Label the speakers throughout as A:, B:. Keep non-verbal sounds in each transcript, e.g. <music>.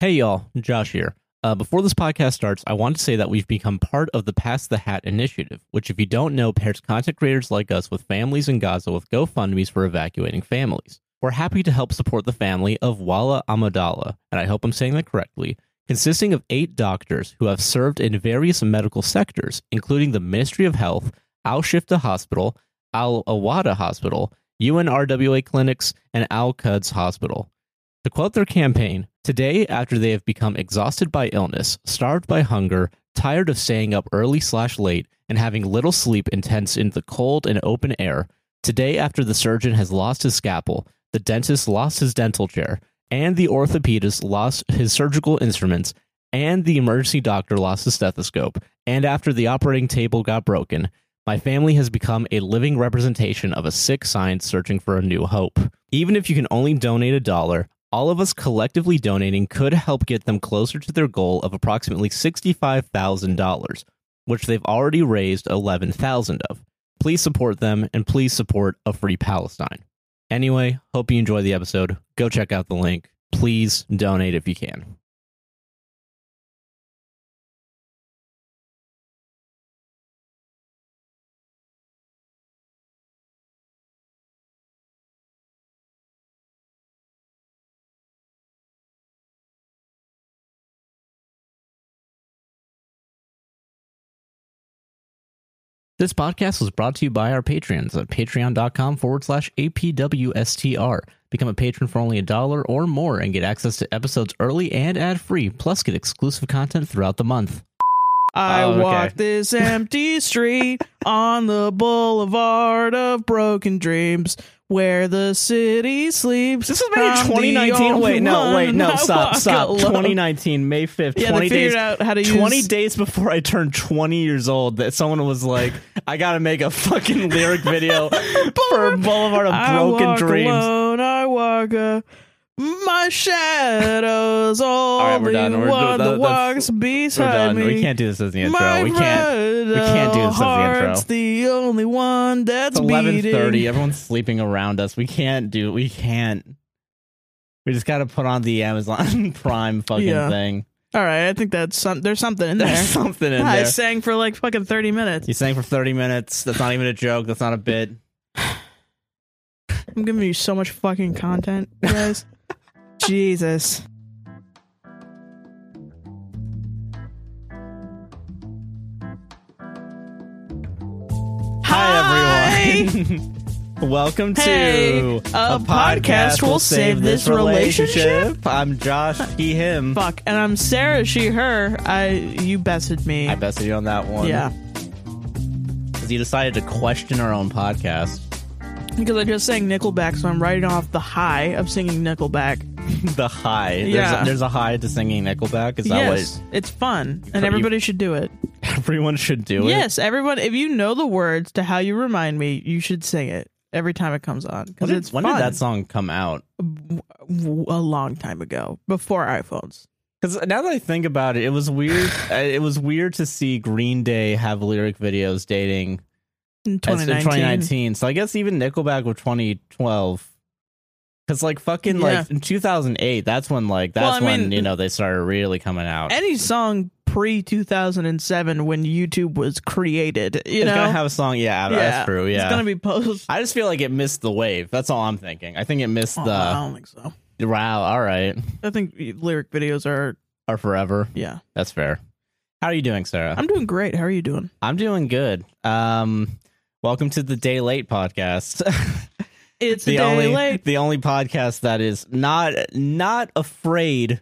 A: Hey, y'all, Josh here. Uh, before this podcast starts, I want to say that we've become part of the Pass the Hat initiative, which, if you don't know, pairs content creators like us with families in Gaza with GoFundMe's for evacuating families. We're happy to help support the family of Wala Amadallah, and I hope I'm saying that correctly, consisting of eight doctors who have served in various medical sectors, including the Ministry of Health, Al Shifta Hospital, Al Awada Hospital, UNRWA Clinics, and Al Quds Hospital. To quote their campaign, today, after they have become exhausted by illness, starved by hunger, tired of staying up early slash late, and having little sleep intense in the cold and open air, today, after the surgeon has lost his scalpel, the dentist lost his dental chair, and the orthopedist lost his surgical instruments, and the emergency doctor lost his stethoscope, and after the operating table got broken, my family has become a living representation of a sick science searching for a new hope. Even if you can only donate a dollar, all of us collectively donating could help get them closer to their goal of approximately $65,000, which they've already raised 11,000 of. Please support them and please support a free Palestine. Anyway, hope you enjoy the episode. Go check out the link. Please donate if you can. This podcast was brought to you by our patrons at patreon.com forward slash APWSTR. Become a patron for only a dollar or more and get access to episodes early and ad free, plus get exclusive content throughout the month.
B: I
A: Oh, okay.
B: walk this empty street on the boulevard of broken dreams where the city sleeps.
A: This was made in
B: I'm the
A: 2019.
B: only
A: Wait, no, wait,
B: one
A: no,
B: I
A: stop,
B: walk
A: stop.
B: alone.
A: 2019, May 5th,
B: Yeah,
A: 20
B: they figured
A: days.
B: out how to use
A: 20 days before I turned 20 years old, that someone was like, I gotta make a fucking lyric
B: <laughs>
A: video for Boulevard of
B: I
A: Broken
B: walk
A: Dreams.
B: Alone, I walk a, my shadows all
A: right, we're done. We're- that-
B: one that
A: that's-
B: walks
A: We're
B: beside
A: done.
B: me.
A: We can't do this as the intro.
B: My
A: we can't.
B: We
A: can't do this as the intro.
B: heart's the only one that's
A: It's 11:30.
B: beating.
A: Everyone's sleeping around us. We can't do. We can't. We just gotta put on the Amazon <laughs> Prime fucking
B: Yeah.
A: thing.
B: All right, I think that's some. <laughs> There's something
A: <laughs>
B: in
A: There's
B: there.
A: something in
B: I
A: there.
B: sang for like fucking 30 minutes.
A: You sang for 30 minutes. That's not even a joke. That's not a bit.
B: I'm giving you so much fucking content,
A: <laughs>
B: you guys. Jesus.
A: Hi, <laughs> everyone.
B: <laughs>
A: Welcome to
B: Hey, a podcast will save this
A: I'm Josh, he, him.
B: Fuck. And I'm Sarah, she, her. I you bested me.
A: I bested you on that one.
B: yeah.
A: Because you decided to question our own podcast. <laughs>
B: Because I just sang Nickelback, so I'm writing off the high of singing Nickelback.
A: the high. There's,
B: Yeah.
A: a, there's a high to singing Nickelback. Is that
B: yes. It's fun.
A: you-
B: And everybody should do it.
A: what <laughs> everyone should do? It?
B: Yes, everyone if you know the words to how you remind me, you should sing it every time it comes on.
A: When
B: Because
A: did,
B: it's
A: when
B: fun.
A: did that song come out?
B: w- a long time ago, before iPhones.
A: Because now that I think about it, it was weird. <laughs> uh, it was weird to see Green Day have lyric videos dating
B: In
A: as- in
B: 2019.
A: 2019. So I guess even Nickelback with 2012. Because like fucking
B: Yeah.
A: like in 2008, that's when like that's
B: Well, I
A: when
B: mean- eh,
A: you know they started really coming out.
B: Any song pre 2007 when YouTube was created, you
A: it's
B: know?
A: gonna have a song, yeah,
B: Yeah.
A: that's true, yeah.
B: It's going to be post.
A: I just feel like it missed the wave. That's all I'm thinking. I think it missed
B: Oh, I
A: the
B: don't think so.
A: wow. All right,
B: I think lyric videos are,
A: or forever.
B: yeah.
A: That's fair. How are you doing, Sarah?
B: I'm doing great. How are you doing?
A: I'm doing good. Um, welcome to the Day Late podcast. <laughs>
B: It's
A: the
B: a day
A: only
B: late
A: the only podcast that is not not afraid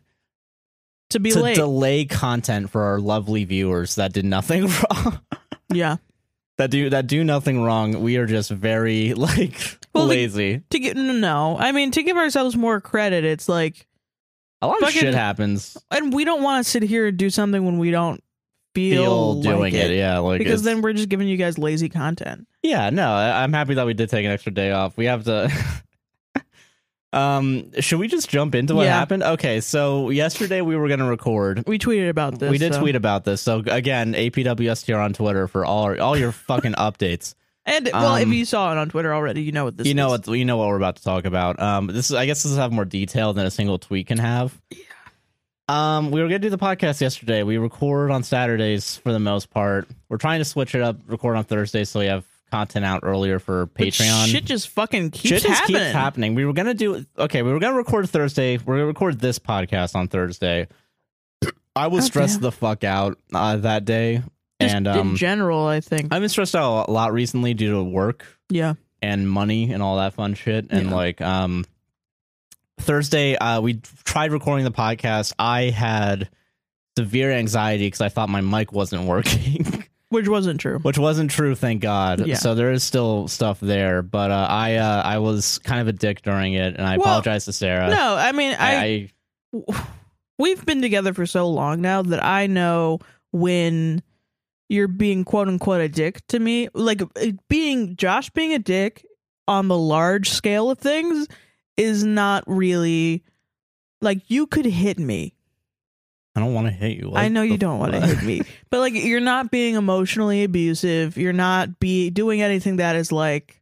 B: to be
A: to
B: late.
A: delay content for our lovely viewers that did nothing <laughs> wrong.
B: yeah.
A: that do that do nothing wrong. We are just very <laughs> like
B: Well, the-
A: lazy.
B: To get, no, I mean, to give ourselves more credit, it's like,
A: A lot of
B: fucking-
A: shit happens.
B: and we don't want to sit here and do something when we don't feel,
A: Feel
B: like
A: doing it. yeah. Like
B: because
A: it's-
B: then we're just giving you guys lazy content.
A: Yeah, no, I- I'm happy that we did take an extra day off. We have to. <laughs> um, should we just jump into what
B: Yeah.
A: happened? Okay, so yesterday we were going to record.
B: We tweeted about this. um,
A: we did
B: so-
A: tweet about this. So again, APWSTR on Twitter for all our,
B: <laughs>
A: all your fucking updates.
B: And well, if
A: Um,
B: you saw it on Twitter already, you know what this.
A: you know
B: is.
A: what you know what we're about to talk about. Um, this is, I guess this will have more detail than a single tweet can have. Um, we were gonna do the podcast yesterday. We record on Saturdays for the most part. We're trying to switch it up, record on Thursdays so we have content out earlier for
B: But
A: Patreon.
B: shit just fucking keeps
A: Shit just
B: happening.
A: keeps happening. We were gonna do okay. We were gonna record Thursday. We're gonna record this podcast on Thursday. I was
B: Oh,
A: stressed
B: damn.
A: the fuck out uh, that day,
B: Just
A: and
B: in
A: um,
B: general, I think.
A: I've been stressed out a lot recently due to work
B: yeah.
A: and money and all that fun shit. And
B: Yeah.
A: like um, Thursday, uh, we tried recording the podcast. I had severe anxiety because I thought my mic wasn't working. <laughs>
B: Which wasn't true.
A: which wasn't true thank god
B: Yeah.
A: so there is still stuff there but uh, i uh, i was kind of a dick during it and i
B: Well,
A: apologize to sarah
B: no, I mean,
A: Uh, I,
B: I,
A: I-
B: we've been together for so long now that I know when you're being quote unquote a dick to me. Like it- being Josh being a dick on the large scale of things is not really like you could hit me.
A: I don't want to hit you
B: I know you
A: What the
B: don't want to
A: fuck? <laughs>
B: hit me, but like you're not being emotionally abusive. You're not be doing anything that is like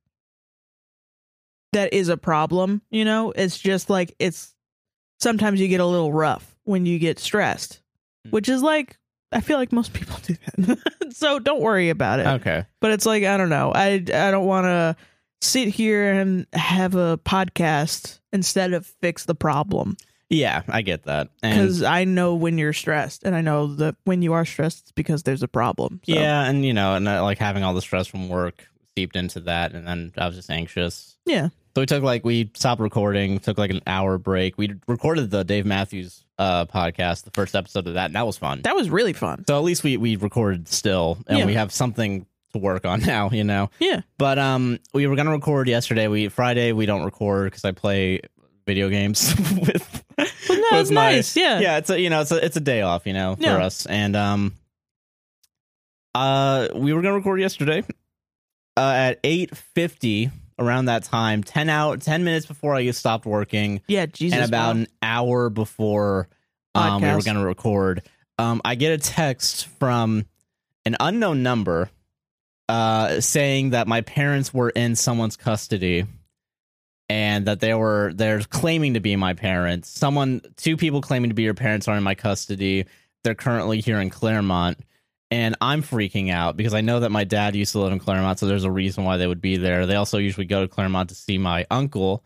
B: that is a problem. You know, it's just like it's sometimes you get a little rough when you get stressed,
A: Hmm.
B: which is like I feel like most people <laughs> do that. so don't worry about it.
A: okay
B: But it's like I don't know. I I don't want to sit here and have a podcast instead of fix the problem
A: yeah i get that and
B: because I know when you're stressed, and I know that when you are stressed, it's because there's a problem. So.
A: yeah and you know and uh, like having all the stress from work seeped into that and then i was just anxious
B: Yeah.
A: so we took like we stopped recording took like an hour break we recorded the dave matthews uh podcast the first episode of that and that was fun
B: that was really fun.
A: So at least we we recorded still, and
B: Yeah.
A: we have something to work on <laughs> now, you know.
B: Yeah.
A: But um, we were gonna record yesterday. We Friday we don't record because I play video games <laughs> with.
B: But no,
A: with
B: it's
A: my-
B: nice. Yeah.
A: Yeah, it's a you know it's a it's a day off, you know, for
B: Yeah.
A: us. And um, uh, we were gonna record yesterday, uh, at eight fifty around that time, ten out ten minutes before I stopped working
B: Yeah. Jesus.
A: and about
B: wow.
A: an hour before um, we were
B: Podcast.
A: going to record, um, I get a text from an unknown number uh, saying that my parents were in someone's custody and that they were they're claiming to be my parents. Someone, two people claiming to be your parents are in my custody. They're currently here in Claremont. And I'm freaking out because I know that my dad used to live in Claremont, so there's a reason why they would be there. They also usually go to Claremont to see my uncle.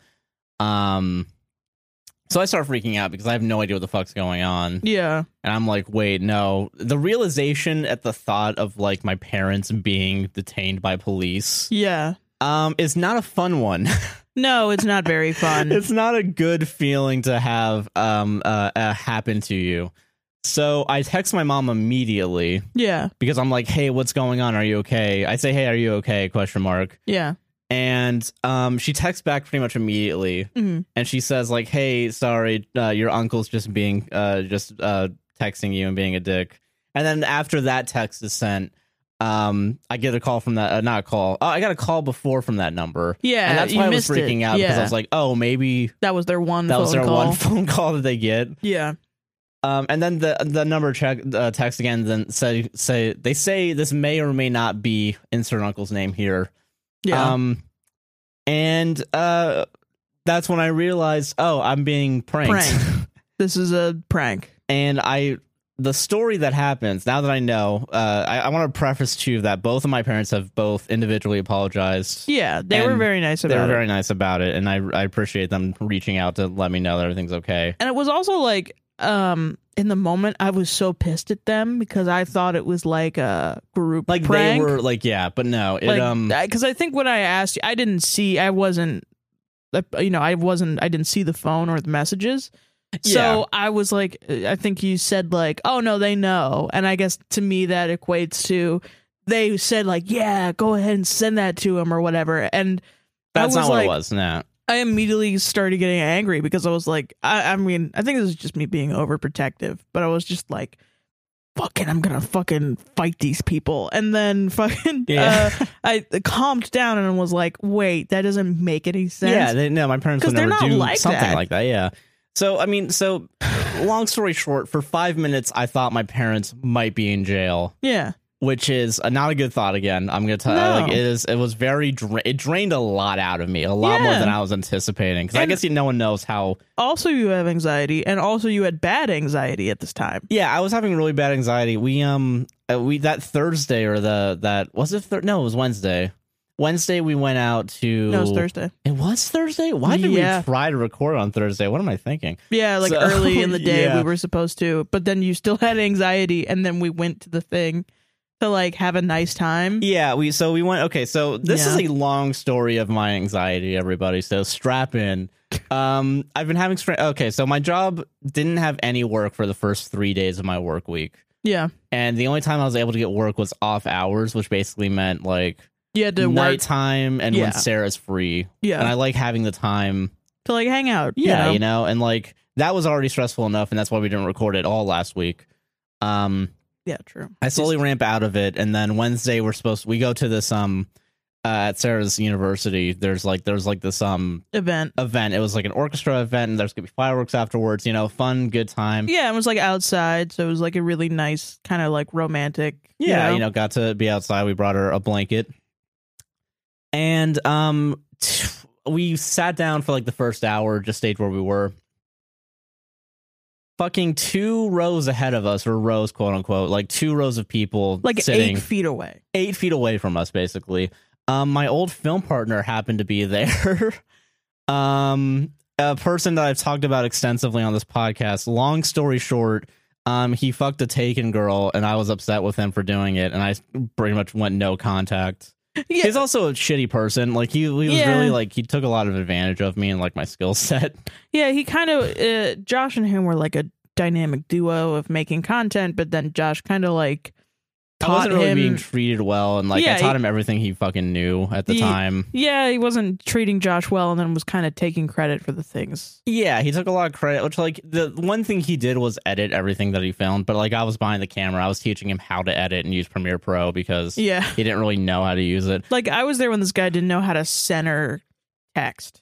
A: Um, so I start freaking out because I have no idea what the fuck's going on.
B: yeah.
A: And I'm like, wait, no. The realization at the thought of like my parents being detained by police
B: Yeah.
A: um is not a fun one.
B: No, it's not very
A: <laughs>
B: fun.
A: it's not a good feeling to have um uh, uh happen to you. So I text my mom immediately
B: yeah.
A: because I'm like, "Hey, what's going on? Are you okay?" I say, "Hey, are you okay?" question mark.
B: Yeah.
A: And um she texts back pretty much immediately
B: hmm
A: and she says like hey sorry uh, your uncle's just being uh just uh texting you and being a dick and then after that text is sent um i get a call from that uh, not a call oh i got a call before from that number
B: Yeah.
A: and that's
B: Uh, you
A: why i was
B: missed it.
A: freaking out
B: Yeah.
A: because i was like oh maybe
B: that was their one.
A: that was
B: phone
A: their
B: call.
A: one <laughs> phone call that they get
B: <laughs> Yeah.
A: um and then the the number check uh, text again then say say they say this may or may not be insert uncle's name here
B: Yeah.
A: um, and uh, that's when I realized, oh, I'm being pranked.
B: Pranked. this is a prank.
A: <laughs> and I, the story that happens now that I know, uh, I, I want to preface too that both of my parents have both individually apologized.
B: Yeah. They
A: And
B: were very nice
A: They
B: about
A: were
B: it.
A: very nice about it, and I, I appreciate them reaching out to let me know that everything's okay.
B: and it was also like um in the moment i was so pissed at them because i thought it was like a group
A: Like
B: prank.
A: they were like, yeah, but no, it
B: like
A: um,
B: because i think when i asked you i didn't see i wasn't uh, you know i wasn't i didn't see the phone or the messages so
A: Yeah.
B: i was like i think you said like oh no they know and i guess to me that equates to they said like yeah go ahead and send that to him or whatever and I
A: that's not
B: was
A: what it
B: like-
A: was. No,
B: I immediately started getting angry because I was like, I, I mean, I think this is just me being overprotective, but I was just like, fucking, I'm gonna fucking fight these people. And then <laughs> fucking,
A: Yeah.
B: uh, I calmed down and was like, wait, that doesn't make any sense.
A: Yeah, they, no, my parents
B: 'Cause
A: would
B: they're
A: never
B: not
A: do
B: like
A: something
B: that.
A: like that. Yeah. So I mean,
B: <sighs>
A: so long story short, for five minutes, I thought my parents might be in jail,
B: yeah.
A: which is uh, not a good thought again. I'm going to tell
B: No.
A: like it is it was very dra- it drained a lot out of me, a lot more
B: Yeah.
A: than I was anticipating cuz I
B: And-
A: guess you, no one knows how
B: Also, you have anxiety, and also you had bad anxiety at this time.
A: Yeah, I was having really bad anxiety. We um uh, we that Thursday or the that was it thir- no, it was Wednesday. Wednesday we went out to
B: No, it's Thursday.
A: It was Thursday? Why did
B: Yeah.
A: we try to record on Thursday? What am I thinking?
B: Yeah, like
A: So,
B: early
A: <laughs>
B: in the day
A: yeah.
B: we were supposed to, but then you still <laughs> had anxiety, and then we went to the thing to like have a nice time.
A: Yeah, we so we went okay, so this
B: Yeah.
A: is a long story of my anxiety, everybody. So strap
B: <laughs>
A: in. Um I've been having stra- okay, so my job didn't have any work for the first 3 days of my work week.
B: Yeah,
A: And the only time I was able to get work was off hours, which basically meant like
B: you had to work.
A: nighttime and
B: Yeah.
A: when Sarah's free.
B: Yeah,
A: And I like having the time.
B: to like hang out.
A: Yeah,
B: you know?
A: you know, and like that was already stressful enough, and that's why we didn't record it all last week. Um,
B: yeah, true.
A: I slowly ramp out of it, and then Wednesday we're supposed we go to this um uh, at Sarah's university. There's like there's like this um
B: Event.
A: event. It was like an orchestra event, and there's gonna be fireworks afterwards. You know, fun, good time.
B: Yeah, it was like outside, so it was like a really nice kind of like romantic. you
A: yeah,
B: know?
A: you know, got to be outside. We brought her a blanket, and um, we sat down for like the first hour, just stayed where we were. Fucking two rows ahead of us, or rows, quote unquote, like two rows of people
B: like
A: sitting
B: eight feet away. <laughs>
A: eight feet away from us, basically. Um, my old film partner happened to be there. <laughs> um, a person that I've talked about extensively on this podcast. Long story short, um, he fucked a taken girl, and I was upset with him for doing it, and I pretty much went no contact.
B: Yeah,
A: He's also a shitty person. Like he, he was
B: Yeah.
A: really like he took a lot of advantage of me and like my skill set.
B: yeah. He kind of uh, Josh and him were like a dynamic duo of making content, but then Josh kind of like
A: I
B: Taught
A: wasn't really
B: him-
A: being treated well, and like
B: Yeah,
A: I taught him everything he fucking knew at the
B: Ye-
A: time.
B: yeah, he wasn't treating Josh well, and then was kind of taking credit for the things.
A: Yeah, he took a lot of credit, which like the one thing he did was edit everything that he filmed, but like I was behind the camera. I was teaching him how to edit and use Premiere Pro because
B: Yeah,
A: he didn't really know how to use it.
B: like I was there when this guy didn't know how to center text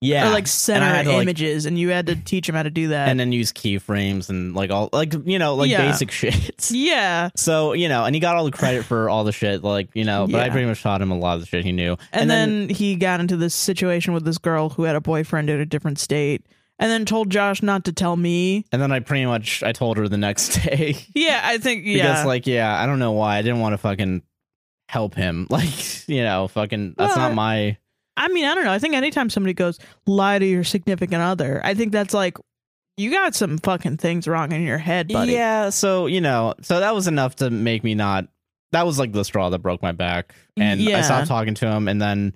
A: Yeah.
B: or like
A: had
B: center
A: to, like-
B: images, and you had to teach him how to do that.
A: and then use keyframes and like all like you know, like
B: Yeah.
A: basic <laughs> shit.
B: yeah,
A: So, you know, and he got all the credit for all the shit, like, you know, but I
B: Yeah.
A: pretty much taught him a lot of the shit he knew.
B: And, then, he got into this situation with this girl who had a boyfriend in a different state and then told Josh not to tell me.
A: and then I pretty much I told her the next <laughs> day.
B: Yeah, I think yeah.
A: Because like, yeah, I don't know why. I didn't want to fucking help him. <laughs> Like, you know, fucking that's
B: Well,
A: not my
B: I mean, I don't know. I think anytime somebody goes lie to your significant other, I think that's like you got some fucking things wrong in your head, buddy.
A: Yeah, so you know, so that was enough to make me not. That was like the straw that broke my back, and I
B: Yeah.
A: stopped talking to him. And then,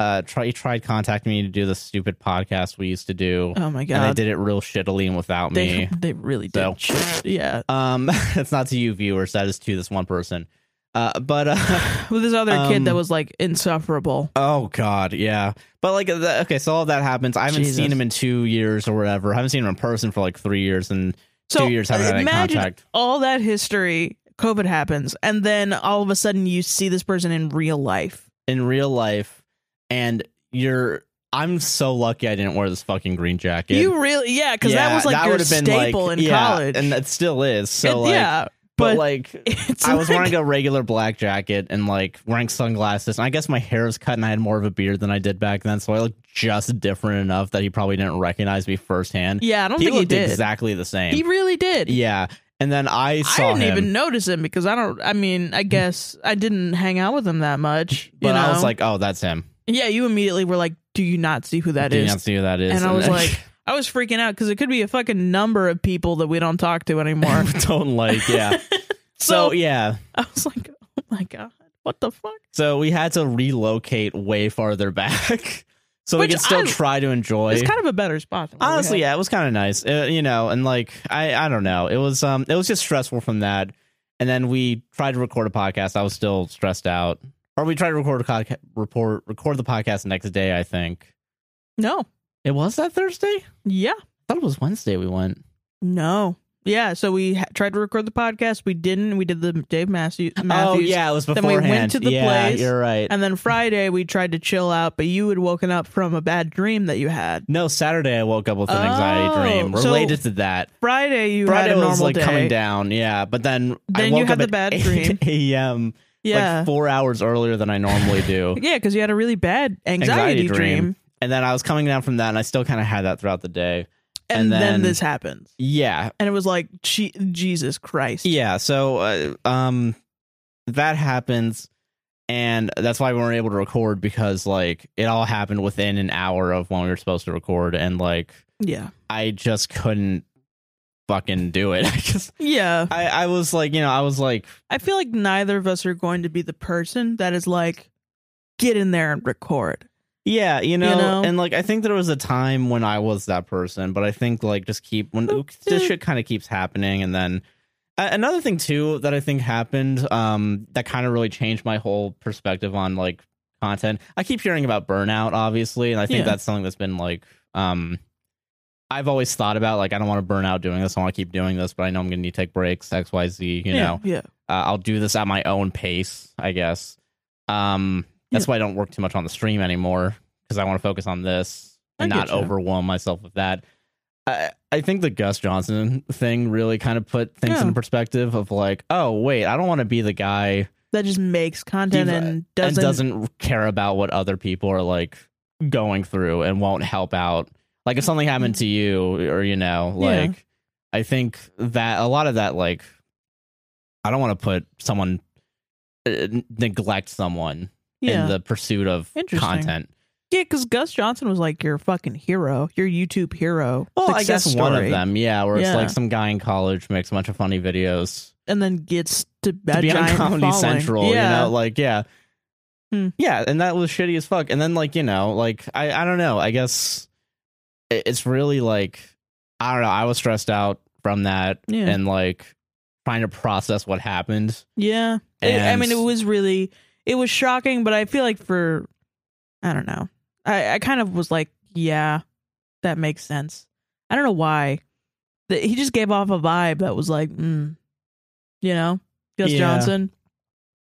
A: uh, try, he tried contacting me to do the stupid podcast we used to do,
B: Oh my
A: and I
B: god.
A: did it real shittily and without
B: They
A: me.
B: they really did.
A: So-
B: shit. Yeah.
A: <laughs> um, <laughs> that's not to you viewers. That is to this one person. Uh, but uh, <laughs>
B: With this other kid that
A: Um,
B: was like insufferable.
A: oh god, yeah. But like, the, okay, so all that happens. I haven't
B: Jesus.
A: seen him in two years or whatever. I haven't seen him in person for like three years, and
B: So
A: two years haven't had any
B: imagine
A: contact.
B: all that history, COVID happens, and then all of a sudden you see this person in real life.
A: in real life and you're I'm so lucky I didn't wear this fucking green jacket.
B: You really, yeah, because that
A: Yeah,
B: was like your
A: would've been,
B: staple
A: like-
B: in
A: yeah,
B: college.
A: And that still is. So
B: It-
A: like
B: yeah,
A: but,
B: but
A: like
B: <laughs> it's
A: I was
B: like-
A: wearing a regular black jacket and like wearing sunglasses. And I guess my hair was cut and I had more of a beard than I did back then, so I looked just different enough that he probably didn't recognize me firsthand.
B: Yeah, I don't
A: he
B: think he
A: looked
B: did.
A: exactly the same.
B: He really did.
A: yeah. And then I
B: I
A: saw
B: didn't
A: him. Mm.
B: even notice him because I don't. I mean, I guess I didn't hang out with him that much. You
A: but
B: know?
A: I was like, "Oh, that's him."
B: yeah, you immediately were like, "Do you not see who that
A: Do
B: is?"
A: you not see who that is?
B: And
A: <laughs>
B: I was like, I was freaking out because it could be a fucking number of people that we don't talk to anymore.
A: <laughs> "Don't like, <laughs> yeah."
B: so
A: so yeah,
B: I was like, "Oh my god, what the fuck?"
A: So we had to relocate way farther back, <laughs> so
B: Which
A: we could still
B: I-
A: try to enjoy.
B: It's kind of a better spot. Than what we
A: Honestly,
B: had.
A: yeah, it was kind of nice, uh, you know. And like, I I don't know, it was um, it was just stressful from that. And then we tried to record a podcast. I was still stressed out, or we tried to record a podca- report record the podcast the next day. I think
B: No.
A: it was that Thursday. I
B: Yeah.
A: thought it was Wednesday. We went.
B: No. yeah, so we ha- tried to record the podcast. We didn't. We did the Dave Matthews. Matthews
A: Oh yeah, it was
B: we went
A: beforehand.
B: to the
A: yeah,
B: place,
A: you're right.
B: And then Friday we tried to chill out, but you had woken up from a bad dream that you had.
A: no, Saturday I woke up with an anxiety
B: Oh,
A: dream
B: so-
A: related to that.
B: Friday you
A: Friday
B: had a normal
A: was like
B: day.
A: coming down, yeah. But then I
B: Then you
A: woke
B: had
A: up
B: the
A: at
B: bad
A: 8 <laughs>
B: dream.
A: a.m.
B: Yeah,
A: like four hours earlier than I normally
B: <laughs>
A: do.
B: yeah, because you had a really bad anxiety,
A: Anxiety dream.
B: dream,
A: and then I was coming down from that, and I still kind of had that throughout the day.
B: and,
A: And
B: then,
A: then-
B: this happens,
A: Yeah,
B: and it was like Je- Jesus Christ.
A: yeah. So uh, um, that happens, and that's why we weren't able to record because like it all happened within an hour of when we were supposed to record, and like
B: yeah,
A: I just couldn't fucking do it. <laughs> I just
B: yeah.
A: I, I was like, you know, I was like,
B: I feel like neither of us are going to be the person that is like, get in there and record.
A: yeah, you know,
B: know?
A: and like I think there was a time when I was that person, but I think like just keep when
B: Oop,
A: this
B: eh.
A: shit kind of keeps happening, and then uh, another thing too that I think happened, um, that kind of really changed my whole perspective on like content. I keep hearing about burnout, obviously, and I think
B: Yeah.
A: that's something that's been like, um. I've always thought about like I don't want to burn out doing this. I want to keep doing this, but I know I'm going to need to take breaks, X, Y, Z. You
B: yeah,
A: know,
B: yeah,
A: Uh, I'll do this at my own pace, I guess. Um, that's why I don't work too much on the stream anymore because I want to focus on this and
B: I
A: not
B: getcha.
A: overwhelm myself with that. I, I think the Gus Johnson thing really kind of put things
B: Yeah.
A: in perspective of like, oh wait, I don't want to be the guy
B: that just makes content
A: Diva-
B: and doesn't,
A: and doesn't care about what other people are like going through and won't help out. Like if something happened to you or you know,
B: Yeah.
A: like I think that a lot of that like I don't want to put someone uh, neglect someone
B: yeah.
A: in the pursuit of
B: Interesting.
A: content.
B: Yeah, because Gus Johnson was like your fucking hero, your YouTube hero.
A: Well, I guess
B: Success
A: one of
B: story.
A: them, yeah, where it's
B: Yeah.
A: like some guy in college makes a bunch of funny videos
B: and then gets to, a
A: to be on
B: giant
A: Comedy
B: following.
A: Central,
B: Yeah,
A: you know, like yeah,
B: Hmm.
A: yeah, and that was shitty as fuck. And then like you know, like I I don't know, I guess i- it's really like I don't know. I was stressed out from that
B: Yeah.
A: and like trying to process what happened.
B: yeah. It- I
A: And-
B: mean, it was really, it was shocking, but I feel like for, I don't know, I, I kind of was like, yeah, that makes sense. I don't know why, That he just gave off a vibe that was like, mm, you know, Gus
A: Yeah.
B: Johnson.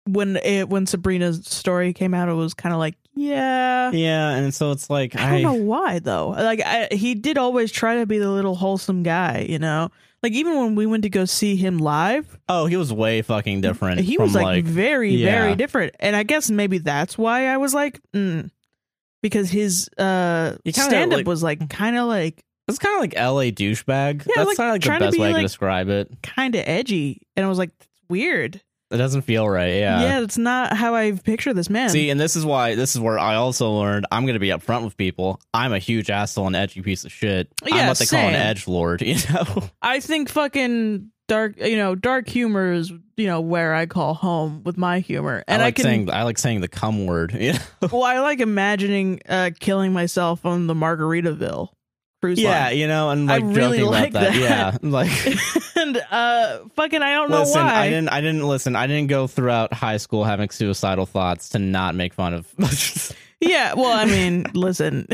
B: When it when Sabrina's story came out, it was kind of like, yeah,
A: Yeah, and so it's like
B: Uh. I don't know why though. Like I, he did always try to be the little wholesome guy, you know. Like even when we went to go see him live,
A: oh, he was way fucking different.
B: he
A: from,
B: was like, very,
A: yeah.
B: very different. And I guess maybe that's why I was like, mm, because his uh
A: He kinda,
B: stand up
A: like-
B: was like kind of like
A: it's kind of like L.A. douchebag.
B: Yeah,
A: That's
B: like,
A: kind of like the
B: trying to
A: best
B: be,
A: way I
B: like-
A: could describe it.
B: kind of edgy, and I was like, it's weird.
A: It doesn't feel right.
B: Yeah. that's not how I picture this man.
A: See, and this is why this is where I also learned I'm going to be upfront with people. I'm a huge asshole and edgy piece of shit. I'm
B: Yeah,
A: what they call an
B: same.
A: edge lord. <laughs> You know,
B: I think fucking dark, you know, dark humor is you know where I call home with my humor, and
A: I
B: I,
A: like
B: can
A: saying I like saying the cum word. <laughs> you know?
B: well, I like imagining uh, killing myself on the Margaritaville cruise
A: yeah, <laughs>
B: line.
A: you know, and
B: I
A: like
B: really
A: joking
B: like
A: about that. <laughs>
B: that.
A: Yeah, like
B: and uh, fucking, I don't
A: listen,
B: know why.
A: I didn't, I didn't listen. I didn't go throughout high school having suicidal thoughts to not make fun of. <laughs>
B: Yeah, well, I mean, <laughs> listen,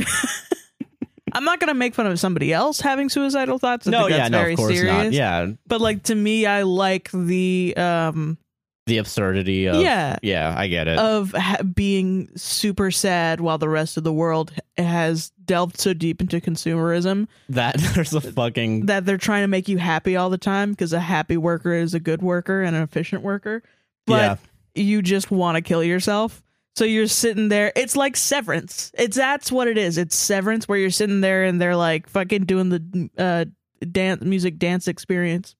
B: I'm not gonna make fun of somebody else having suicidal thoughts. I
A: no,
B: think
A: yeah,
B: that's
A: no,
B: very
A: of course
B: serious.
A: not. Yeah,
B: But like to me, I like the um,
A: the absurdity of. Yeah, Uh,
B: yeah,
A: I get it.
B: of ha- being super sad while the rest of the world h- has delved so deep into consumerism
A: that <laughs> there's a fucking
B: that they're trying to make you happy all the time because a happy worker is a good worker and an efficient worker.
A: yeah.
B: But you just want to kill yourself. So you're sitting there. It's like severance. It's that's what it is. It's severance where you're sitting there and they're like fucking doing the uh dance music dance experience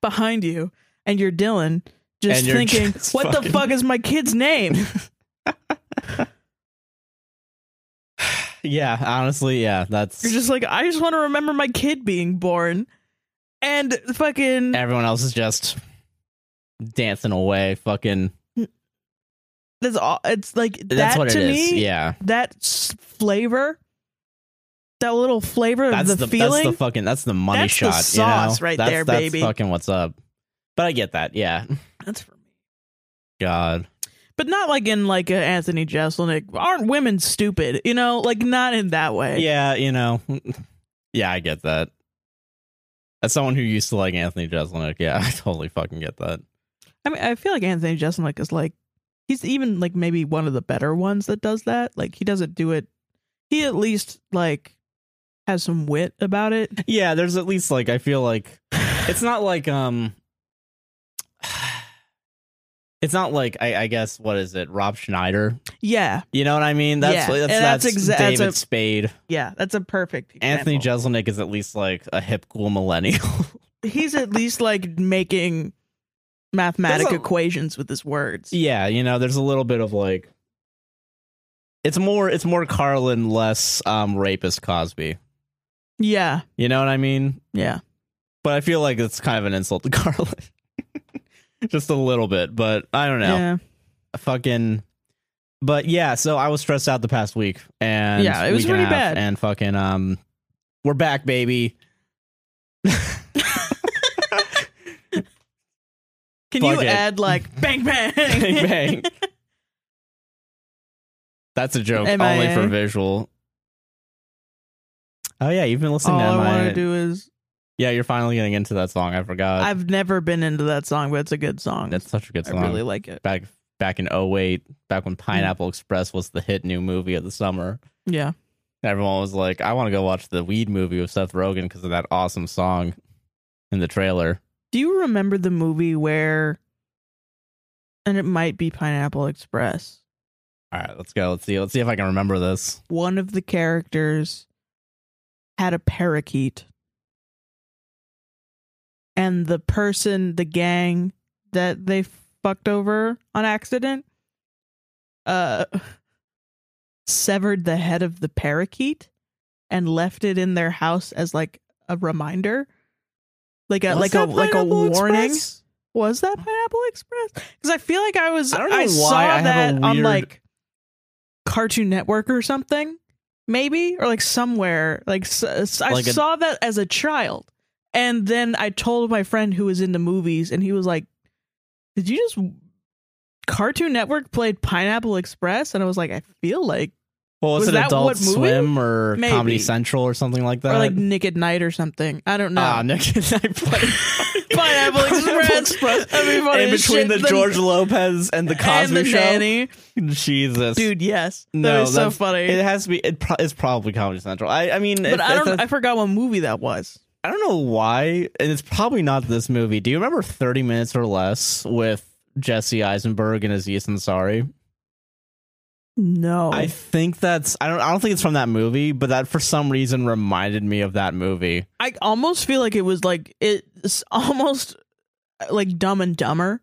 B: behind you and you're Dylan just
A: And you're
B: thinking,
A: just
B: what
A: fucking-
B: the fuck is my
A: <laughs>
B: kid's name?
A: Yeah, honestly, yeah, that's
B: You're just like, I just want to remember my kid being born. And fucking
A: everyone else is just dancing away fucking
B: that's all it's like
A: that's
B: that
A: what it
B: to
A: is.
B: me
A: yeah
B: that s- flavor that little flavor
A: that's
B: of
A: the,
B: the,
A: that's
B: feeling
A: the fucking that's the money
B: That's the
A: shot
B: sauce
A: you know?
B: right
A: that's,
B: there,
A: that's
B: baby.
A: fucking what's up but i get that yeah
B: that's for me
A: god
B: but not like in like a Anthony Jeselnik. Aren't women stupid?
A: <laughs>
B: You know, like not in that way.
A: yeah you know yeah i get that As someone who used to like Anthony Jeselnik, yeah, <laughs> I totally fucking get that.
B: I mean, I feel like Anthony Jeselnik is like he's even like maybe one of the better ones that does that. Like he doesn't do it. He at least like has some wit about it.
A: Yeah, there's at least like I feel like it's not like um <sighs> it's not like I, I guess what is it, Rob Schneider.
B: Yeah,
A: You know what I mean? That's
B: Yeah,
A: that's,
B: and that's
A: that's,
B: exa- that's
A: David
B: a-
A: Spade.
B: yeah, that's a perfect
A: Anthony
B: example.
A: Jeselnik is at least like a hip cool millennial.
B: He's at least like making mathematic
A: There's a-
B: equations with his words.
A: <laughs> yeah, you know, there's a little bit of like it's more it's more Carlin less um rapist Cosby.
B: Yeah,
A: You know what I mean?
B: yeah.
A: But I feel like it's kind of an insult to <laughs> Carlin. Just a little bit, but I don't know.
B: yeah.
A: Fucking but yeah, so I was stressed out the past week and
B: Yeah, it was
A: week and a
B: pretty
A: half,
B: bad.
A: And fucking um we're back, baby.
B: Can
A: Fuck
B: you
A: it. <laughs>
B: add like bang bang
A: bang
B: <laughs>
A: bang. That's a joke only
B: MIA.
A: for visual. Oh yeah, you've been listening
B: All I
A: to
B: want
A: my
B: to do is
A: Yeah, you're finally getting into that song. I forgot.
B: I've never been into that song, but it's a good song.
A: uh, That's such a good
B: I
A: song.
B: really Hmm. like it.
A: back back in 08, back when Pineapple Express was the hit new movie of the summer.
B: Yeah.
A: Everyone was like, I want to go watch the weed movie with Seth Rogen because of that awesome song in the trailer.
B: Do you remember the movie where and it might be Pineapple Express.
A: All right, let's go. Let's see. Let's see if I can remember this.
B: One of the characters had a parakeet. And the person, the gang that they fucked over on accident uh severed the head of the parakeet and left it in their house as like a reminder. Like a
A: Was
B: like a
A: that
B: like a
A: Pineapple
B: warning.
A: Express?
B: Was that Pineapple Express? Because I feel like I was.
A: I
B: I,
A: don't know why
B: saw
A: I have a
B: that on
A: weird-
B: like Cartoon Network or something, maybe, or like somewhere. Like s- s- I
A: Like a-
B: saw that as a child, and then I told my friend who was into movies, and he was like, "Did you just Cartoon Network played Pineapple Express?" And I was like, "I feel like
A: Well, was,
B: Was
A: it
B: that
A: Adult
B: what movie?
A: Swim or Comedy
B: Maybe.
A: Central or something like that?
B: or like Nick at Night or something. I don't know."
A: Ah, <laughs> Nick and I played
B: <laughs>
A: <laughs>
B: Pineapple Express. That'd be funny
A: in
B: as
A: between
B: shit.
A: the
B: The-
A: George Lopez and the
B: and
A: Cosby
B: the
A: Show.
B: nanny,
A: Jesus,
B: dude. Yes, that
A: No,
B: was so
A: that's-
B: funny.
A: it has to be. It pro- it's probably Comedy Central. I, I mean,
B: but
A: it's-
B: I
A: it's
B: don't.
A: a-
B: I forgot what movie that was.
A: I don't know why, and it's probably not this movie. Do you remember Thirty Minutes or Less with Jesse Eisenberg and Aziz Ansari?
B: No,
A: I think that's. I don't. I don't think it's from that movie, but that for some reason reminded me of that movie.
B: I almost feel like it was like it's <laughs> almost uh, like Dumb and Dumber.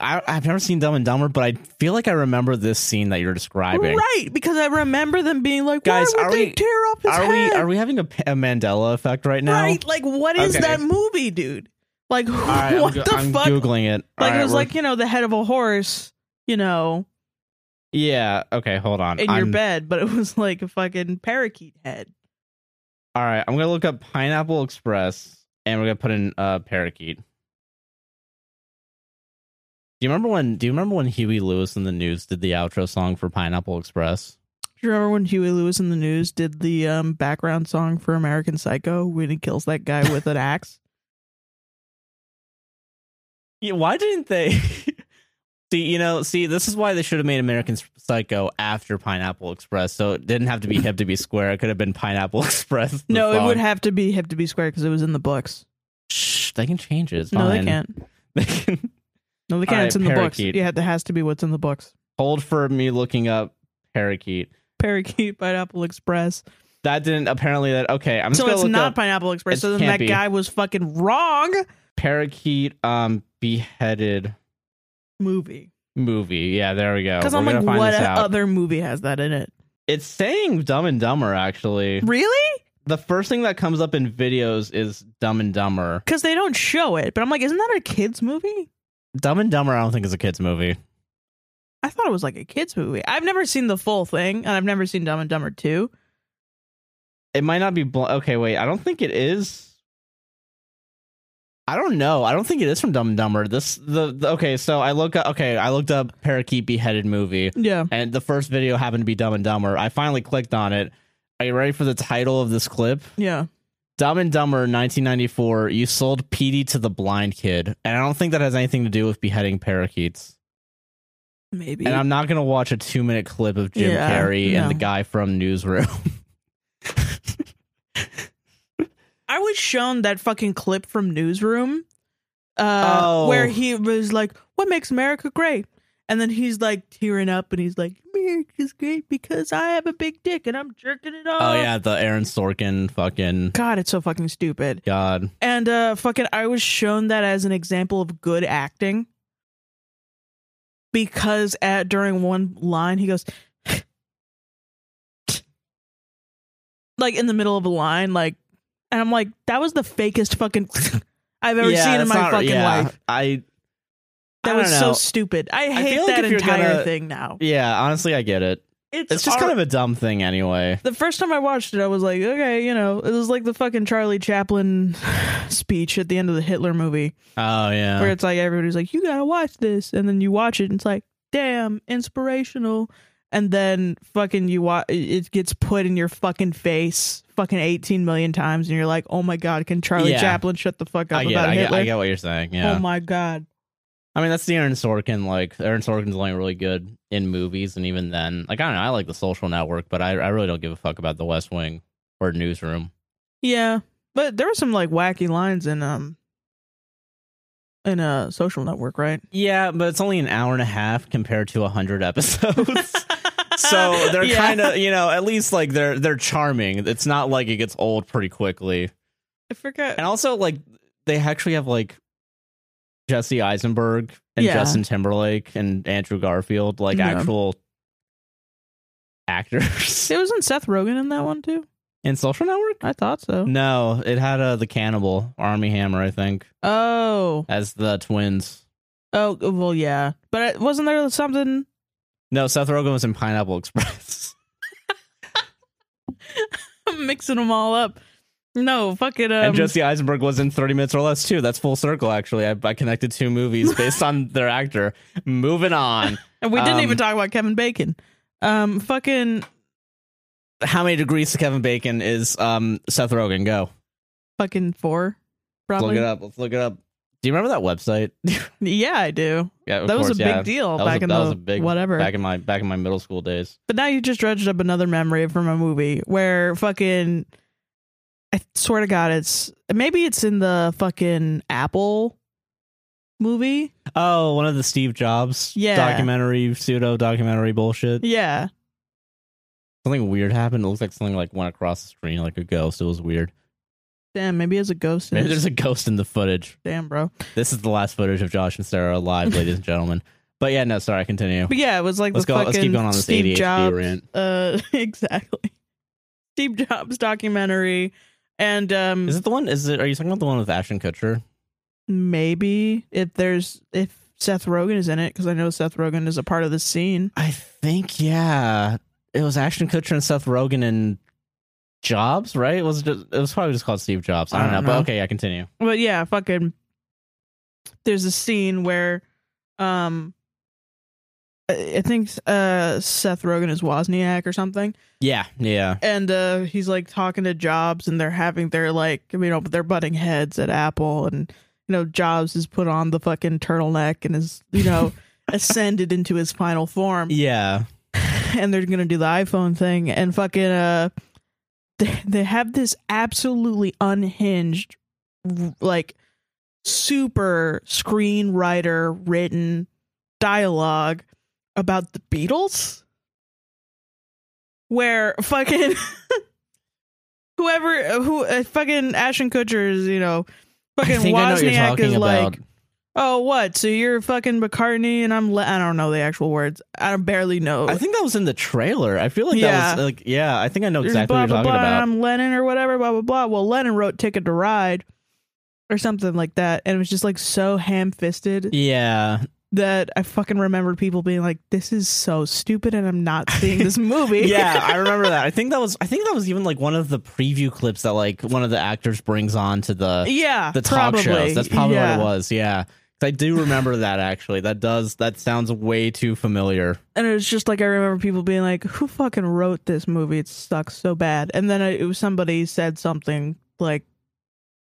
A: I, I've never seen Dumb and Dumber, but I feel like I remember this scene that you're describing.
B: Right, because I remember them being like,
A: Guys,
B: "Why
A: are
B: would they
A: we-
B: tear up his
A: Are
B: head?"
A: we are we having a, P- a Mandela effect right now?
B: Right, like what is
A: Okay.
B: that movie, dude? Like <laughs>
A: All right, I'm
B: what
A: go-
B: the
A: I'm
B: fuck?
A: googling it. All
B: like
A: right,
B: it was
A: we're-
B: like you know the head of a horse, you know,
A: yeah. Okay, hold on.
B: in your
A: I'm-
B: bed, but it <laughs> was like a fucking parakeet head.
A: All right, I'm gonna look up Pineapple Express, and we're gonna put in uh, parakeet. Do you remember when? Do you remember when Huey Lewis in the News did the outro song for Pineapple Express?
B: Do you remember when Huey Lewis in the news did the um, background song for American Psycho when he kills that guy with an <laughs> axe?
A: Yeah, why didn't they? <laughs> see, you know, see, this is why they should have made American Psycho after Pineapple Express, so it didn't have to be hip to be square. It could have been Pineapple <laughs> Express. the
B: No, it
A: song.
B: would have to be have to be square because it was in the books.
A: Shh, they can change it. It's
B: No, they
A: fine.
B: can't.
A: <laughs> They can
B: No, they can't.
A: right,
B: it's in the
A: parakeet.
B: books. Yeah, that has to be what's in the books.
A: hold for me looking up parakeet.
B: Parakeet, <laughs> Pineapple Express.
A: That didn't apparently. That okay. I'm just
B: so
A: gonna
B: it's
A: look
B: not
A: up.
B: Pineapple Express.
A: It
B: So then
A: can't
B: that
A: be.
B: guy was fucking wrong.
A: parakeet um beheaded
B: Movie.
A: movie. Yeah, there we go.
B: Because
A: Oh, We're
B: I'm like,
A: gonna find
B: what
A: this out.
B: other movie has that in it?
A: It's saying Dumb and Dumber. Actually,
B: Really?
A: the first thing that comes up in videos is Dumb and Dumber.
B: Because they don't show it. But I'm like, isn't that a kids movie?
A: Dumb and Dumber. I don't think is a kids movie.
B: I thought it was like a kids movie. I've never seen the full thing, and I've never seen Dumb and Dumber Two.
A: It might not be. Bl- okay, wait. I don't think it is. I don't know. I don't think it is from Dumb and Dumber. This the, the okay. So I look up. Okay, I looked up parakeet beheaded movie.
B: Yeah.
A: and the first video happened to be Dumb and Dumber. I finally clicked on it. Are you ready for the title of this clip?
B: Yeah.
A: Dumb and Dumber, 1994. You sold Petey to the blind kid, and I don't think that has anything to do with beheading parakeets.
B: Maybe.
A: And I'm not gonna watch a two minute clip of Jim
B: Yeah,
A: Carrey and the
B: no.
A: guy from Newsroom. <laughs> Oh,
B: I was shown that fucking clip from Newsroom uh,
A: Oh.
B: where he was like, What makes America great? And then he's like tearing up and he's like, America's great because I have a big dick and I'm jerking it off.
A: oh yeah, the Aaron Sorkin fucking
B: God, it's so fucking stupid.
A: god.
B: And uh fucking I was shown that as an example of good acting. Because at during one line he goes <laughs> like in the middle of a line, like and I'm like, that was the fakest fucking <laughs> I've ever
A: Yeah,
B: seen in
A: that's
B: my
A: not-
B: fucking
A: yeah,
B: life.
A: I. I
B: That
A: don't
B: was
A: know.
B: so stupid. I hate
A: feel like
B: that
A: if you're
B: entire
A: gonna-
B: thing now.
A: Yeah, honestly, I get it.
B: It's,
A: It's just
B: ar-
A: kind of a dumb thing, anyway.
B: the first time I watched it, I was like, okay, you know, it was like the fucking Charlie Chaplin <sighs> speech at the end of the Hitler movie.
A: Oh yeah.
B: where it's like everybody's like, you gotta watch this, and then you watch it, and it's like, damn, inspirational, and then fucking you watch, it gets put in your fucking face, fucking eighteen million times, and you're like, oh my god, can Charlie
A: Yeah.
B: Chaplin shut the fuck up
A: I get,
B: about
A: I get,
B: Hitler?
A: I get what you're saying. Yeah.
B: Oh my god,
A: I mean, that's the Aaron Sorkin. Like, Aaron Sorkin's only really good in movies, and even then, like, I don't know. I like The Social Network, but I, I really don't give a fuck about The West Wing or Newsroom.
B: yeah. But there were some like wacky lines in um in a social network, right?
A: Yeah, but it's only an hour and a half compared to hundred <laughs> episodes. <laughs> so they're
B: <laughs> Yeah.
A: kind of, you know, at least like they're they're charming. It's not like it gets old pretty quickly.
B: I forgot.
A: And also, like, they actually have like Jesse Eisenberg and
B: Yeah.
A: Justin Timberlake and Andrew Garfield, like
B: Yeah.
A: actual actors
B: It wasn't Seth Rogen in that one too.
A: <laughs> in Social Network.
B: I thought so.
A: No, it had uh, the cannibal Army Hammer, I think,
B: Oh,
A: as the twins.
B: oh, well, yeah. But wasn't there something <laughs>
A: No, Seth Rogen was in Pineapple Express. <laughs>
B: I'm mixing them all up. No, fuck it. Um,
A: and Jesse Eisenberg was in 30 Minutes or Less, too. That's full circle, actually. I, I connected two movies
B: <laughs>
A: based on their actor. Moving on.
B: and we didn't
A: um,
B: even talk about Kevin Bacon. Um, fucking,
A: How many degrees to Kevin Bacon is um, Seth Rogen? Go.
B: fucking four.
A: Let's
B: Probably.
A: look it up. Let's look it up. Do you remember that website?
B: Yeah, I do.
A: yeah, of
B: That was
A: course,
B: a
A: yeah.
B: big deal
A: That was
B: back
A: a-
B: in
A: that
B: the
A: was a big-
B: whatever.
A: Back in my back in my middle school days.
B: but now you just dredged up another memory from a movie where fucking. I swear to God, it's maybe it's in the fucking Apple movie.
A: Oh, one of the Steve Jobs
B: Yeah.
A: documentary, pseudo documentary bullshit.
B: Yeah,
A: Something weird happened. It looks like something like went across the screen like a ghost. It was weird.
B: damn. Maybe it's a ghost. In
A: Maybe there's
B: his-
A: a ghost in the footage.
B: damn, bro.
A: This is the last footage of Josh and Sarah alive, ladies and gentlemen. But yeah, no, sorry,
B: <laughs>
A: continue.
B: But yeah, it was like
A: Let's
B: the
A: go- let's
B: fucking
A: keep going on this
B: Steve
A: ADHD
B: Jobs.
A: rant.
B: Uh, <laughs> exactly. Steve Jobs documentary, and um,
A: Is it the one? Is it? Are you talking about the one with Ashton Kutcher?
B: maybe if there's if Seth Rogen is in it because I know Seth Rogen is a part of the scene.
A: I think yeah, it was Ashton Kutcher and Seth Rogen and Jobs, right? It was just, it was probably just called Steve Jobs. I don't, know, but okay, yeah, continue.
B: But yeah, fucking. There's a scene where, um, I I think uh Seth Rogen is Wozniak or something.
A: Yeah, yeah,
B: and uh he's like talking to Jobs and they're having their like you know they're butting heads at Apple and you know Jobs has put on the fucking turtleneck and is you know ascended into his final form
A: yeah.
B: <laughs> and they're gonna do the iPhone thing and fucking uh <laughs> they, they have this absolutely unhinged r- like super screenwriter written dialogue about the Beatles where fucking <laughs> whoever who uh, fucking Ashton Kutcher is you know
A: I
B: fucking
A: think I know what you're
B: Wozniak
A: talking
B: is
A: about.
B: like oh what so you're fucking McCartney and I'm le- I don't know the actual words I barely know
A: I think that was in the trailer. I feel like that
B: Yeah.
A: was like yeah. I think I know
B: There's
A: exactly
B: blah,
A: what you're
B: blah,
A: talking
B: blah,
A: about.
B: I'm Lennon or whatever, blah blah blah. Well, Lennon wrote "Ticket to Ride" or something like that, and it was just like so ham-fisted
A: yeah,
B: <laughs> that I fucking remember people being like, "This is so stupid," and I'm not seeing this movie.
A: <laughs> yeah, I remember that. I think that was I think that was even like one of the preview clips that like one of the actors brings on to the
B: yeah,
A: the talk
B: probably.
A: shows. That's probably
B: yeah.
A: what it was. Yeah. 'Cause I do remember that actually. That does that sounds way too familiar.
B: And it was just like I remember people being like, "Who fucking wrote this movie? It sucks so bad." And then I, it was somebody said something like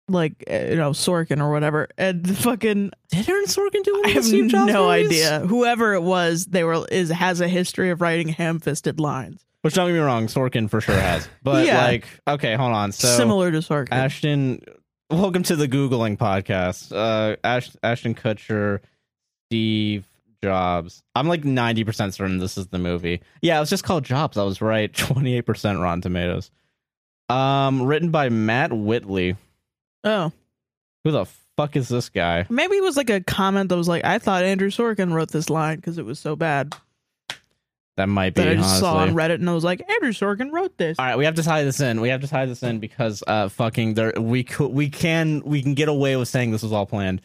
B: like uh, you know Sorkin or whatever, and <laughs> the fucking
A: Did Aaron Sorkin do one of
B: I
A: the
B: have
A: Steve Jobs
B: no
A: movies?
B: idea. Whoever it was, they were is has a history of writing ham-fisted lines,
A: Which don't get me wrong, Sorkin for sure has. But
B: Yeah.
A: like, okay, hold on. So
B: similar to Sorkin.
A: Ashton, welcome to the Googling podcast. Uh, Ash, Ashton Kutcher, Steve Jobs. I'm like 90% certain this is the movie. Yeah, it was just called Jobs. I was right. <laughs> 28% Rotten Tomatoes. Um, written by Matt Whitley.
B: oh,
A: Who the fuck is this guy?
B: maybe it was like a comment that was like, "I thought Andrew Sorkin wrote this line because it was so bad
A: That might be
B: that I just
A: honestly.
B: saw on Reddit," and I was like, "Andrew Sorkin wrote this."
A: All right, we have to tie this in. We have to tie this in because uh, fucking there we could we can we can get away with saying this was all planned.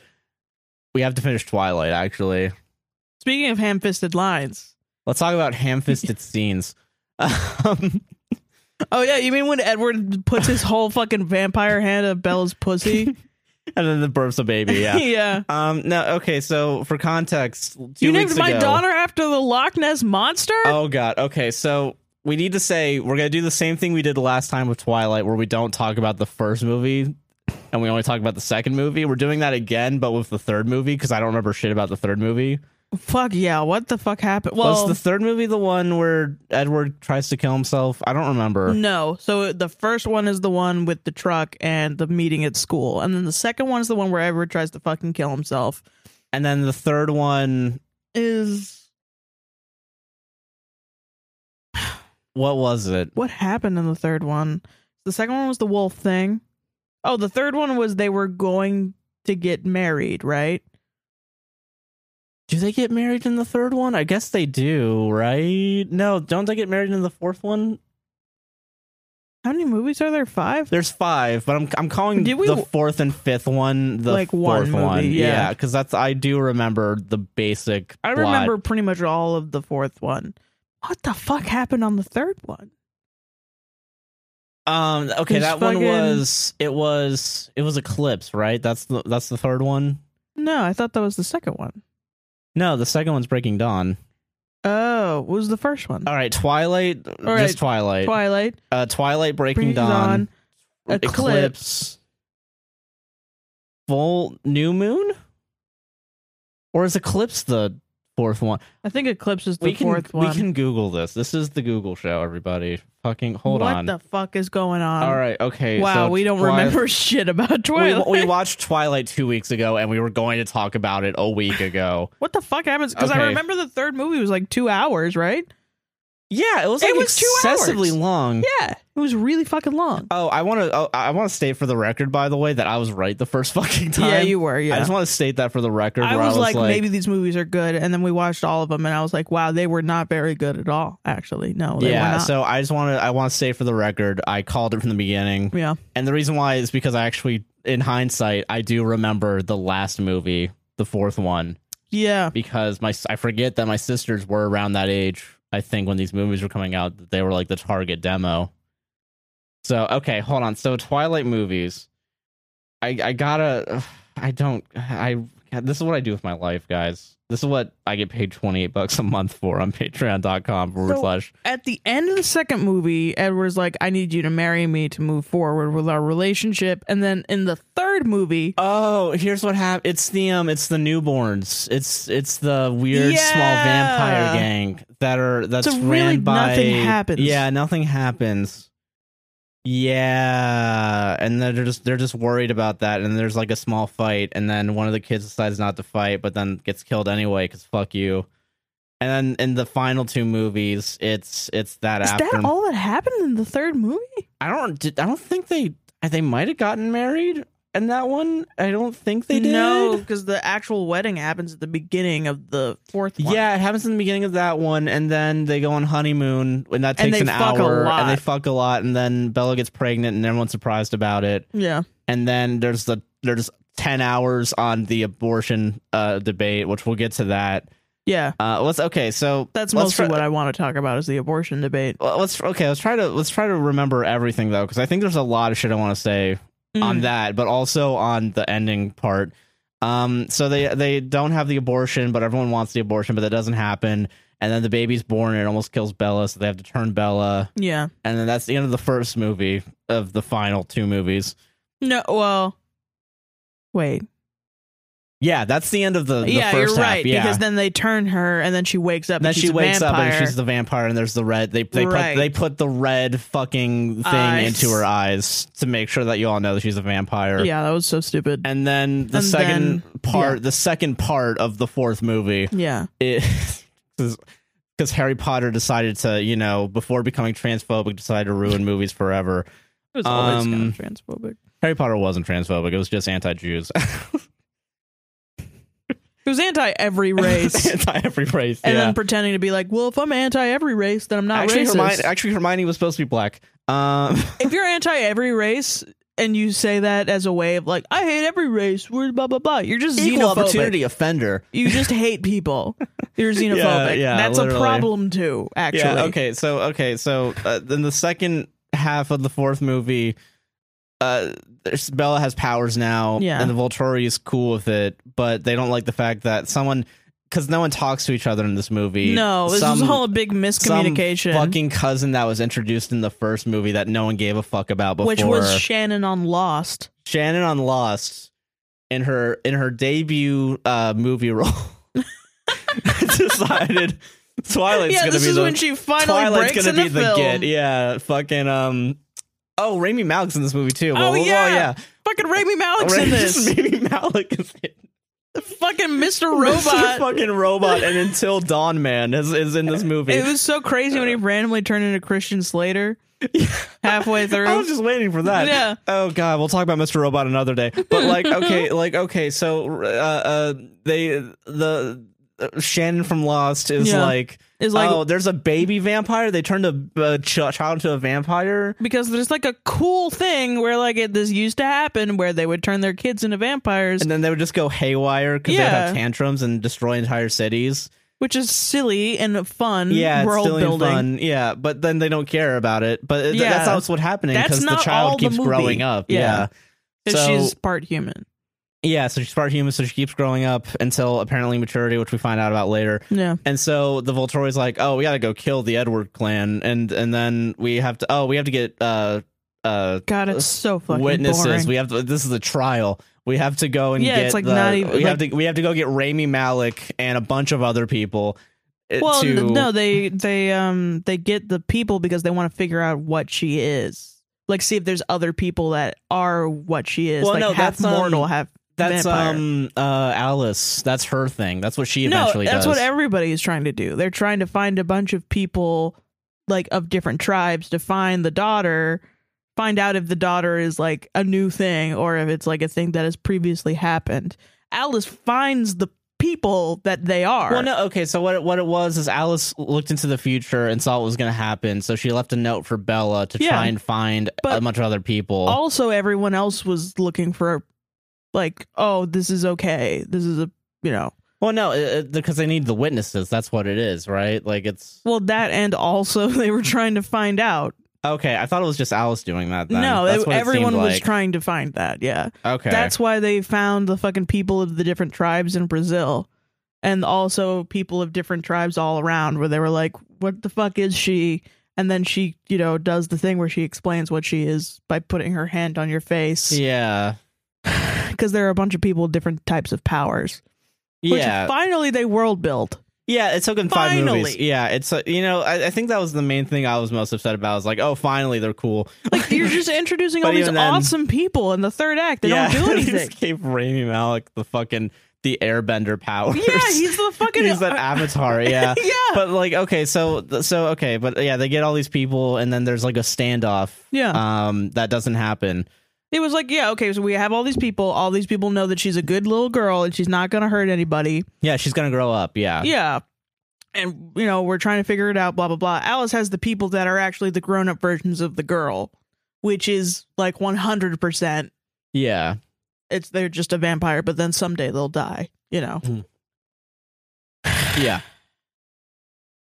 A: We have to finish Twilight actually.
B: Speaking of ham-fisted lines,
A: Let's talk about
B: <laughs>
A: ham-fisted scenes. <laughs> Um,
B: oh yeah, you mean when Edward puts his whole fucking vampire hand up Belle's pussy?
A: and then the burps a baby. <laughs> Yeah.
B: <laughs> yeah.
A: Um. No. Okay. So for context, two
B: you
A: weeks
B: named my
A: ago-
B: daughter after the Loch Ness monster?
A: Oh God. Okay. So we need to say we're gonna do the same thing we did last time with Twilight, where we don't talk about the first movie and we only talk about the second movie. We're doing that again, but with the third movie because I don't remember shit about the third movie.
B: Fuck yeah! What the fuck happened?
A: Was
B: Well,
A: the third movie the one where Edward tries to kill himself? I don't remember.
B: no. So the first one is the one with the truck and the meeting at school, and then the second one is the one where Edward tries to fucking kill himself.
A: And then the third one,
B: Is
A: what was it?
B: what happened in the third one? The second one was the wolf thing. Oh, the third one was they were going to get married, right?
A: Do they get married in the third one? I guess they do, right? No, don't they get married in the fourth one?
B: How many movies are there? Five.
A: There's five, but I'm I'm calling
B: Did we-
A: the fourth and fifth one the
B: Like
A: fourth
B: one movie, yeah.
A: because that's I do remember the basic.
B: I
A: plot.
B: remember pretty much all of the fourth one. What the fuck happened on the third one?
A: Um. Okay,
B: There's
A: that one
B: fucking-
A: was it was it was Eclipse, right? That's the that's the third one.
B: No, I thought that was the second one.
A: No, the second one's Breaking Dawn.
B: Oh, what was the first one?
A: All right, Twilight.
B: All right,
A: just Twilight.
B: Twilight.
A: uh, Twilight, Breaking,
B: Breaking
A: Dawn,
B: Dawn,
A: Eclipse.
B: Eclipse.
A: Full New Moon, or is Eclipse the fourth one?
B: I think Eclipse is the
A: we can
B: fourth one.
A: we can Google this. This is the Google show. Everybody, fucking hold
B: what
A: on.
B: the fuck is going on?
A: All right, okay.
B: Wow,
A: so
B: we don't
A: Twi-
B: remember <laughs> shit
A: <laughs>
B: about
A: We,
B: Twilight.
A: we watched Twilight two weeks ago, and we were going to talk about it a week
B: <laughs>
A: ago.
B: what the fuck happens? Because
A: Okay.
B: I remember the third movie was like two hours, right?
A: yeah, it was
B: It
A: like
B: was two hours.
A: excessively long.
B: Yeah, it was really fucking long.
A: Oh, I want to. Oh, I want to state for the record, by the way, that I was right the first <laughs> fucking time.
B: Yeah, you were. Yeah,
A: I just want to state that for the record.
B: I
A: where
B: was like, maybe these movies are good, and then we watched all of them, and I was like, wow, they were not very good at all. Actually, no, they were
A: yeah.
B: not.
A: So I just want to. I want to say for the record, I called it from the beginning,
B: yeah,
A: and the reason why is because I actually, in hindsight, I do remember the last movie, the fourth one,
B: yeah.
A: because my I forget that my sisters were around that age. I think when these movies were coming out, that they were like the target demo. So okay, hold on. So Twilight movies, I I gotta. <sighs> ugh, I don't. I God, this is what I do with my life, guys. This is what I get paid twenty eight bucks a month for on <laughs> Patreon.com forward
B: So-
A: slash
B: At the end of the second movie, Edward's like, "I need you to marry me to move forward with our relationship," and then in the third movie,
A: Oh, here's what happened. It's the um, it's the newborns. It's it's the weird
B: Yeah.
A: small vampire gang that are that's
B: So
A: ran
B: really
A: by.
B: nothing happens.
A: Yeah, nothing happens. Yeah, and they're just they're just worried about that, and there's like a small fight, and then one of the kids decides not to fight, but then gets killed anyway because fuck you. And then in the final two movies, it's it's that
B: is
A: after.
B: that all that happened in the third movie?
A: I don't did- I don't think they they might have gotten married in that one. I don't think they did.
B: No, because the actual wedding happens at the beginning of the fourth one.
A: Yeah, it happens in the beginning of that one, and then they go on honeymoon, and that
B: And
A: takes
B: they
A: an
B: fuck a
A: hour,
B: lot.
A: and they fuck a lot, and then Bella gets pregnant, and everyone's surprised about it,
B: yeah.
A: and then there's the there's ten hours on the abortion uh, debate, which we'll get to that.
B: Yeah.
A: Uh, let's okay, so
B: That's
A: let's
B: mostly
A: try-
B: what I want to talk about is the abortion debate.
A: well, Let's okay. Let's try to let's try to remember everything though, because I think there's a lot of shit I want to say on
B: Mm.
A: that, but also on the ending part. Um, so they they don't have the abortion, but everyone wants the abortion, but that doesn't happen. And then the baby's born, and it almost kills Bella, so they have to turn Bella.
B: Yeah.
A: And then that's the end of the first movie of the final two movies.
B: No, well, wait.
A: Yeah, that's the end of the, the
B: yeah,
A: first
B: you're
A: half.
B: right.
A: yeah.
B: Because then they turn her, and then she wakes up.
A: then
B: and
A: she
B: she's a
A: wakes up and
B: vampire.
A: she's the vampire, and there's the red. They they
B: Right.
A: put they put the red fucking thing
B: Eyes.
A: into her eyes to make sure that you all know that she's a vampire.
B: Yeah, that was so stupid.
A: And then the
B: And
A: second
B: then-
A: part, the second part of the fourth movie
B: yeah,
A: <laughs> is because Harry Potter decided to, you know, before becoming transphobic, decided to ruin movies forever.
B: it was always kind
A: Um,
B: of transphobic.
A: Harry Potter wasn't transphobic; it was just anti-Jews,
B: It was anti
A: <laughs>
B: every race, and
A: anti every race. yeah.
B: then pretending to be like, well, if I'm anti every race, then I'm not
A: actually,
B: racist.
A: Hermione, actually, Hermione was supposed to be black. Um,
B: if you're anti every race and you say that as a way of like, I hate every race, we're blah blah blah, you're just
A: equal
B: xenophobic.
A: opportunity offender.
B: You just hate people. You're
A: <laughs>
B: xenophobic.
A: yeah,
B: That's
A: literally.
B: a problem too. Actually,
A: Yeah. Okay. So okay. So uh, then the second half of the fourth movie, uh, there's- Bella has powers now.
B: Yeah.
A: And the Volturi is cool with it, but they don't like the fact that someone, because no one talks to each other in this movie.
B: No, this
A: Some-
B: is all a big miscommunication.
A: Some fucking cousin that was introduced in the first movie that no one gave a fuck about before.
B: which was Shannon on Lost.
A: Shannon on Lost in her in her debut uh, movie
B: <laughs>
A: role <laughs> decided Twilight's
B: yeah,
A: gonna
B: this
A: be
B: is
A: the
B: when she finally
A: Twilight's
B: breaks
A: gonna
B: in the
A: be the,
B: film.
A: get. Yeah, fucking um. Oh, Rami Malek's in this movie too.
B: Oh,
A: Well, well,
B: yeah.
A: yeah.
B: Fucking Rami Malek's in
A: Rami- <laughs>
B: this.
A: Rami Malek is in <laughs>
B: fucking Mr.
A: Mr. <laughs>
B: Robot.
A: fucking robot, and Until Dawn Man is, is in this movie.
B: <laughs> It was so crazy when he randomly turned into
A: <laughs>
B: Christian Slater halfway through.
A: I was just waiting for that.
B: Yeah.
A: Oh god, we'll talk about Mr. Robot another day. But
B: <laughs>
A: like, okay, like okay, so uh, uh they the uh, Shannon from Lost is
B: Yeah.
A: like,
B: It's like-
A: oh, there's a baby vampire. They turned a, a ch- child into a vampire.
B: because there's like a cool thing where like it, this used to happen where they would turn their kids into vampires,
A: And then they would just go haywire because they would have
B: Yeah.
A: tantrums and destroy entire cities.
B: which is silly and fun
A: Yeah,
B: Mm-hmm. world
A: it's still
B: building.
A: fun. Yeah, but then they don't care about it. But it-
B: Yeah.
A: that's how it's what's happening
B: That's
A: because the
B: not all
A: child
B: the
A: keeps
B: movie.
A: growing up.
B: Yeah.
A: yeah.
B: 'Cause
A: So-
B: she's part human.
A: Yeah, so she's part human, so she keeps growing up until apparently maturity, which we find out about later.
B: Yeah.
A: And so the Voltori's like, "Oh, we got to go kill the Edward clan," and and then we have to, oh, we have to get uh uh
B: God, it's so fucking
A: witnesses.
B: boring.
A: We have to. This is a trial. We have to go and
B: Yeah,
A: get
B: it's like
A: the-
B: not even-
A: we have to we have to go get Rami Malik and a bunch of other people. uh,
B: Well,
A: to,
B: n- no, they they um they get the people because they want to figure out what she is. Like, see if there's other people that are what she is.
A: Well,
B: like,
A: no,
B: half
A: that's, um,
B: mortal, half
A: that's
B: vampire.
A: um uh Alice. That's her thing. That's what she
B: no.
A: eventually
B: That's
A: does.
B: what everybody is trying to do. They're trying to find a bunch of people, like of different tribes, to find the daughter. Find out if the daughter is like a new thing or if it's like a thing that has previously happened. Alice finds the people that they are.
A: Well, no, okay. So what it, what it was is Alice looked into the future and saw what was going to happen. So she left a note for Bella to
B: Yeah.
A: try and find
B: But
A: a bunch of other people.
B: also everyone else was looking for like oh this is okay this is a you know
A: well, no, because they need the witnesses. That's what it is, right? Like it's
B: well that and also <laughs> they were trying to find out
A: okay. I thought it was just Alice doing that. Then.
B: no
A: that's
B: it-
A: what it
B: everyone
A: seemed
B: was
A: like.
B: trying to find that yeah
A: Okay,
B: that's why they found the fucking people of the different tribes in brazil and also people of different tribes all around where they were like what the fuck is she and then she you know does the thing where she explains what she is by putting her hand on your face <laughs>
A: yeah,
B: because there are a bunch of people with different types of powers which
A: yeah,
B: finally they world
A: <laughs>
B: built
A: yeah. It took them five movies.
B: Finally.
A: Yeah, it's uh, you know I, I think that was the main thing I was most upset about. I was like, oh, finally they're cool.
B: Like you're just introducing
A: But
B: all these
A: even then-
B: awesome people in the third act. They
A: yeah,
B: don't
A: <laughs>
B: do
A: they
B: anything.
A: just gave Rami Malik the fucking the Airbender powers.
B: yeah,
A: <laughs>
B: he's the fucking
A: he's
B: <laughs>
A: that avatar. Yeah.
B: yeah.
A: but like okay so so okay but yeah they get all these people and then there's like a standoff
B: yeah.
A: um that doesn't happen
B: it was like, yeah, okay, so we have all these people. All these people know that she's a good little girl and she's not going to hurt anybody.
A: yeah she's gonna grow up yeah
B: Yeah. And, you know, we're trying to figure it out, blah, blah, blah. Alice has the people that are actually the grown up versions of the girl, which is like 100%.
A: yeah
B: It's they're just a vampire, but then someday they'll die, you know.
A: yeah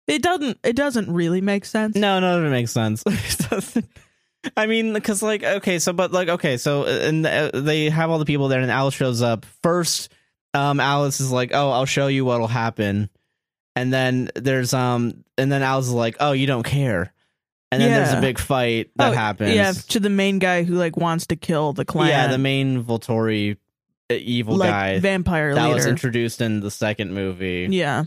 B: It doesn't it doesn't really make sense.
A: no no that makes sense <laughs> It doesn't- i mean because like okay so but like okay so and uh, they have all the people there and alice shows up first um alice is like oh i'll show you what'll happen and then there's um and then alice is like oh you don't care and then there's a
B: Yeah.
A: big fight that
B: Oh,
A: happens.
B: Yeah, to the main guy who like wants to kill the clan.
A: Yeah, the main Voltori uh, evil
B: like
A: guy
B: vampire
A: that was
B: leader.
A: introduced in the second movie
B: yeah,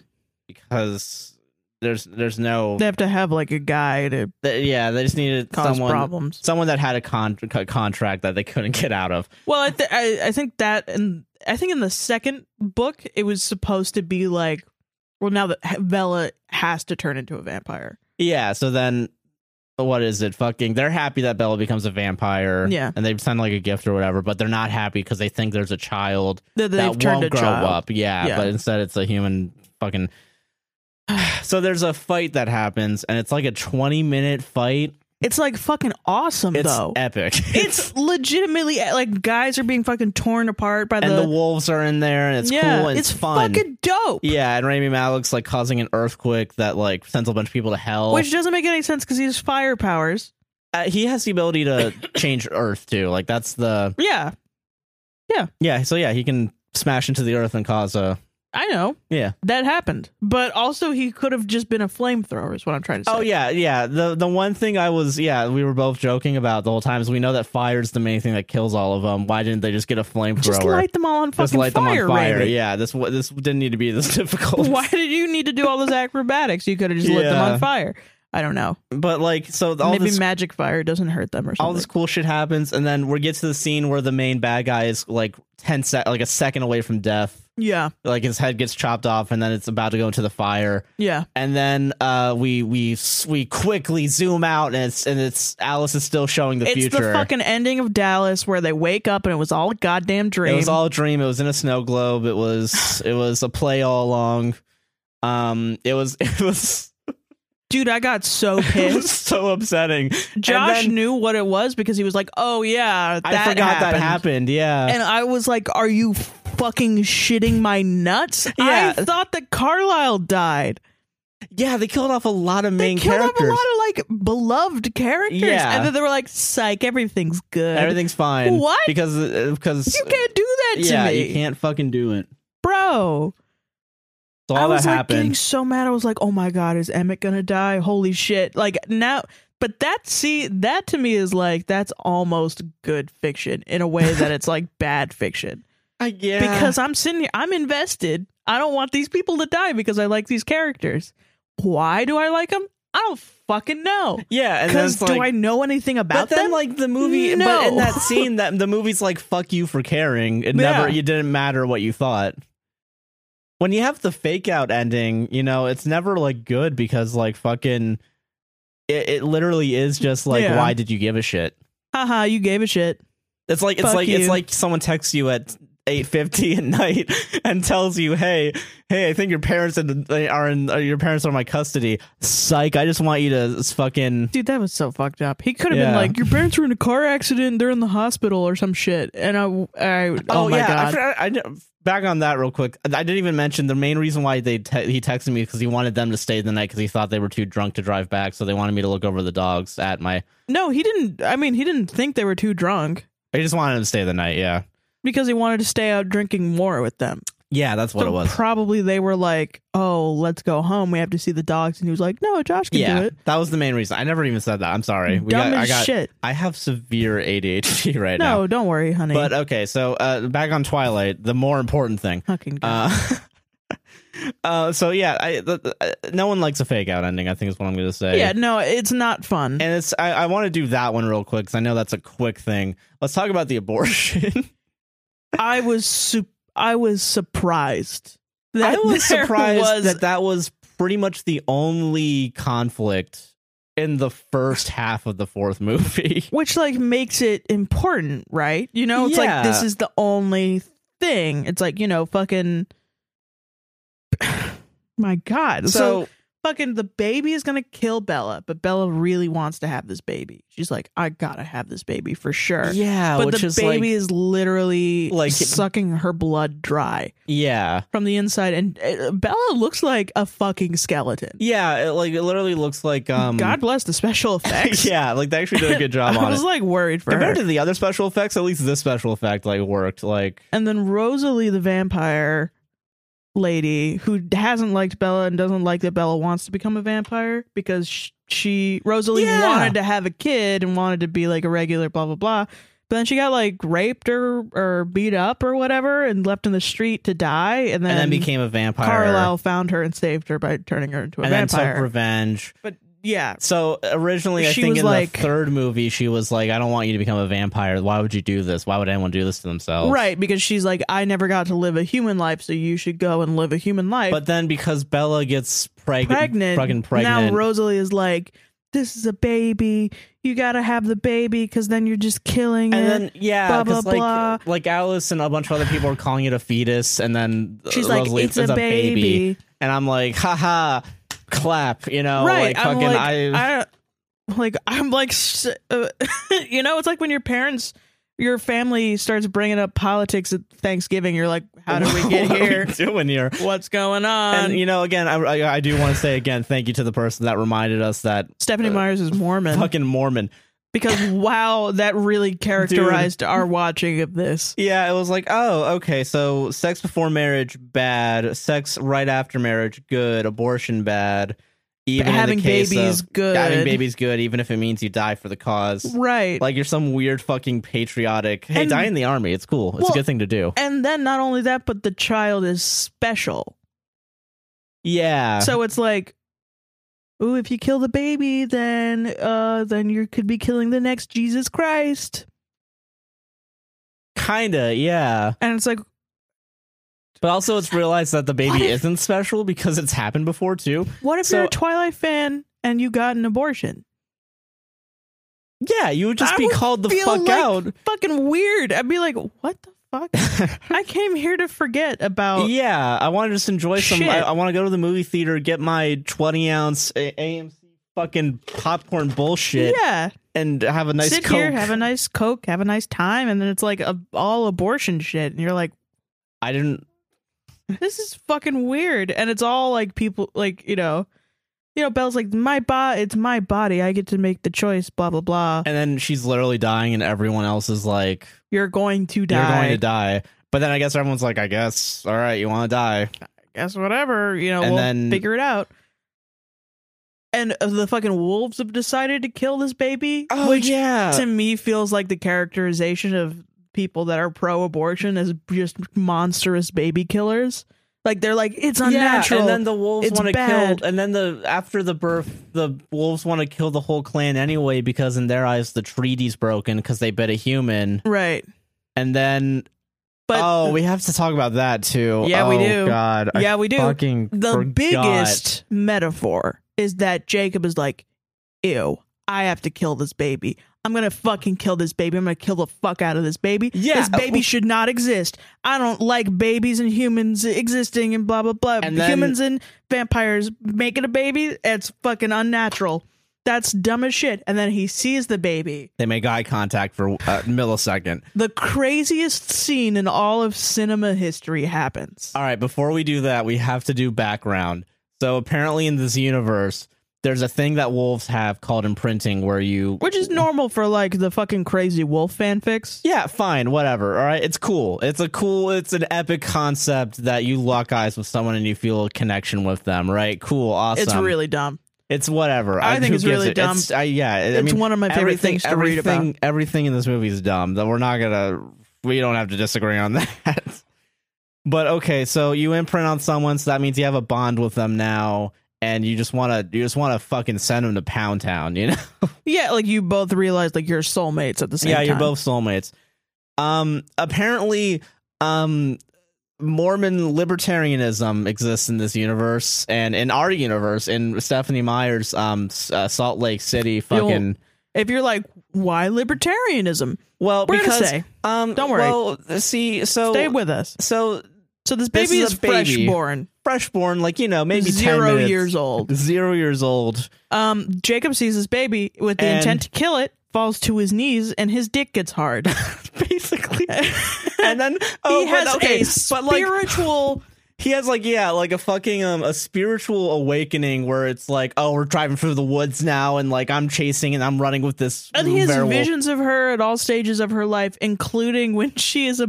A: because there's there's no
B: they have to have like a guy to
A: th- yeah they just needed
B: cause
A: someone
B: problems.
A: someone that had a con- co- contract that they couldn't get out of.
B: Well, I, th- I I think that and I think in the second book it was supposed to be like, well, now that H- Bella has to turn into a vampire.
A: Yeah, so then what is it? Fucking they're happy that Bella becomes a vampire.
B: Yeah.
A: And they send like a gift or whatever, but they're not happy because they think there's a child
B: That they've
A: that
B: turned
A: won't
B: a
A: grow
B: child.
A: up. Yeah,
B: Yeah.
A: But instead it's a human fucking <sighs> So there's a fight that happens and it's like a twenty minute fight.
B: It's like fucking awesome
A: It's
B: though.
A: epic. <laughs>
B: It's legitimately eh, like guys are being fucking torn apart by
A: and the,
B: the.
A: wolves are in there and it's
B: yeah,
A: cool and
B: it's
A: fun.
B: fucking dope.
A: yeah, and Rami Malek's like causing an earthquake that like sends a bunch of people to hell.
B: Which doesn't make any sense because he has fire powers.
A: uh, he has the ability <coughs> to change Earth too. Like that's the
B: Yeah,
A: Yeah, so yeah, he can smash into the earth and cause a
B: I know.
A: yeah.
B: That happened. But also, he could have just been a flamethrower, is what I'm trying to say.
A: Oh yeah, yeah. The the one thing I was yeah we were both joking about the whole time is we know that fire's the main thing that kills all of them. Why didn't they just get a flamethrower?
B: Just light them all on
A: Just
B: fucking
A: light
B: fire,
A: them on fire.
B: Raimi.
A: Yeah, this wa- this didn't need to be this <laughs> difficult.
B: <laughs> Why did you need to do all those acrobatics? You could have just lit them
A: Yeah.
B: on fire. I don't know.
A: But like so all
B: Maybe
A: this
B: magic fire doesn't hurt them or something.
A: all this cool shit happens, and then we get to the scene where the main bad guy is like ten sec like a second away from death.
B: yeah,
A: Like his head gets chopped off, and then it's about to go into the fire.
B: yeah.
A: and then uh, we we s- we quickly zoom out, and it's and it's Alice is still showing the
B: it's
A: future.
B: the fucking ending of Dallas where they wake up and it was all a goddamn dream.
A: it was all a dream. It was in a snow globe. It
B: <sighs>
A: was it was a play all along. Um, it was <laughs> it was,
B: Dude, I got
A: <laughs> it
B: so
A: was
B: pissed.
A: so upsetting.
B: Josh
A: then-
B: knew what it was because he was like, "Oh yeah, that
A: I forgot that happened. Yeah,
B: And I was like, "Are you fucking shitting my nuts?"
A: Yeah.
B: I thought that Carlisle died.
A: yeah, they killed off a lot of
B: They
A: main
B: killed off
A: characters.
B: a lot of like beloved characters,
A: Yeah.
B: and then they were like, "Psych, everything's good."
A: Everything's fine.
B: What?
A: Because uh, because
B: You can't do that to
A: yeah,
B: me,
A: you can't fucking do it.
B: bro.
A: So
B: I
A: all
B: was
A: that
B: like
A: happened.
B: getting so mad. I was like, "Oh my god, is Emmett gonna die? Holy shit!" Like now, but that see that to me is like that's almost good fiction in a way that it's like bad fiction
A: I, <laughs> yeah,
B: because I'm sitting here, I'm invested. I don't want these people to die because I like these characters. Why do I like them? I don't fucking know.
A: yeah, and then
B: Because
A: it's like,
B: do I know anything about
A: but then
B: them?
A: like the movie but in
B: No. <laughs>
A: that scene that the movie's like fuck you for caring it never
B: Yeah.
A: it didn't matter what you thought when you have the fake out ending you know it's never like good because like fucking it, it literally is just like
B: Yeah.
A: why did you give a shit
B: Haha, you gave a shit.
A: it's like it's
B: Fuck
A: like it's
B: you.
A: like someone texts you at 8:50 at night <laughs> and tells you, "Hey, hey, I think your parents and they are in uh, your parents are in my custody." Psych, I just want you to s- fucking
B: Dude, that was so fucked up. He could have been
A: Yeah.
B: like, "Your parents were in a car accident. They're in the hospital or some shit." And I, I oh, my
A: yeah, I
B: god,
A: forgot- I, kn- back on that real quick. I didn't even mention the main reason why they te- he texted me because he wanted them to stay the night because he thought they were too drunk to drive back, so they wanted me to look over the dogs at my.
B: no, he didn't. I mean, he didn't think they were too drunk
A: I just wanted him to stay the night. Yeah,
B: because he wanted to stay out drinking more with them.
A: yeah, that's what
B: So
A: it was.
B: Probably they were like, "Oh, let's go home. We have to see the dogs." And he was like, "No, Josh can do
A: yeah,
B: it."
A: that was the main reason. I never even said that. I'm sorry.
B: Dumb
A: I
B: as
A: got.
B: shit.
A: I have severe ADHD <laughs> right now.
B: No, don't worry, honey.
A: But okay, so uh, back on Twilight, the more important thing.
B: Fucking God.
A: Uh, <laughs> uh, so yeah, I, th- th- no one likes a fake out ending. I think is what I'm going to say.
B: yeah, no, it's not fun.
A: And it's I, I want to do that one real quick because I know that's a quick thing. Let's talk about the
B: <laughs>
A: abortion.
B: I was su- I was surprised.
A: I was
B: there
A: surprised
B: was
A: that that was pretty much the only conflict in the first <laughs> half of the fourth movie.
B: which like makes it important, right? You know, it's
A: Yeah.
B: like this is the only thing. It's like you know, fucking. <sighs> My God! <laughs> So,
A: So
B: fucking the baby is gonna kill Bella, but Bella really wants to have this baby. She's like, I gotta have this baby for sure.
A: yeah,
B: but
A: which
B: the
A: is
B: baby
A: like
B: is literally
A: Like-
B: like sucking her blood dry
A: yeah,
B: from the inside, and uh, Bella looks like a fucking skeleton.
A: yeah. It, like it literally looks like um
B: God bless the special
A: <laughs>
B: effects.
A: yeah, like they actually did a good job
B: <laughs> I
A: on
B: was
A: it.
B: like worried for her.
A: Compared to the other special effects, at least this special effect like worked. Like
B: and then Rosalie the vampire lady who hasn't liked Bella and doesn't like that Bella wants to become a vampire because sh she Rosalie
A: Yeah.
B: wanted to have a kid and wanted to be like a regular blah blah blah. But then she got like raped or or beat up or whatever and left in the street to die and then,
A: and then became a vampire.
B: Carlisle found her and saved her by turning her into a
A: and then
B: vampire.
A: took revenge.
B: but yeah.
A: So originally, I
B: She
A: think
B: was
A: in
B: like-
A: the third movie, she was like, "I don't want you to become a vampire. Why would you do this? Why would anyone do this to themselves?"
B: Right, because she's like, I never got to live a human life, so you should go and live a human life.
A: But then because Bella gets preg-
B: pregnant,
A: fucking pregnant,
B: Now Rosalie is like, "This is a baby. You gotta have the baby because then you're just killing
A: and
B: it."
A: then yeah,
B: blah,
A: because
B: blah,
A: like
B: blah.
A: like Alice and a bunch of other people are calling it a fetus, and then
B: She's
A: uh, Rosalie,
B: like, "It's, a, baby."
A: and I'm like, haha, clap, you know, Oh,
B: right?
A: like fucking,
B: I'm like,
A: I,
B: I, like I'm like, s- uh, <laughs> you know, it's like when your parents. Your family starts bringing up politics at Thanksgiving. You're like, "How did
A: <laughs>
B: we get
A: what are
B: here? Um,
A: doing here?
B: What's going on?"
A: And you know, again, I, I, I do want to say again, thank you to the person that reminded us that
B: Stephanie Myers is Mormon
A: fucking Mormon.
B: because wow,
A: <laughs>
B: that really characterized our watching of this.
A: Yeah, it was like, oh, okay, so sex before marriage bad, sex right after marriage good, abortion bad, even in the
B: having
A: case
B: babies,
A: of
B: good.
A: having babies good, even if it means you die for the cause.
B: right?
A: Like you're some weird fucking patriotic. Hey,
B: And-
A: die in the army. It's cool. It's
B: Well,
A: a good thing to do.
B: and then not only that, but the child is special.
A: Yeah.
B: so it's like, ooh, if you kill the baby, then uh, then you could be killing the next Jesus Christ.
A: kinda, yeah.
B: And it's like,
A: But also,
B: <laughs>
A: it's realized that the
B: What
A: baby
B: if-
A: isn't special because it's happened before too.
B: what if
A: So-
B: you're a Twilight fan and you got an abortion?
A: Yeah, you would just
B: I
A: be
B: would
A: called the
B: feel
A: fuck
B: like-
A: out.
B: Fucking weird. I'd be like, what the
A: <laughs>
B: fuck? I came here to forget
A: Oh.
B: about.
A: yeah, I want to just enjoy some.
B: Shit.
A: I, I want to go to the movie theater, get my twenty ounce A- AMC fucking popcorn bullshit,
B: Yeah,
A: and have a nice
B: sit
A: Coke.
B: here, have a nice coke, have a nice time, and then it's like a, all abortion shit, and you're like,
A: I didn't.
B: this is fucking weird and it's all like people like you know you know belle's like my body it's my body i get to make the choice blah blah blah
A: And then she's literally dying, and everyone else is like,
B: you're going to
A: "You're
B: die
A: going to die." But then I guess everyone's like, "I guess, all right, you want to die?"
B: guess whatever you know
A: And
B: we'll
A: then-
B: figure it out and uh, the fucking wolves have decided to kill this baby which
A: Oh, yeah,
B: to me feels like the characterization of people that are pro-abortion as just monstrous baby killers like they're like it's unnatural
A: and then the wolves
B: It's
A: want to
B: bad.
A: kill. And then the after the birth, the wolves want to kill the whole clan anyway because in their eyes the treaty's broken because they bit a human.
B: right
A: And then
B: but
A: oh, we have to talk about that too.
B: Yeah, we
A: Oh,
B: do.
A: God, I
B: yeah we do
A: fucking
B: the
A: forgot.
B: biggest metaphor is that Jacob is like, ew, I have to kill this baby. I'm gonna fucking kill this baby. I'm gonna kill the fuck out of this baby.
A: Yeah. uh,
B: This baby should not exist. I don't like babies and humans existing and blah blah blah.
A: And then-
B: humans and vampires making a baby, it's fucking unnatural. That's dumb as shit. And then he sees the baby.
A: They make eye contact for a millisecond.
B: The craziest scene in all of cinema history happens.
A: All right, before we do that, we have to do background. So apparently, in this universe, there's a thing that wolves have called imprinting, where you
B: Which is normal for like the fucking crazy wolf fanfics.
A: Yeah, fine, whatever. All right, it's cool. It's a cool, it's an epic concept that you lock eyes with someone and you feel a connection with them, right? Cool, awesome.
B: It's really dumb.
A: it's whatever.
B: I think
A: who
B: it's
A: gives
B: really
A: a- It's, I, yeah, I
B: it's
A: mean,
B: one of my favorite
A: everything,
B: things to read
A: everything,
B: about.
A: everything in this movie is dumb. That we're not gonna, we don't have to disagree on <laughs> that. but okay, so you imprint on someone, so that means you have a bond with them now, and you just wanna, you just wanna fucking send them to Pound Town, you know? <laughs>
B: Yeah, like you both realize like you're soulmates at the same
A: yeah,
B: time.
A: you're both soulmates. Um, apparently, um, Mormon libertarianism exists in this universe, and in our universe, in Stephanie Meyer's um S- uh, Salt Lake City fucking.
B: If you're like, why libertarianism?
A: well,
B: We're
A: because
B: gonna stay.
A: um,
B: Don't worry.
A: Well, see, so
B: stay with us.
A: so
B: So this
A: this
B: baby
A: is
B: is,
A: a baby.
B: freshborn,
A: freshborn, like you know, maybe 10
B: zero
A: minutes-
B: years old.
A: zero years old.
B: Um, Jacob sees this baby with the
A: And-
B: intent to kill it, falls to his knees, and his dick gets hard.
A: <laughs> Basically,
B: <laughs> he
A: and then oh, but
B: has
A: okay,
B: a
A: but like <sighs>
B: spiritual.
A: He has like yeah, like a fucking um a spiritual awakening where it's like, oh, we're driving through the woods now, and like I'm chasing and I'm running with this.
B: and he has
A: werewolf.
B: visions of her at all stages of her life, including when she is a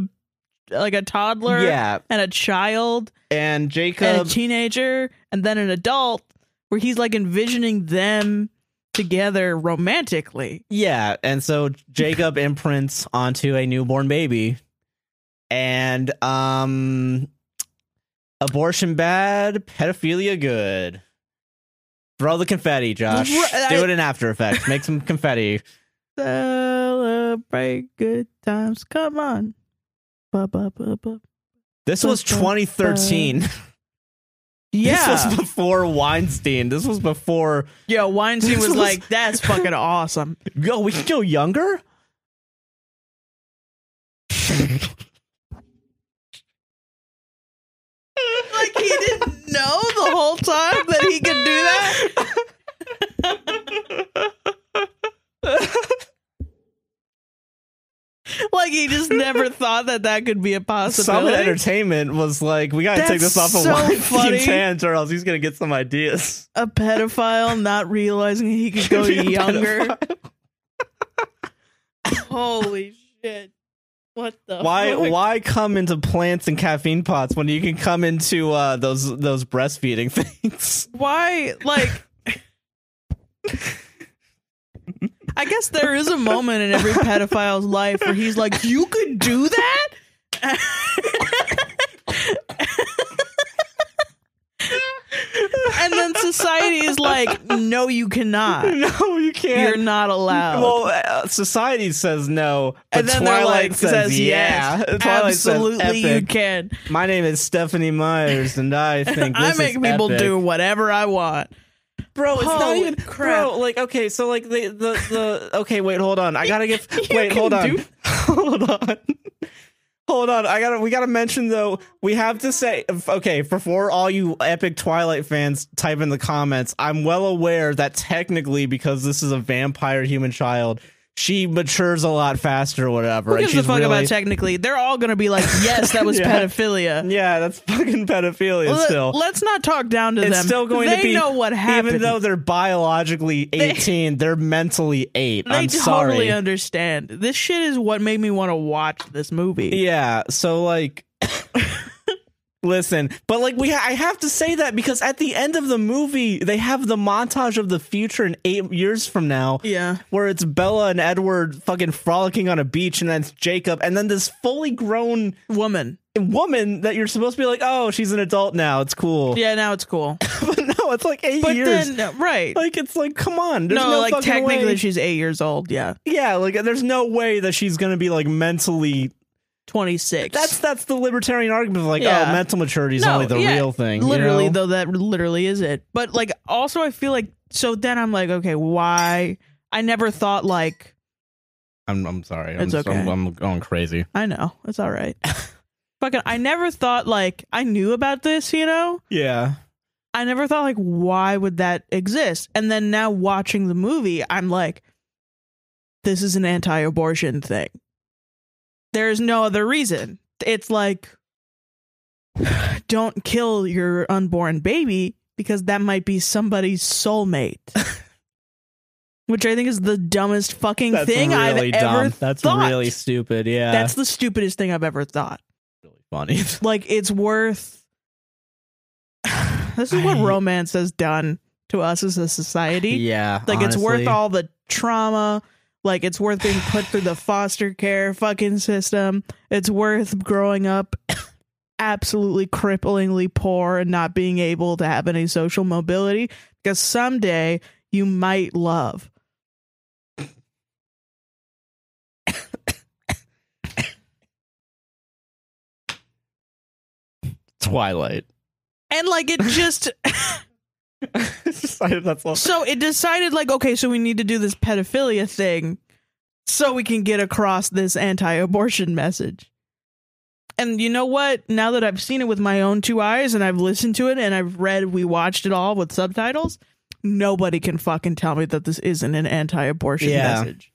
B: like a toddler
A: Yeah,
B: and a child.
A: and
B: and a
A: Jacob.
B: teenager and then an adult where he's like envisioning them together romantically.
A: Yeah, and so
B: <laughs>
A: Jacob imprints onto a newborn baby, and um, abortion bad, pedophilia good. Throw the confetti, Josh.
B: Right,
A: Do
B: I-
A: it in After Effects. Make some confetti.
B: Celebrate good times. Come on. Ba, ba, ba, ba.
A: This was 2013.
B: Yeah.
A: <laughs> This was
B: <laughs>
A: before Weinstein. This was before.
B: yeah, Weinstein
A: This
B: was,
A: was-
B: like, that's fucking awesome.
A: Yo, we can go younger?
B: <laughs> Like, he didn't know the whole time that he could do that. <laughs> Like, he just never thought that that could be a
A: Summit
B: possibility.
A: Entertainment was like, we gotta take
B: That's
A: this off of
B: so funny.
A: <laughs> Weinstein's hands or else he's gonna get some ideas.
B: a pedophile not realizing he could
A: <laughs>
B: go
A: Be a
B: younger.
A: pedophile.
B: Holy shit. What the <laughs>
A: Why
B: fuck?
A: why come into plants and caffeine pots when you can come into uh, those those breastfeeding <laughs> things?
B: why like I guess there is a moment in every pedophile's life where he's like, "You could <laughs> do that." and then society is like, "No, you
A: <laughs>
B: cannot.
A: no, you
B: You're
A: can't.
B: not allowed."
A: well, uh, society says no, but
B: and then
A: Twilight
B: they're like,
A: says, yeah. Twilight says
B: absolutely, you
A: epic.
B: can.
A: My name is Stephanie Myers, and
B: <laughs>
A: I think
B: I
A: this
B: make
A: is
B: people
A: epic.
B: do whatever I want."
A: Bro, it's not
B: Holy
A: even
B: Oh, crap.
A: Bro, like okay, so like the the the okay, wait, hold on. I gotta
B: <laughs>
A: give. wait,
B: can
A: hold on,
B: do-
A: <laughs> hold on, hold on. I gotta we gotta mention though. We have to say okay before all you epic Twilight fans type in the comments. I'm well aware that technically because this is a vampire human child, she matures a lot faster or whatever.
B: Who
A: and
B: gives a
A: she's
B: fuck
A: really-
B: about technically? They're all
A: <laughs>
B: gonna be like, "Yes, that was
A: Yeah.
B: pedophilia."
A: Yeah, that's <laughs> fucking pedophilia
B: Let-
A: still.
B: Let's not talk down to
A: It's
B: them.
A: still going to
B: They
A: be-
B: know what happened.
A: Even though they're biologically 18, they, are mentally 8.
B: they
A: I'm
B: totally
A: sorry.
B: understand. This shit is what made me want to watch this movie.
A: yeah, so
B: <laughs>
A: like listen, but like we ha- I have to say that because at the end of the movie, they have the montage of the future in 8 years from now
B: Yeah.
A: where it's Bella and Edward fucking frolicking on a beach and then it's Jacob and then this fully grown
B: Woman.
A: woman that you're supposed to be like, "Oh, she's an adult now. It's cool."
B: Yeah, now it's cool.
A: <laughs> but no, it's like 8
B: But
A: years.
B: then right.
A: like it's like come on. There's
B: no,
A: no,
B: like
A: fucking
B: technically
A: way.
B: she's eight years old, yeah.
A: Yeah, like there's no way that she's gonna be like mentally.
B: Twenty six.
A: That's that's the libertarian argument. Of like,
B: Yeah.
A: oh, mental maturity is
B: No,
A: only the
B: yeah,
A: real thing. you
B: literally
A: know?
B: though that literally is it but like also i feel like so then i'm like okay why i never thought like
A: I'm I'm sorry.
B: It's just- I'm- okay.
A: going crazy.
B: i know it's
A: <laughs>
B: all right fucking i never thought like i knew about this you know
A: Yeah,
B: i never thought like why would that exist and then now watching the movie i'm like this is an anti-abortion thing there's no other reason it's like <sighs> don't kill your unborn baby because that might be somebody's soulmate. <laughs> Which I think is the dumbest fucking
A: that's
B: thing
A: really
B: I've ever
A: dumb. That's
B: thought.
A: really stupid. Yeah,
B: That's the stupidest thing I've ever thought.
A: really
B: <laughs>
A: funny.
B: Like it's worth <sighs> This is what
A: I-
B: romance has done to us as a society.
A: yeah,
B: like it's worth
A: honestly.
B: all the trauma. Like it's worth being put through the foster care fucking system. It's worth growing up <coughs> absolutely cripplingly poor and not being able to have any social mobility because someday you might love.
A: Twilight.
B: And like
A: <laughs>
B: it just
A: It's just- I- that's
B: <laughs>
A: all.
B: so it decided like okay, so we need to do this pedophilia thing so we can get across this anti-abortion message. And you know what? Now that I've seen it with my own two eyes and I've listened to it and I've read we watched it all with subtitles, nobody can fucking tell me that this isn't an anti-abortion
A: Yeah.
B: message.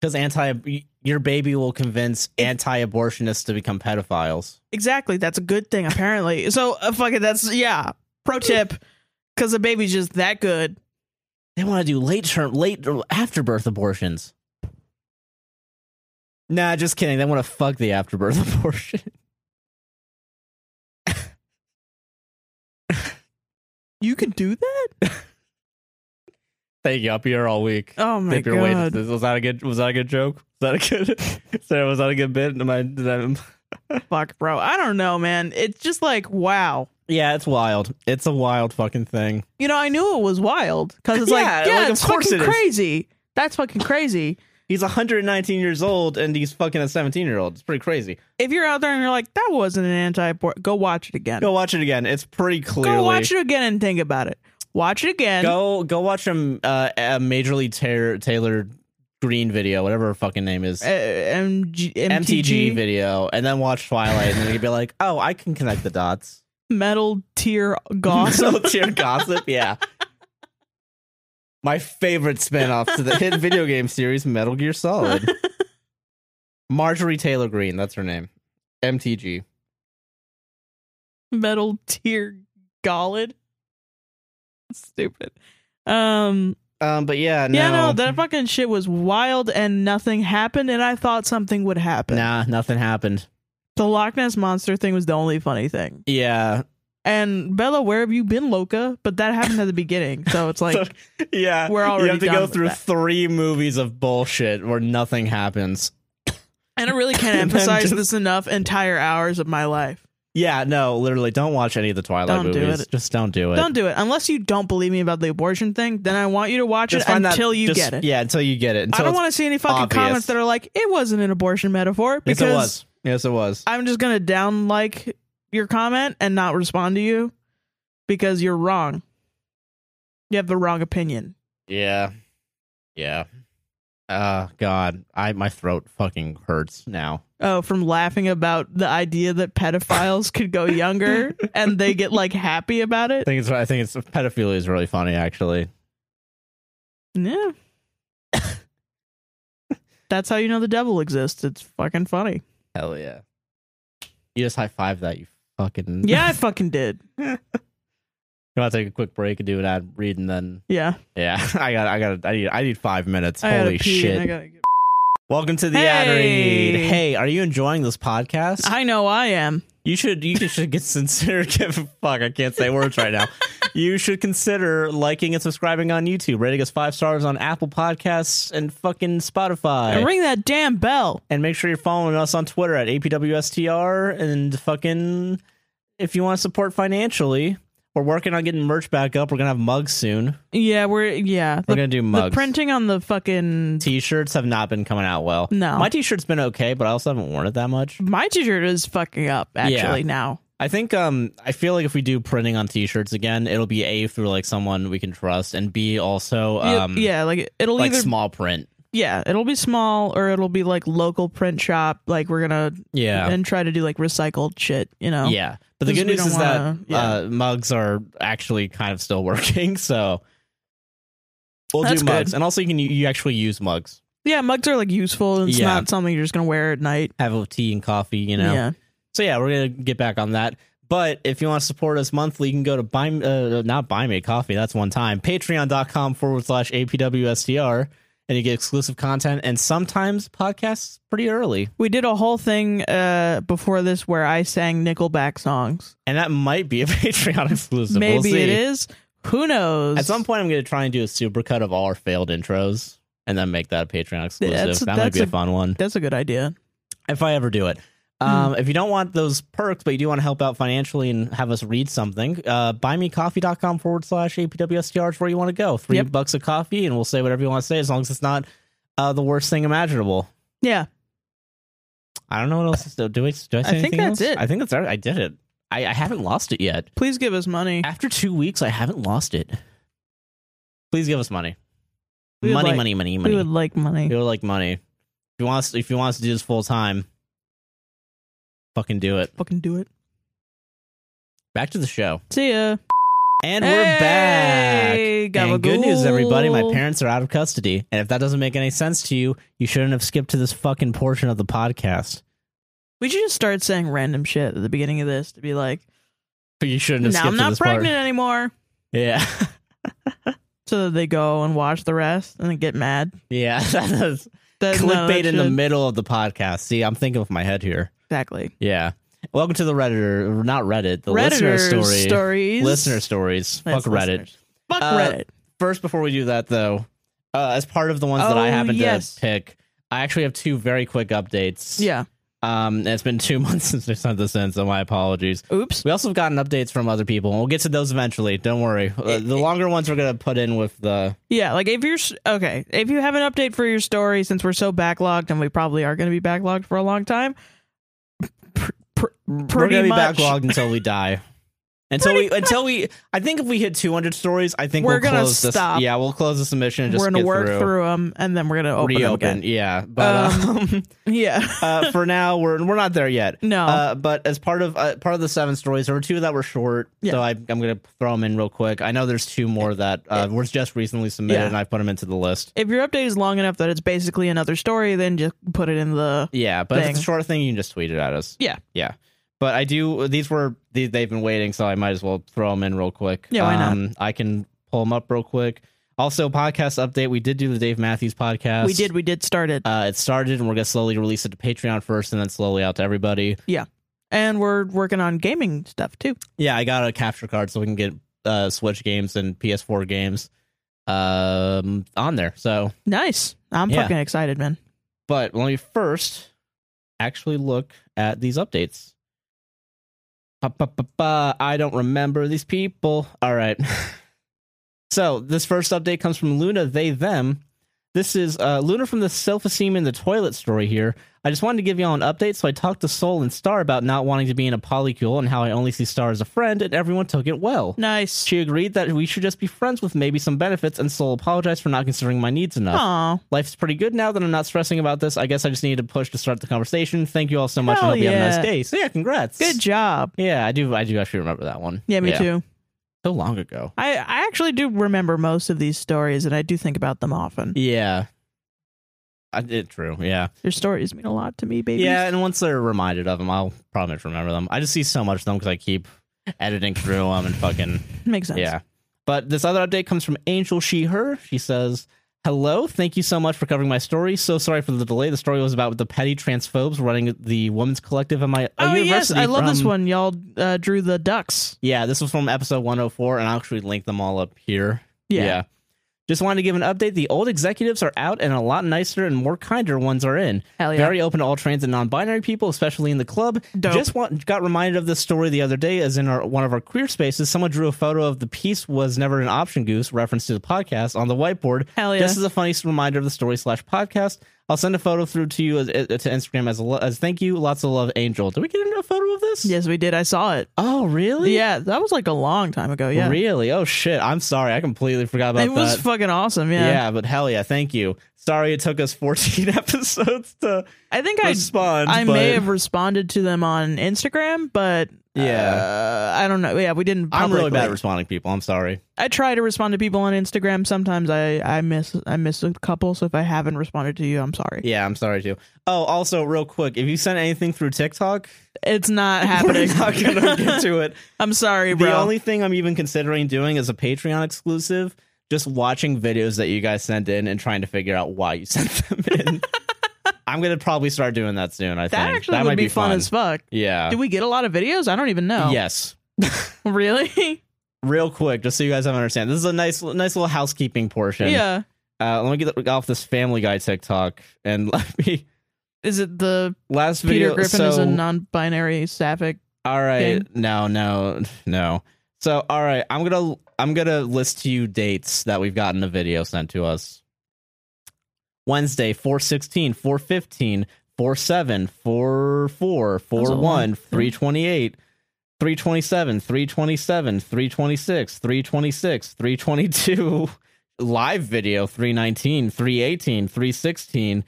A: Because anti, your baby will convince anti-abortionists to become pedophiles.
B: Exactly. That's a good thing
A: <laughs>
B: apparently. so uh, fucking that's yeah, pro tip cuz the baby's just that good.
A: They want to do late term, late afterbirth abortions. Nah, just kidding. They want to fuck the afterbirth <laughs> abortion.
B: You can do that?
A: Thank you. I'll be here all week.
B: Oh my
A: Dip your way to
B: god.
A: this. Was that a good? Was that a good joke? Was that a good? <laughs> Sarah, was that a good bit? Am <laughs> I? Did I
B: Fuck, bro. I don't know, man. It's just like wow.
A: yeah, it's wild. It's a wild fucking thing.
B: You know, I knew it was wild because it's
A: Yeah,
B: like, yeah,
A: like, of
B: it's
A: course
B: fucking
A: it is.
B: crazy. That's fucking crazy.
A: He's 119 years old and he's fucking a 17 year old. It's pretty crazy.
B: If you're out there and you're like, that wasn't an anti-abort, go watch it again.
A: Go watch it again. It's pretty clearly.
B: Go watch it again and think about it. Watch it again.
A: Go go watch him uh, a majorly Taylor Taylor Green video, whatever her fucking name is.
B: Uh, MG,
A: MTG,
B: MTG
A: video, and then watch Twilight, and then you'd be like, "Oh, I can connect the dots."
B: metal tier <laughs> gossip.
A: <laughs> Metal tier gossip, yeah. My favorite spin-off to the hit video game series Metal Gear
B: <laughs>
A: Solid. Marjorie Taylor Green, that's her name. MTG.
B: metal tier gollid. Stupid. Um.
A: Um, but yeah, no,
B: Yeah. No. That fucking shit was wild, and nothing happened. And I thought something would happen.
A: nah, nothing happened.
B: The Loch Ness monster thing was the only funny thing.
A: Yeah,
B: And Bella, where have you been, Loca? But that happened at the beginning,
A: <laughs>
B: so it's like,
A: So- yeah,
B: We're already
A: you have to
B: done
A: go
B: with
A: through
B: that.
A: three movies of bullshit where nothing happens.
B: and
A: <laughs>
B: I really can't
A: And then
B: emphasize
A: just-
B: this enough. Entire hours of my life.
A: Yeah, no, literally, don't watch any of the Twilight
B: Don't do
A: movies.
B: it.
A: Just don't do it.
B: Don't do it unless you don't believe me about the abortion thing. Then I want you to watch
A: Just
B: it
A: find that-
B: until you
A: just-
B: get it.
A: Yeah, until you get it. Until
B: I don't
A: it's-
B: want to see any fucking
A: obvious.
B: comments that are like it wasn't an abortion metaphor
A: Yes,
B: because
A: it was. Yes, it was.
B: I'm just gonna down like your comment and not respond to you because you're wrong. You have the wrong opinion.
A: Yeah. Yeah. Uh God. I my throat fucking hurts now.
B: Oh, from laughing about the idea that pedophiles could
A: <laughs>
B: go younger and they get like happy about
A: I
B: it.
A: think it's I think it's pedophilia is really funny actually. <laughs>
B: Yeah. That's how you know the devil exists. It's fucking funny.
A: Hell yeah. You just high five that you fucking
B: Yeah, I fucking did.
A: <laughs> You wanna take a quick break and do an ad read and then
B: Yeah.
A: Yeah. <laughs> I got I got I need I need five minutes.
B: I gotta
A: Holy
B: pee
A: shit.
B: and I, gotta get- <laughs>
A: Welcome to the ad read.
B: Hey!
A: Hey, are you enjoying this podcast?
B: I know I am.
A: You should you should get <laughs> sincere. Give a fuck. I can't say words right
B: <laughs>
A: now. You should consider liking and subscribing on YouTube, rating us five stars on Apple Podcasts and fucking Spotify,
B: And ring that damn bell.
A: and make sure you're following us on Twitter at apwstr. And fucking, if you want to support financially, we're working on getting merch back up. We're gonna have mugs soon.
B: Yeah, we're yeah.
A: We're
B: The,
A: gonna do
B: the
A: mugs.
B: printing on the fucking
A: T-shirts have not been coming out well.
B: No.
A: my T-shirt's been okay, but I also haven't worn it that much.
B: my t-shirt is fucking up actually now.
A: I think um I feel like if we do printing on t-shirts again, it'll be A through like someone we can trust and B also
B: Y-
A: um
B: yeah, like it'll
A: like
B: either
A: small print.
B: yeah, it'll be small or it'll be like local print shop. Like we're gonna
A: Yeah.
B: and try to do like recycled shit. You know.
A: Yeah. But the
B: Because
A: good
B: we
A: news
B: don't
A: is
B: wanna-
A: that uh mugs are actually kind of still <laughs> working, so we'll
B: That's
A: do
B: good.
A: mugs. And also you can you actually use mugs.
B: Yeah, mugs are like useful. And it's
A: Yeah.
B: not something you're just gonna wear at night.
A: Have a tea and coffee, you know.
B: Yeah.
A: So yeah, we're gonna get back on that. But if you want to support us monthly, you can go to buy uh, not buy me a coffee. That's one time. Patreon.com forward slash apwstr, and you get exclusive content and sometimes podcasts pretty early.
B: We did a whole thing uh before this where I sang Nickelback songs.
A: And that might be a <laughs> Patreon exclusive.
B: Maybe
A: we'll see.
B: it is. Who knows?
A: At some point, I'm gonna try and do a supercut of all our failed intros, and then make that a Patreon exclusive.
B: That's-
A: that might
B: that's
A: be a
B: a-
A: fun one.
B: That's a good idea.
A: if I ever do it.
B: Hmm.
A: Um, If you don't want those perks, but you do want to help out financially and have us read something, uh, buymecoffee.com forward slash APWSTR is where you want to go. Three
B: Yep.
A: bucks a coffee, and we'll say whatever you want to say as long as it's not uh, the worst thing imaginable.
B: Yeah.
A: I don't know what else. To, do, we, do I say
B: I think
A: anything
B: that's
A: else?
B: it.
A: I think that's it. I did it. I, I haven't lost it yet.
B: Please give us money.
A: After two weeks, I haven't lost it. Please give us money.
B: We would
A: Money,
B: like-
A: money, money, money.
B: We would like money.
A: We would like money. If you want us, if you want us to do this full time, fucking do it.
B: Fucking do it.
A: Back to the show.
B: See ya.
A: And we're back.
B: Hey,
A: And good news, everybody. My
B: gabagool.
A: parents are out of custody. And if that doesn't make any sense to you, you shouldn't have skipped to this fucking portion of the podcast.
B: We should just start saying random shit at the beginning of this to be like,
A: You shouldn't
B: "No,
A: have skipped
B: I'm
A: to
B: not
A: this
B: pregnant
A: part.
B: anymore,"
A: <laughs> Yeah.
B: so that they go and watch the rest and then get mad.
A: Yeah. <laughs> That's
B: That, no, that
A: clickbait in the
B: should-
A: middle of the podcast. See, I'm thinking with my head here.
B: exactly.
A: Yeah. Welcome to the Redditor, not Reddit, the listener
B: Redditors
A: story.
B: stories,
A: Listener stories.
B: That's
A: Fuck Reddit.
B: listeners. Fuck
A: Uh,
B: Reddit.
A: first, before we do that, though, uh, as part of the ones that
B: Oh,
A: I happen
B: yes.
A: to pick, I actually have two very quick updates.
B: Yeah.
A: Um, and it's been two <laughs> months since I sent this in, so my apologies.
B: Oops.
A: We also have gotten updates from other people, and we'll get to those eventually. Don't worry. Uh, the longer ones we're going to put in with the.
B: Yeah. Like if you're s- okay, if you have an update for your story, since we're so backlogged, and we probably are going to be backlogged for a long time. Pr- pr-
A: we're
B: pretty
A: gonna
B: much,
A: be backlogged until we
B: <laughs>
A: die. Until we, until we, I think if we hit 200 stories, I think
B: We're
A: will
B: gonna
A: close
B: stop.
A: this. Yeah, we'll close the submission and just
B: we're going to
A: get
B: work
A: through,
B: through, them, and then we're going to open them
A: reopen.
B: again.
A: Yeah, but um,
B: <laughs> Yeah.
A: uh, for now we're we're not there yet.
B: no.
A: Uh, but as part of uh, part of the seven stories, there were two that were short,
B: Yeah.
A: so I, I'm going to throw them in real quick. I know there's two more that uh, were just recently submitted,
B: Yeah.
A: and I put them into the list.
B: if your update is long enough that it's basically another story, then just put it in the
A: Yeah, but if it's a
B: thing.
A: short thing, you can just tweet it at us.
B: Yeah.
A: yeah. But I do. These were these, they've been waiting, so I might as well throw them in real quick.
B: Yeah, why not?
A: Um, I can pull them up real quick. Also, podcast update. We did do the Dave Matthews podcast.
B: we did we did start it,
A: Uh, it started, and we're gonna slowly release it to Patreon first, and then slowly out to everybody.
B: and we're working on gaming stuff too.
A: Yeah, I got a capture card so we can get uh, Switch games and PS4 games um, on there. So,
B: Nice. I'm
A: Yeah.
B: fucking excited, man.
A: but let me first actually look at these updates. Ba, ba, ba, ba. I don't remember these people. All right. <laughs> so this first update comes from Luna. They them. This is uh, Luna from the self esteem in the toilet story here. I just wanted to give y'all an update. So I talked to Soul and Star about not wanting to be in a polycule and how I only see Star as a friend, and everyone took it well.
B: Nice.
A: She agreed that we should just be friends with maybe some benefits, and Soul apologized for not considering my needs enough.
B: Aw.
A: Life's pretty good now that I'm not stressing about this. I guess I just needed to push to start the conversation. Thank you all so much.
B: Hell
A: I hope you have a
B: yeah.
A: nice day. So yeah, congrats.
B: Good job.
A: Yeah, I do. I do actually remember that one.
B: Yeah, me too.
A: So long ago.
B: I I actually do remember most of these stories, and I do think about them often.
A: Yeah. I did. True. Yeah.
B: Their stories mean a lot to me, baby.
A: Yeah. And once they're reminded of them, I'll probably remember them. I just see so much of them because I keep editing through them and fucking.
B: <laughs> makes sense.
A: Yeah. But this other update comes from Angel She Her. She says, Hello, thank you so much for covering my story. So sorry for the delay. The story was about the petty transphobes running the women's collective in my
B: Oh yes,
A: university.
B: I love this
A: from-
B: one. Y'all uh, drew the ducks.
A: Yeah, this was from episode 104, and I'll actually link them all up here.
B: Yeah.
A: Just wanted to give an update. The old executives are out, and a lot nicer and more kinder ones are in.
B: Hell yeah.
A: Very open to all trans and non-binary people, especially in the club.
B: Dope.
A: Just want, got reminded of this story the other day, as in our, one of our queer spaces, someone drew a photo of the piece was never an option goose reference to the podcast on the whiteboard.
B: Hell yeah.
A: This is a funny reminder of the story slash podcast. I'll send a photo through to you as, as- to Instagram as a lo- as thank you. Lots of love, Angel. Did we get a photo of this?
B: yes, we did. I saw it.
A: Oh, really?
B: Yeah, that was like a long time ago. Yeah,
A: Really? Oh shit! I'm sorry. I completely forgot about
B: it was
A: that.
B: fucking awesome.
A: yeah.
B: Yeah,
A: but hell yeah! Thank you. Sorry it took us 14 <laughs> episodes to
B: I think I
A: respond.
B: I
A: but-
B: may have responded to them on Instagram, but
A: Yeah.
B: uh, I don't know. Yeah, we didn't.
A: I'm really bad at
B: publicly.
A: responding, people. I'm sorry.
B: I try to respond to people on Instagram. Sometimes I I miss I miss a couple. So if I haven't responded to you, I'm sorry.
A: Yeah, I'm sorry too. Oh, also, real quick, if you send anything through TikTok, <laughs>
B: It's not
A: we're
B: happening.
A: not gonna
B: <laughs>
A: get to it.
B: I'm sorry, bro.
A: The only thing I'm even considering doing is a Patreon exclusive. Just watching videos that you guys sent in and trying to figure out why you <laughs> sent them
B: <laughs>
A: in. I'm gonna probably start doing that soon. I
B: that
A: think
B: actually
A: that
B: would
A: might Uh,
B: be, fun, as fuck.
A: yeah.
B: Do we get a lot of videos? I don't even know.
A: Yes.
B: <laughs> Really?
A: real quick, just so you guys have understand. This is a nice, nice little housekeeping portion.
B: yeah.
A: Uh, let me get off this Family Guy TikTok and <laughs> let me
B: Is it the
A: last
B: Peter
A: video.
B: Griffin
A: so,
B: is a non-binary sapphic?
A: all right,
B: thing?
A: no, no, no. So all right, I'm gonna I'm gonna list to you dates that we've gotten a video sent to us. Wednesday, 416, 415, 47, 44,
B: That's a lot.
A: 41, 328, 327, 327, 326, 326, 322, <laughs> live video 319, 318, 316,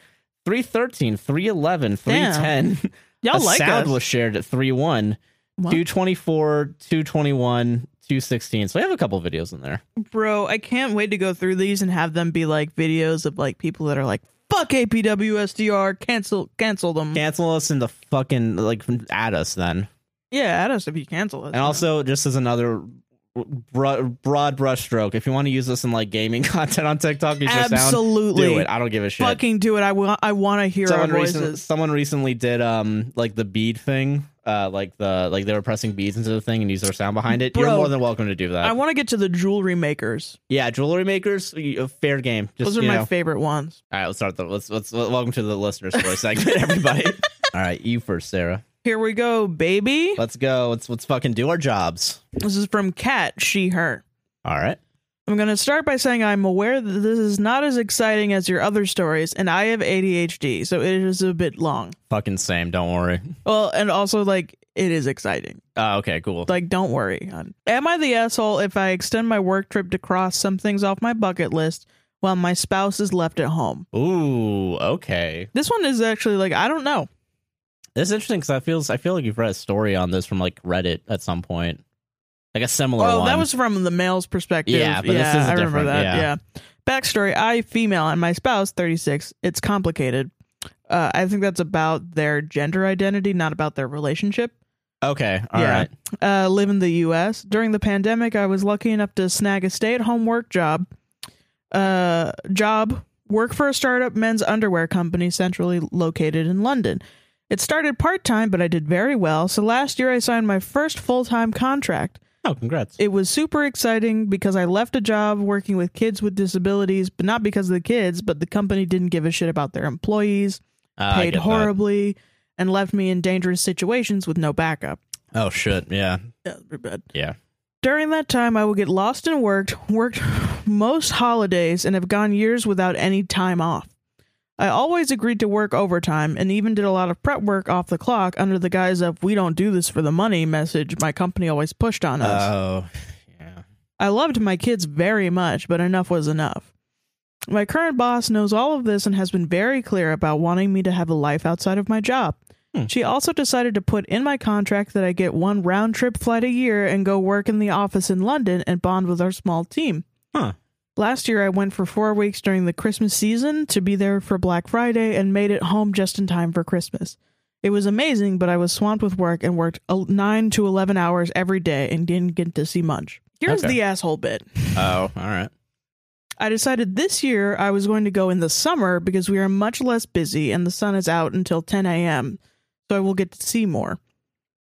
A: 313, 311, <laughs> 310.
B: Y'all
A: A
B: like
A: sound
B: us.
A: was shared at 31,
B: Wow.
A: 224, 221, 216. So we have a couple videos in there.
B: Bro, I can't wait to go through these and have them be like videos of like people that are like, fuck APWSDR, cancel cancel them.
A: Cancel us into fucking like at us then.
B: yeah, add us if you cancel us.
A: And also, just as another broad, broad brushstroke, if you want to use this in like gaming <laughs> content on TikTok, use your sound,
B: absolutely
A: do it. I don't give a shit.
B: fucking do it. I want I want to hear our
A: someone,
B: voices.
A: recent, someone recently did um like the bead thing uh, like the like they were pressing beads into the thing and use their sound behind it. You're
B: Bro,
A: more than welcome to do that.
B: I want to get to the jewelry makers.
A: yeah, jewelry makers, y- uh, fair game. Just
B: Those are
A: you
B: my
A: know.
B: favorite ones.
A: All right, let's start the let's let's welcome to the listener story segment, <laughs> everybody. All right, you first, Sarah.
B: Here we go, baby.
A: Let's go. Let's let's fucking do our jobs.
B: This is from Kat, she, her.
A: All right.
B: I'm going to start by saying I'm aware that this is not as exciting as your other stories, and I have ADHD, so it is a bit long.
A: Fucking same. Don't worry.
B: Well, and also, like, it is exciting.
A: Oh, okay, cool.
B: Like, don't worry. hon. Am I the asshole if I extend my work trip to cross some things off my bucket list while my spouse is left at home?
A: Ooh, okay.
B: This one is actually like, I don't know.
A: This is interesting because I feels I feel like you've read a story on this from like Reddit at some point, like a similar
B: Oh,
A: one.
B: that was from the male's perspective.
A: Yeah, but this
B: yeah,
A: is
B: I remember
A: different,
B: that.
A: yeah.
B: Backstory: I, female, and my spouse, thirty six. It's complicated. Uh, I think that's about their gender identity, not about their relationship.
A: okay. All right.
B: Yeah. Uh, live in the U.S. During the pandemic, I was lucky enough to snag a stay at home work job. Uh, job work for a startup men's underwear company centrally located in London. It started part time, but I did very well. So last year, I signed my first full time contract.
A: Oh, congrats.
B: It was super exciting because I left a job working with kids with disabilities, but not because of the kids, but the company didn't give a shit about their employees,
A: Uh, I
B: paid
A: get that.
B: horribly, and left me in dangerous situations with no backup.
A: Oh shit. Yeah.
B: Yeah, pretty bad.
A: Yeah.
B: During that time, I would get lost and worked, worked most holidays, and have gone years without any time off. I always agreed to work overtime and even did a lot of prep work off the clock under the guise of we don't do this for the money message my company always pushed on us.
A: Oh. Yeah.
B: I loved my kids very much, but enough was enough. My current boss knows all of this and has been very clear about wanting me to have a life outside of my job.
A: Hmm.
B: She also decided to put in my contract that I get one round trip flight a year and go work in the office in London and bond with our small team.
A: Huh.
B: Last year, I went for four weeks during the Christmas season to be there for Black Friday and made it home just in time for Christmas. It was amazing, but I was swamped with work and worked el- 9 to 11 hours every day and didn't get to see much. Here's
A: Okay.
B: the asshole bit.
A: Oh. All right.
B: I decided this year I was going to go in the summer because we are much less busy and the sun is out until 10 a.m., so I will get to see more.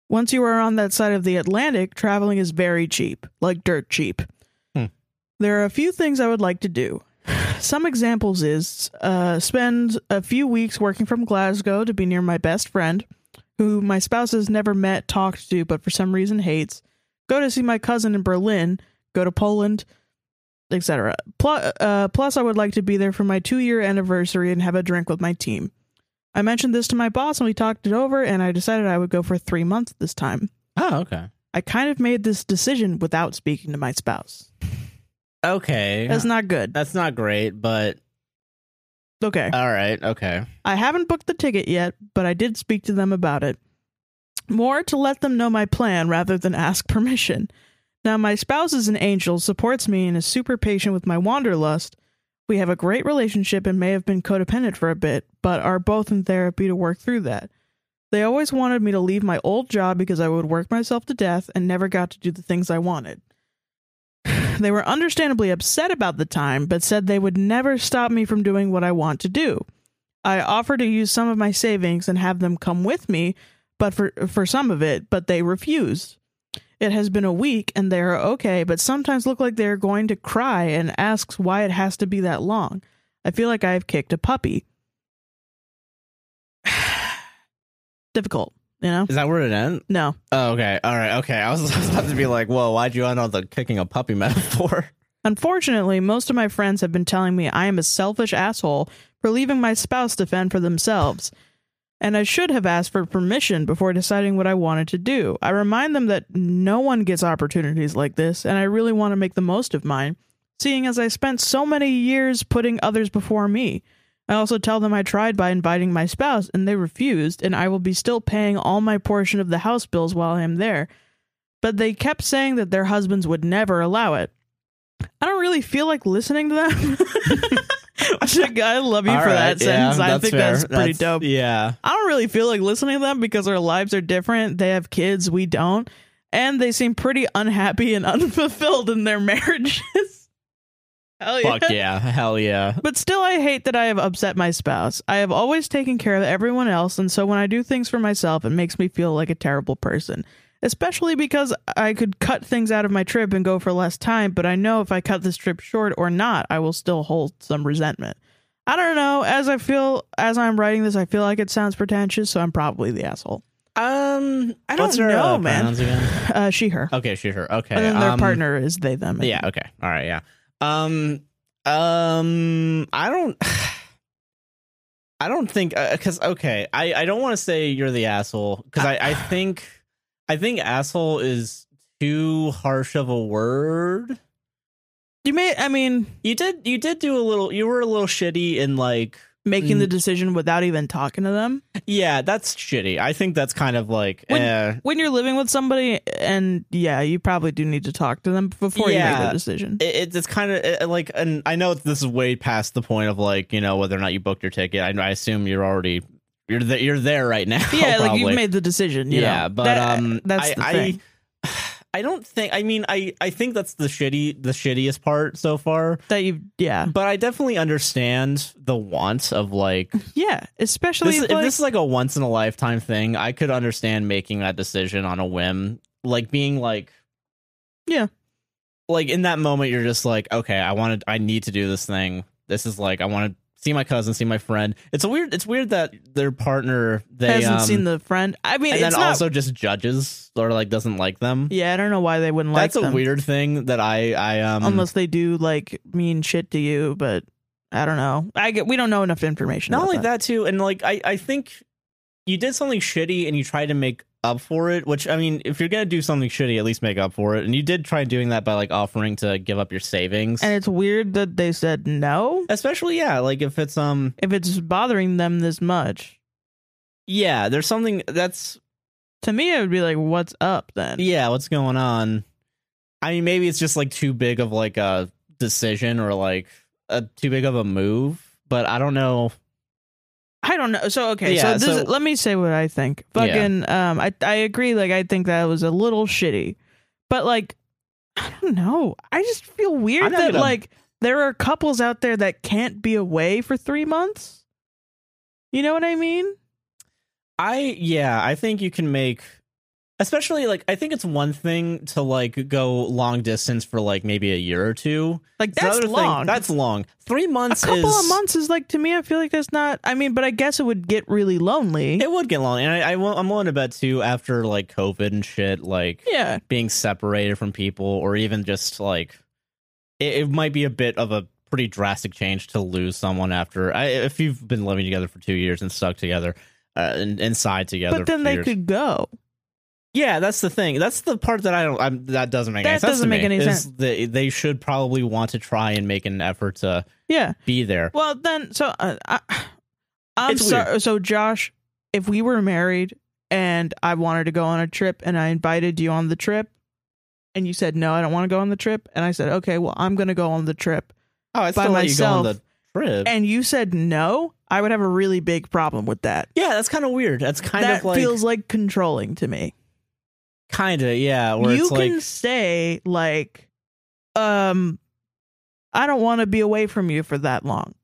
B: Once you are on that side of the Atlantic, traveling is very cheap, like dirt cheap.
A: Hmm.
B: There are a few things I would like to do. Some examples is uh, spend a few weeks working from Glasgow to be near my best friend, who my spouse has never met, talked to, but for some reason hates. Go to see my cousin in Berlin. Go to Poland etc. Plus, uh, plus, I would like to be there for my two year anniversary and have a drink with my team. I mentioned this to my boss and we talked it over, and I decided I would go for three months this time.
A: Oh. Okay.
B: I kind of made this decision without speaking to my spouse.
A: Okay.
B: That's not good.
A: That's not great, but
B: Okay.
A: all right. Okay.
B: I haven't booked the ticket yet, but I did speak to them about it. More to let them know my plan rather than ask <laughs> permission. Now, my spouse is an angel, supports me, and is super patient with my wanderlust. We have a great relationship and may have been codependent for a bit, but are both in therapy to work through that. They always wanted me to leave my old job because I would work myself to death and never got to do the things I wanted. They were understandably upset about the time, but said they would never stop me from doing what I want to do. I offered to use some of my savings and have them come with me, but for for some of it, but they refused. It has been a week and they are okay, but sometimes look like they are going to cry and asks why it has to be that long. I feel like I have kicked a puppy. <sighs> Difficult, you know?
A: Is that where it ends?
B: No.
A: Oh, okay. All right. Okay. I was, <laughs> I was about to be like, whoa, why'd you end on the kicking a puppy <laughs> metaphor?
B: Unfortunately, most of my friends have been telling me I am a selfish asshole for leaving my spouse to fend for themselves, and I should have asked for permission before deciding what I wanted to do. I remind them that no one gets opportunities like this, and I really want to make the most of mine, seeing as I spent so many years putting others before me. I also tell them I tried by inviting my spouse, and they refused, and I will be still paying all my portion of the house bills while I am there. But they kept saying that their husbands would never allow it. I don't really feel like listening to them. <laughs>
A: <laughs>
B: Which, like, I love you
A: All
B: for that
A: right, yeah,
B: sentence. I think
A: fair.
B: that's pretty dope.
A: Yeah.
B: I don't really feel like listening to them because our lives are different. They have kids, we don't. <laughs> And they seem pretty unhappy and unfulfilled in their marriages. <laughs> Hell
A: Fuck
B: <laughs>
A: yeah. Hell yeah.
B: But still, I hate that I have upset my spouse. I have always taken care of everyone else, and so when I do things for myself, it makes me feel like a terrible person. Especially because I could cut things out of my trip and go for less time, but I know if I cut this trip short or not, I will still hold some resentment. I don't know. As I feel, as I'm writing this, I feel like it sounds pretentious, so I'm probably the asshole.
A: Um,
B: I don't
A: what's her,
B: know,
A: uh,
B: man.
A: pronouns Again?
B: Uh, she, her.
A: Okay, shoot her. Okay.
B: and then their
A: um,
B: partner is they, them. I
A: Yeah. Okay. All right. Yeah. Um. Um. I don't. <sighs> I don't think because okay, I I don't want to say you're the asshole because I
B: <sighs>
A: I think I think asshole is too harsh of a word.
B: You may, I mean,
A: You did you did do a little. You were a little shitty in like
B: making
A: Mm.
B: the decision without even talking to them.
A: yeah, that's shitty. I think that's kind of like
B: When-
A: eh.
B: When you're living with somebody, and yeah, you probably do need to talk to them before you make
A: Yeah. Oh,
B: the decision.
A: it, it's- it's kind of it, like and i know this is way past the point of like you know whether or not you booked your ticket i, I assume you're already you're there you're there right <laughs> now
B: yeah, like
A: probably.
B: you've made the decision. you
A: yeah
B: know.
A: but
B: That-
A: um
B: that's
A: I,
B: the
A: I-
B: thing.
A: <sighs> I don't think i mean i i think that's the shitty the shittiest part so far
B: that you, yeah,
A: but i definitely understand the want of like
B: yeah. Especially
A: this,
B: if,
A: if
B: like-
A: this is like a once in a lifetime thing i could understand making that decision on a whim like being like
B: Yeah.
A: like in that moment you're just like okay i wanted i need to do this thing this is like i want to see my cousin see my friend it's a weird it's weird that their partner they
B: hasn't
A: um,
B: seen the friend. I mean,
A: and then
B: it's not.
A: also just judges or like doesn't like them
B: yeah, I don't know why they wouldn't
A: that's
B: like
A: a
B: them,
A: weird thing that i i um
B: unless they do like mean shit to you. But I don't know. I get we don't know enough information.
A: not
B: about
A: only that. too and like i i think you did something shitty and you tried to make up for it which i mean if you're gonna do something shitty at least make up for it and you did try doing that by like offering to give up your savings
B: and it's weird that they said no
A: especially yeah like if it's um
B: if it's bothering them this much.
A: yeah there's something that's
B: To me, it would be like, "What's up then?"
A: yeah what's going on i mean maybe it's just like too big of like a decision or like a too big of a move but i don't know
B: I don't know. So okay,
A: Yeah,
B: so, this
A: so-
B: let me say what I think. Fucking um I I agree like I think that was a little shitty. But like I don't know. I just feel
A: I'm
B: weird
A: not
B: that
A: gonna-
B: like there are couples out there that can't be away for 3 months. You know what I mean?
A: I yeah, I think you can make especially like I think it's one thing to like go long distance for like maybe a year or two.
B: Like
A: It's
B: that's
A: another
B: long.
A: Thing, that's long. 3
B: a
A: months
B: couple
A: is
B: of months is like to me I feel like that's not I mean, but I guess it would get really lonely.
A: It would get long. And I, I will- I'm willing to bet too after like COVID and shit like
B: yeah.
A: being separated from people or even just like it, it might be a bit of a pretty drastic change to lose someone after I, if you've been living together for 2 years and stuck together uh, and inside together for
B: But then
A: two
B: they
A: years.
B: could go.
A: Yeah, that's the thing. That's the part that I don't. I'm, that doesn't make any
B: That
A: sense.
B: doesn't
A: to
B: make
A: me,
B: any
A: is
B: sense.
A: They, they should probably want to try and make an effort to
B: Yeah.
A: be there.
B: Well, then, so uh, I, I'm
A: It's
B: sorry. So, Josh, if we were married and I wanted to go on a trip and I invited you on the trip, and you said no, I don't want to go on the trip, and I said okay, well, I'm going to go on the trip,
A: Oh, I
B: by
A: still let you go on
B: myself.
A: the trip.
B: and you said no, I would have a really big problem with that.
A: yeah, that's kind of weird. That's kind
B: that
A: of like
B: feels like controlling to me.
A: kind of yeah. Where
B: you
A: it's like
B: can say like, um, I don't want to be away from you for that long.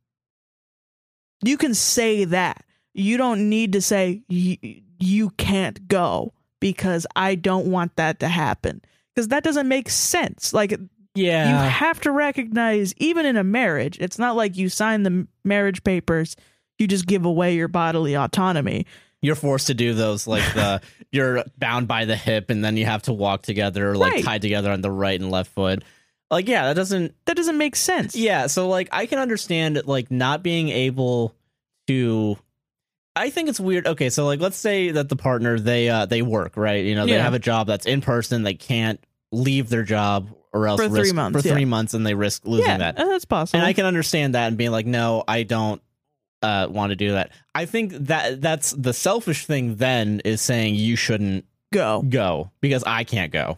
B: You can say that. You don't need to say y- you can't go because I don't want that to happen because that doesn't make sense. Like you
A: yeah,
B: have to recognize even in a marriage, it's not like you sign the m- marriage papers, you just give away your bodily autonomy.
A: you, are forced to do those like
B: <laughs>
A: the you're bound by the hip and then you have to walk together like
B: Right.
A: tied together on the right and left foot. Like yeah, that doesn't
B: That doesn't make sense.
A: Yeah, so like I can understand like not being able to I think it's weird. Okay, so like let's say that the partner they uh they work, right? You know, they
B: Yeah.
A: have a job that's in person, they can't leave their job or else
B: For three
A: risk-
B: months,
A: for
B: yeah.
A: 3 months and they risk losing
B: yeah,
A: that.
B: uh, that's possible.
A: And I can understand that and being like, "No, I don't uh want to do that." I think that that's the selfish thing then is saying you shouldn't
B: go
A: go because I can't go.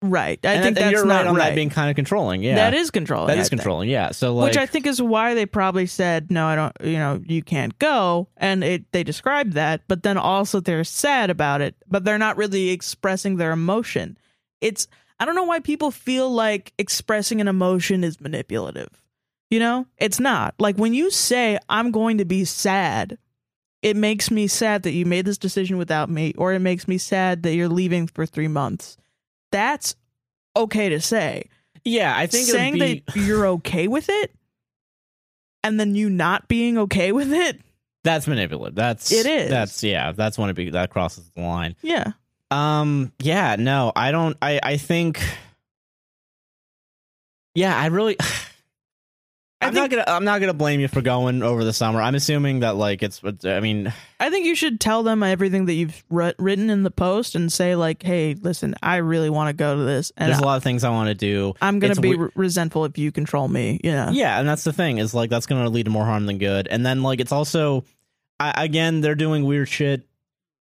B: right. I
A: and
B: think
A: that- and
B: that's
A: you're
B: not
A: right on
B: right.
A: that being kind of controlling. Yeah.
B: That is controlling.
A: that
B: I
A: is
B: think.
A: controlling. Yeah. So like
B: Which I think is why they probably said, no, I don't, you know, you can't go. And it, they described that, but then also they're sad about it, but they're not really expressing their emotion. It's, I don't know why people feel like expressing an emotion is manipulative. You know, it's not. Like when you say, I'm going to be sad, it makes me sad that you made this decision without me, or it makes me sad that you're leaving for three months. That's okay to say.
A: Yeah, I think it would
B: saying
A: be- <laughs>
B: that you're okay with it and then you not being okay with it.
A: that's manipulative. That's
B: It is.
A: That's yeah. That's when it be that crosses the line.
B: Yeah.
A: Um. Yeah. No. I don't. I. I think. Yeah. I really. <sighs>
B: I
A: I'm not gonna. I'm not gonna blame you for going over the summer. I'm assuming that like it's. I mean,
B: I think you should tell them everything that you've writ- written in the post and say like, "Hey, listen, I really want to go to this, and
A: there's a
B: I-
A: lot of things I want to do.
B: I'm gonna
A: it's
B: be
A: weir-
B: re- resentful if you control me." Yeah,
A: Yeah, and that's the thing is like that's gonna lead to more harm than good. And then like it's also, I, again, they're doing weird shit.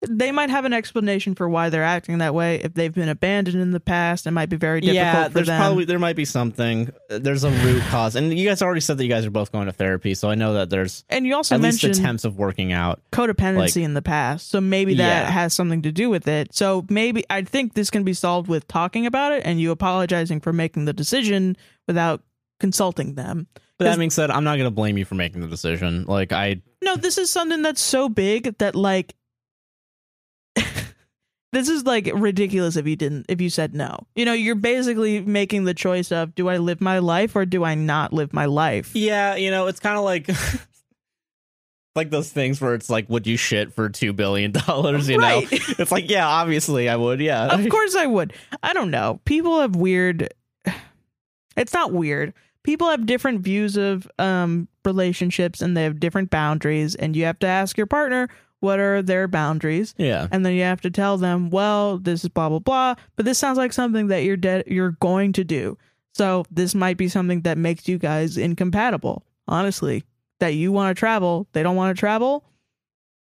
B: they might have an explanation for why they're acting that way. If they've been abandoned in the past, it might be very difficult
A: yeah,
B: for
A: there's
B: them.
A: probably there might be something. uh, There's a root cause, and you guys already said that you guys are both going to therapy, so I know that there's
B: and you also
A: at least
B: mentioned
A: attempts of working out.
B: codependency
A: like-
B: in the past, so maybe that
A: Yeah.
B: has something to do with it. So maybe I think this can be solved with talking about it and you apologizing for making the decision without consulting them.
A: But that
B: 'Cause-
A: being said, I'm not going to blame you for making the decision. Like I,
B: No, this is something that's so big that like <laughs> this is like ridiculous if you didn't if you said no. You know, you're basically making the choice of do I live my life or do I not live my life?
A: yeah, you know, it's kind of like, <laughs> like those things where it's like, would you shit for two billion dollars? You
B: right.
A: know, it's like, yeah, obviously I would. Yeah, <laughs>
B: of course I would. I don't know. People have weird <sighs> It's not weird. People have different views of um relationships and they have different boundaries and you have to ask your partner what are their boundaries
A: Yeah,
B: and then you have to tell them, well, this is blah blah blah, but this sounds like something that you're dead you're going to do. So this might be something that makes you guys incompatible. Honestly, that you want to travel, they don't want to travel.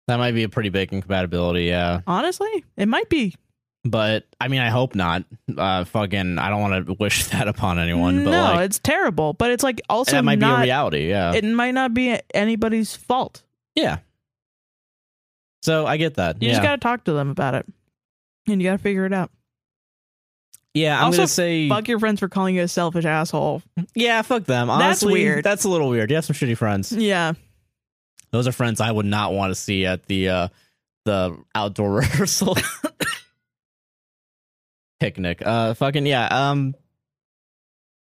A: that might be a pretty big incompatibility. Yeah,
B: Honestly, it might be.
A: but I mean, I hope not. Uh, fucking, I don't want to <laughs> wish that upon anyone. But
B: no,
A: like,
B: it's terrible, but it's like also
A: that might be
B: not.
A: a reality. Yeah,
B: it might not be anybody's fault.
A: yeah. So I get that.
B: You
A: yeah,
B: just got to talk to them about it, and you got to figure it out.
A: yeah. I'm
B: Also,
A: gonna say,
B: Fuck your friends for calling you a selfish asshole.
A: yeah, fuck them.
B: That's
A: Honestly,
B: weird.
A: That's a little weird. You have some shitty friends.
B: Yeah,
A: Those are friends I would not want to see at the uh the outdoor <laughs> rehearsal picnic. Uh fucking yeah. Um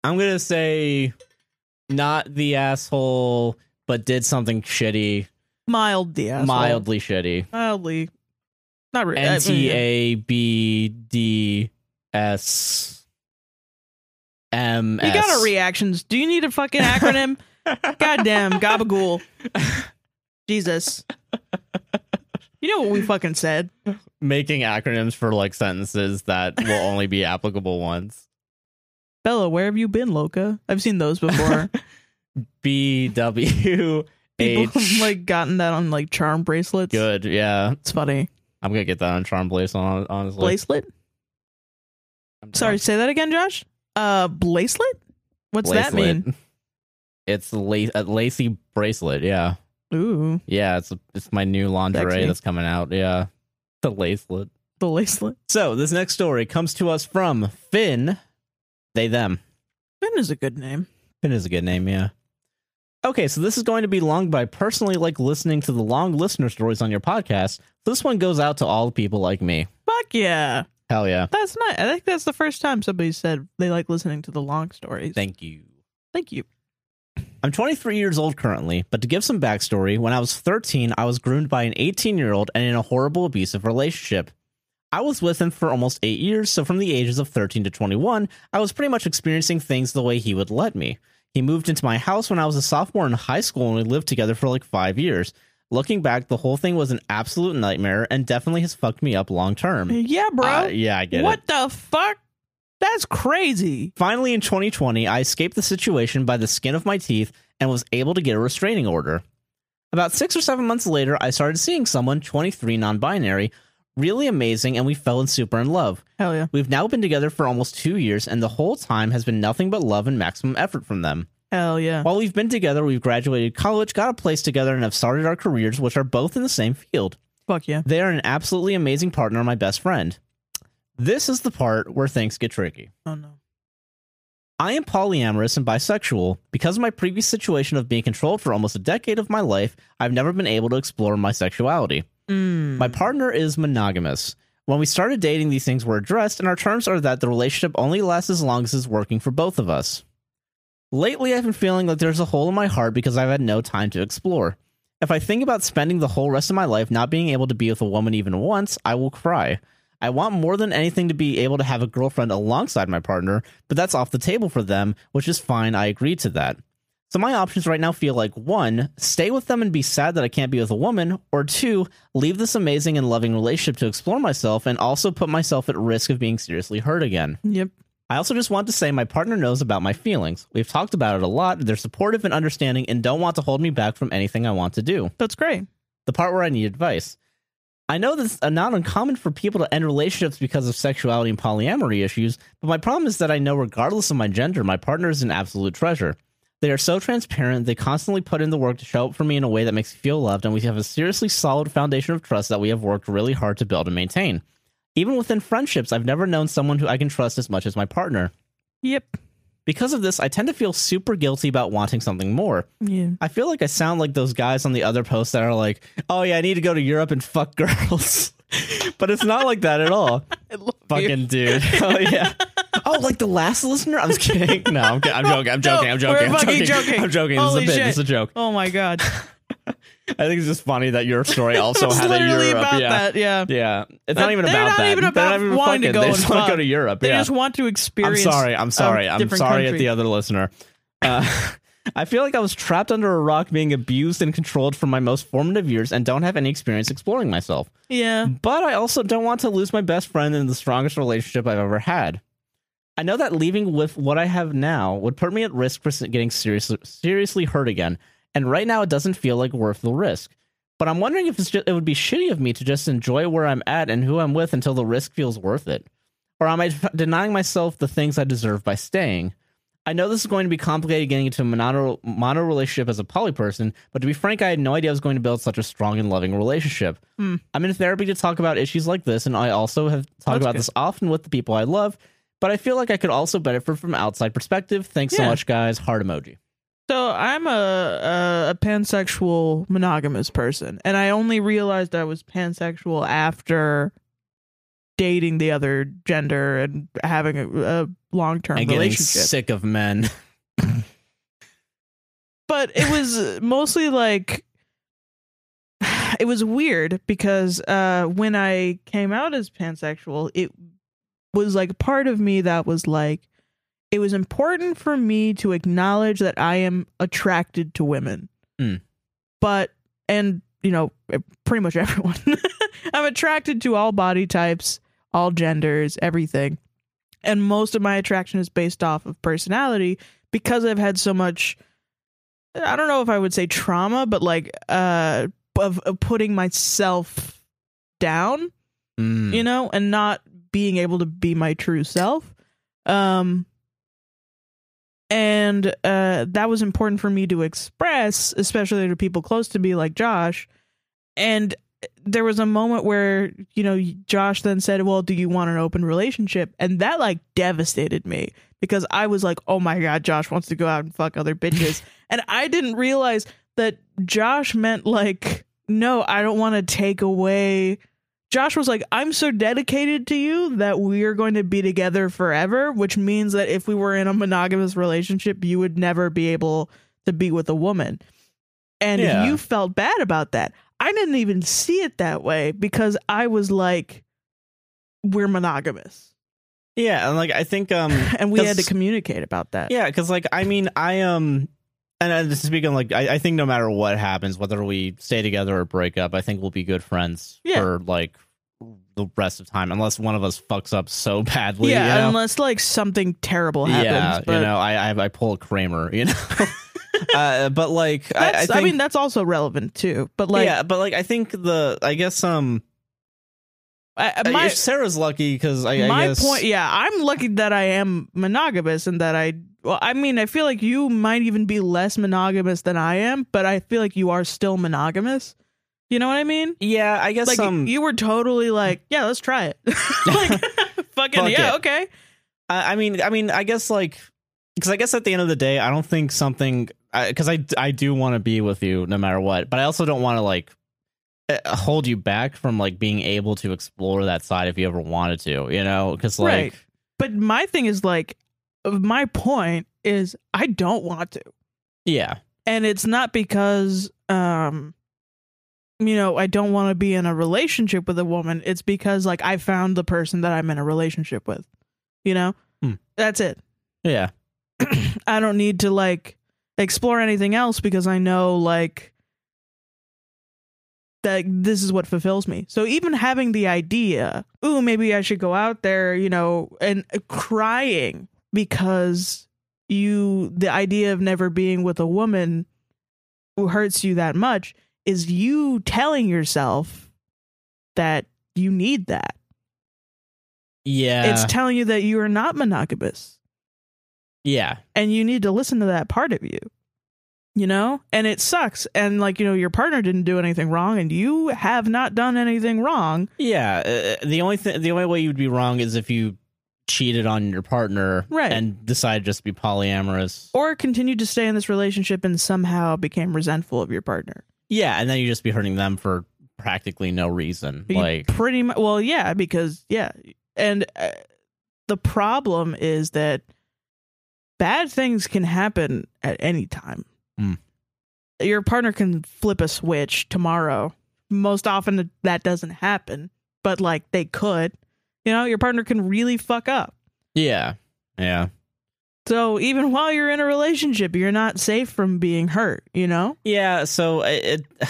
A: I'm going to say not the asshole but did something shitty,
B: mild the asshole.
A: mildly shitty.
B: mildly, not really.
A: N T A B D S M
B: You
A: S.
B: got a reactions. Do you need a
A: <laughs>
B: fucking acronym? Goddamn, gabagool. Jesus. You know what we fucking said.
A: making acronyms for like sentences that will only be applicable once.
B: Bella, where have you been, Loca? I've seen
A: <laughs>
B: those before.
A: B W
B: People <laughs> have
A: H.
B: like gotten that on like charm bracelets.
A: good. Yeah,
B: It's funny.
A: I'm gonna get that on Charm Blaze. hon- Honestly,
B: Bracelet?
A: I'm
B: Sorry, say that again, Josh. Uh bracelet? What's that
A: Bracelet.
B: mean?
A: <laughs> It's la- a lacy bracelet. Yeah,
B: Ooh,
A: yeah. It's it's my new lingerie
B: Sexy.
A: that's coming out. Yeah, the lacelet.
B: the lacelet.
A: So this next story comes to us from Finn. They them.
B: Finn is a good name.
A: Finn is a good name. Yeah. Okay, so this is going to be long, but I personally like listening to the long listener stories on your podcast. So this one goes out to all the people like me.
B: Fuck yeah.
A: Hell yeah.
B: That's nice. I think that's the first time somebody said they like listening to the long stories.
A: Thank you.
B: Thank you.
A: I'm 23 years old currently, but to give some backstory, when I was 13, I was groomed by an 18 year old and in a horrible abusive relationship. I was with him for almost eight years, so from the ages of 13 to 21, I was pretty much experiencing things the way he would let me. He moved into my house when I was a sophomore in high school, and we lived together for like five years. Looking back, the whole thing was an absolute nightmare and definitely has fucked me up long term.
B: Yeah, bro.
A: Uh, yeah, I get it.
B: what the fuck? That's crazy.
A: Finally, in 2020, I escaped the situation by the skin of my teeth and was able to get a restraining order. About six or seven months later, I started seeing someone, 23 non binary, really amazing, and we fell in super in love.
B: Hell yeah.
A: We've now been together for almost two years, and the whole time has been nothing but love and maximum effort from them.
B: Hell yeah.
A: While we've been together, we've graduated college, got a place together, and have started our careers, which are both in the same field.
B: Fuck yeah.
A: They are an absolutely amazing partner, and my best friend. This is the part where things get tricky.
B: Oh no.
A: I am polyamorous and bisexual. Because of my previous situation of being controlled for almost a decade of my life, I've never been able to explore my sexuality.
B: Mm.
A: My partner is monogamous. When we started dating, these things were addressed, and our terms are that the relationship only lasts as long as it's working for both of us. Lately, I've been feeling like there's a hole in my heart because I've had no time to explore. If I think about spending the whole rest of my life not being able to be with a woman even once, I will cry. I want more than anything to be able to have a girlfriend alongside my partner, but that's off the table for them, which is fine. I agree to that. So my options right now feel like one, stay with them and be sad that I can't be with a woman, or two, leave this amazing and loving relationship to explore myself and also put myself at risk of being seriously hurt again.
B: Yep.
A: I also just want to say my partner knows about my feelings. We've talked about it a lot. They're supportive and understanding and don't want to hold me back from anything I want to do
B: That's great.
A: the part where I need advice. I know this is not uncommon for people to end relationships because of sexuality and polyamory issues, but my problem is that I know regardless of my gender, my partner is an absolute treasure. They are so transparent, they constantly put in the work to show up for me in a way that makes me feel loved, and we have a seriously solid foundation of trust that we have worked really hard to build and maintain. Even within friendships, I've never known someone who I can trust as much as my partner.
B: Yep.
A: Because of this, I tend to feel super guilty about wanting something more.
B: Yeah.
A: I feel like I sound like those guys on the other post that are like, "Oh yeah, I need to go to Europe and fuck girls," <laughs> but it's not like that at all.
B: I love you.
A: <laughs> Fucking dude. <laughs> Oh yeah. Oh, like the last listener. I'm just kidding. <laughs> No, I'm, ki- I'm joking. I'm joking. I'm
B: No,
A: joking.
B: we're
A: I'm
B: fucking
A: joking.
B: joking.
A: I'm joking. This
B: Holy
A: is a bit.
B: shit.
A: This is a joke.
B: Oh my god.
A: I think it's just funny that your <laughs> story also
B: It's
A: had a
B: literally
A: Europe.
B: about
A: yeah.
B: that. Yeah.
A: Yeah. It's
B: That-
A: not even
B: they're
A: about
B: not
A: that.
B: even
A: They're
B: about
A: not even
B: wanting to
A: fucking-
B: go
A: They
B: and
A: just want to
B: fuck.
A: go to Europe.
B: They
A: yeah.
B: just want to
A: I'm
B: experience.
A: sorry. I'm sorry. I'm
B: different
A: sorry
B: country.
A: at the other listener. Uh, <laughs> I feel like I was trapped under a rock being abused and controlled for my most formative years and don't have any experience exploring myself.
B: Yeah.
A: But I also don't want to lose my best friend and the strongest relationship I've ever had. I know that leaving with what I have now would put me at risk for getting seriously seriously hurt again, and right now it doesn't feel like worth the risk. But I'm wondering if it's just, it would be shitty of me to just enjoy where I'm at and who I'm with until the risk feels worth it. Or am I f- denying myself the things I deserve by staying? I know this is going to be complicated getting into a mono, mono relationship as a poly person, but to be frank, I had no idea I was going to build such a strong and loving relationship.
B: Hmm.
A: I'm in therapy to talk about issues like this, and I also have talked
B: That's
A: about
B: good.
A: this often with the people I love, but I feel like I could also benefit from outside perspective. Thanks so
B: Yeah.
A: much, guys. Heart emoji.
B: So I'm a, a a pansexual monogamous person, and I only realized I was pansexual after dating the other gender and having a, a long term
A: and getting
B: relationship.
A: sick of men.
B: but it was mostly like it was weird because uh when i came out as pansexual it was like part of me that was like it was important for me to acknowledge that i am attracted to women
A: Mm.
B: but and you know e, pretty much <laughs> everyone i'm attracted to all body types all genders everything and most of my attraction is based off of personality because i've had so much I don't know if I would say trauma, but like uh of, of putting myself down,
A: Mm.
B: you know, and not being able to be my true self. Um and uh that was important for me to express, especially to people close to me like Josh. And there was a moment where, you know, Josh then said, "Well, do you want an open relationship?" And that like devastated me because I was like, "Oh my god, Josh wants to go out and fuck other bitches." And I didn't realize that Josh meant like, no, I don't want to take away. Josh was like, I'm so dedicated to you that we are going to be together forever, which means that if we were in a monogamous relationship, you would never be able to be with a woman. And
A: Yeah.
B: you felt bad about that. I didn't even see it that way because I was like, we're monogamous.
A: Yeah, and like I think <laughs> um
B: And we had to
A: That's-
B: communicate about that.
A: Yeah, because like I mean, I um, and I, just speaking like I, I think no matter what happens, whether we stay together or break up, I think we'll be good friends
B: Yeah.
A: for like the rest of time, unless one of us fucks up so badly.
B: yeah,
A: you know?
B: unless like something terrible happens.
A: yeah,
B: but
A: you know, I, I I pull a Kramer, you <laughs> know, uh, but like I, I,
B: That's, I,
A: think,
B: mean, that's also relevant too. But like,
A: yeah, but like I think the I guess um
B: I, my
A: if Uh, Sarah's lucky because I, I
B: my
A: guess-
B: point, yeah, I'm lucky that I am monogamous and that I. Well, I mean, I feel like you might even be less monogamous than I am, but I feel like you are still monogamous. You know what I mean?
A: Yeah, I guess
B: Like
A: um,
B: <laughs>
A: <laughs>
B: you were totally like, yeah, let's try it. like, fucking
A: Fuck
B: yeah,
A: it.
B: okay.
A: I, I mean, I mean, I guess like because I guess at the end of the day, I don't think something because I, I do want to be with you no matter what, but I also don't want to like eh, hold you back from like being able to explore that side if you ever wanted to, you know? Because like
B: Right. But my thing is like my point is I don't want to.
A: yeah,
B: and it's not because um you know i don't want to be in a relationship with a woman it's because like i found the person that i'm in a relationship with you know
A: Hmm.
B: that's it
A: yeah,
B: i don't need to like explore anything else because i know like that this is what fulfills me so even having the idea ooh maybe i should go out there you know and crying because you the idea of never being with a woman who hurts you that much is you telling yourself that you need that
A: yeah,
B: it's telling you that you are not monogamous
A: yeah,
B: and you need to listen to that part of you you know and it sucks and like you know your partner didn't do anything wrong and you have not done anything wrong
A: yeah. Uh, the only thing, the only way you'd be wrong is if you cheated on your partner,
B: Right.
A: and decided just to be polyamorous,
B: or continued to stay in this relationship and somehow became resentful of your partner
A: yeah, and then you would just be hurting them for practically no reason,
B: You
A: like
B: pretty much well yeah because yeah and uh, the problem is that bad things can happen at any time
A: Mm.
B: your partner can flip a switch tomorrow most often that doesn't happen but like they could you know your partner can really fuck up
A: yeah, yeah.
B: so even while you're in a relationship you're not safe from being hurt you know
A: Yeah, so I- it, <sighs>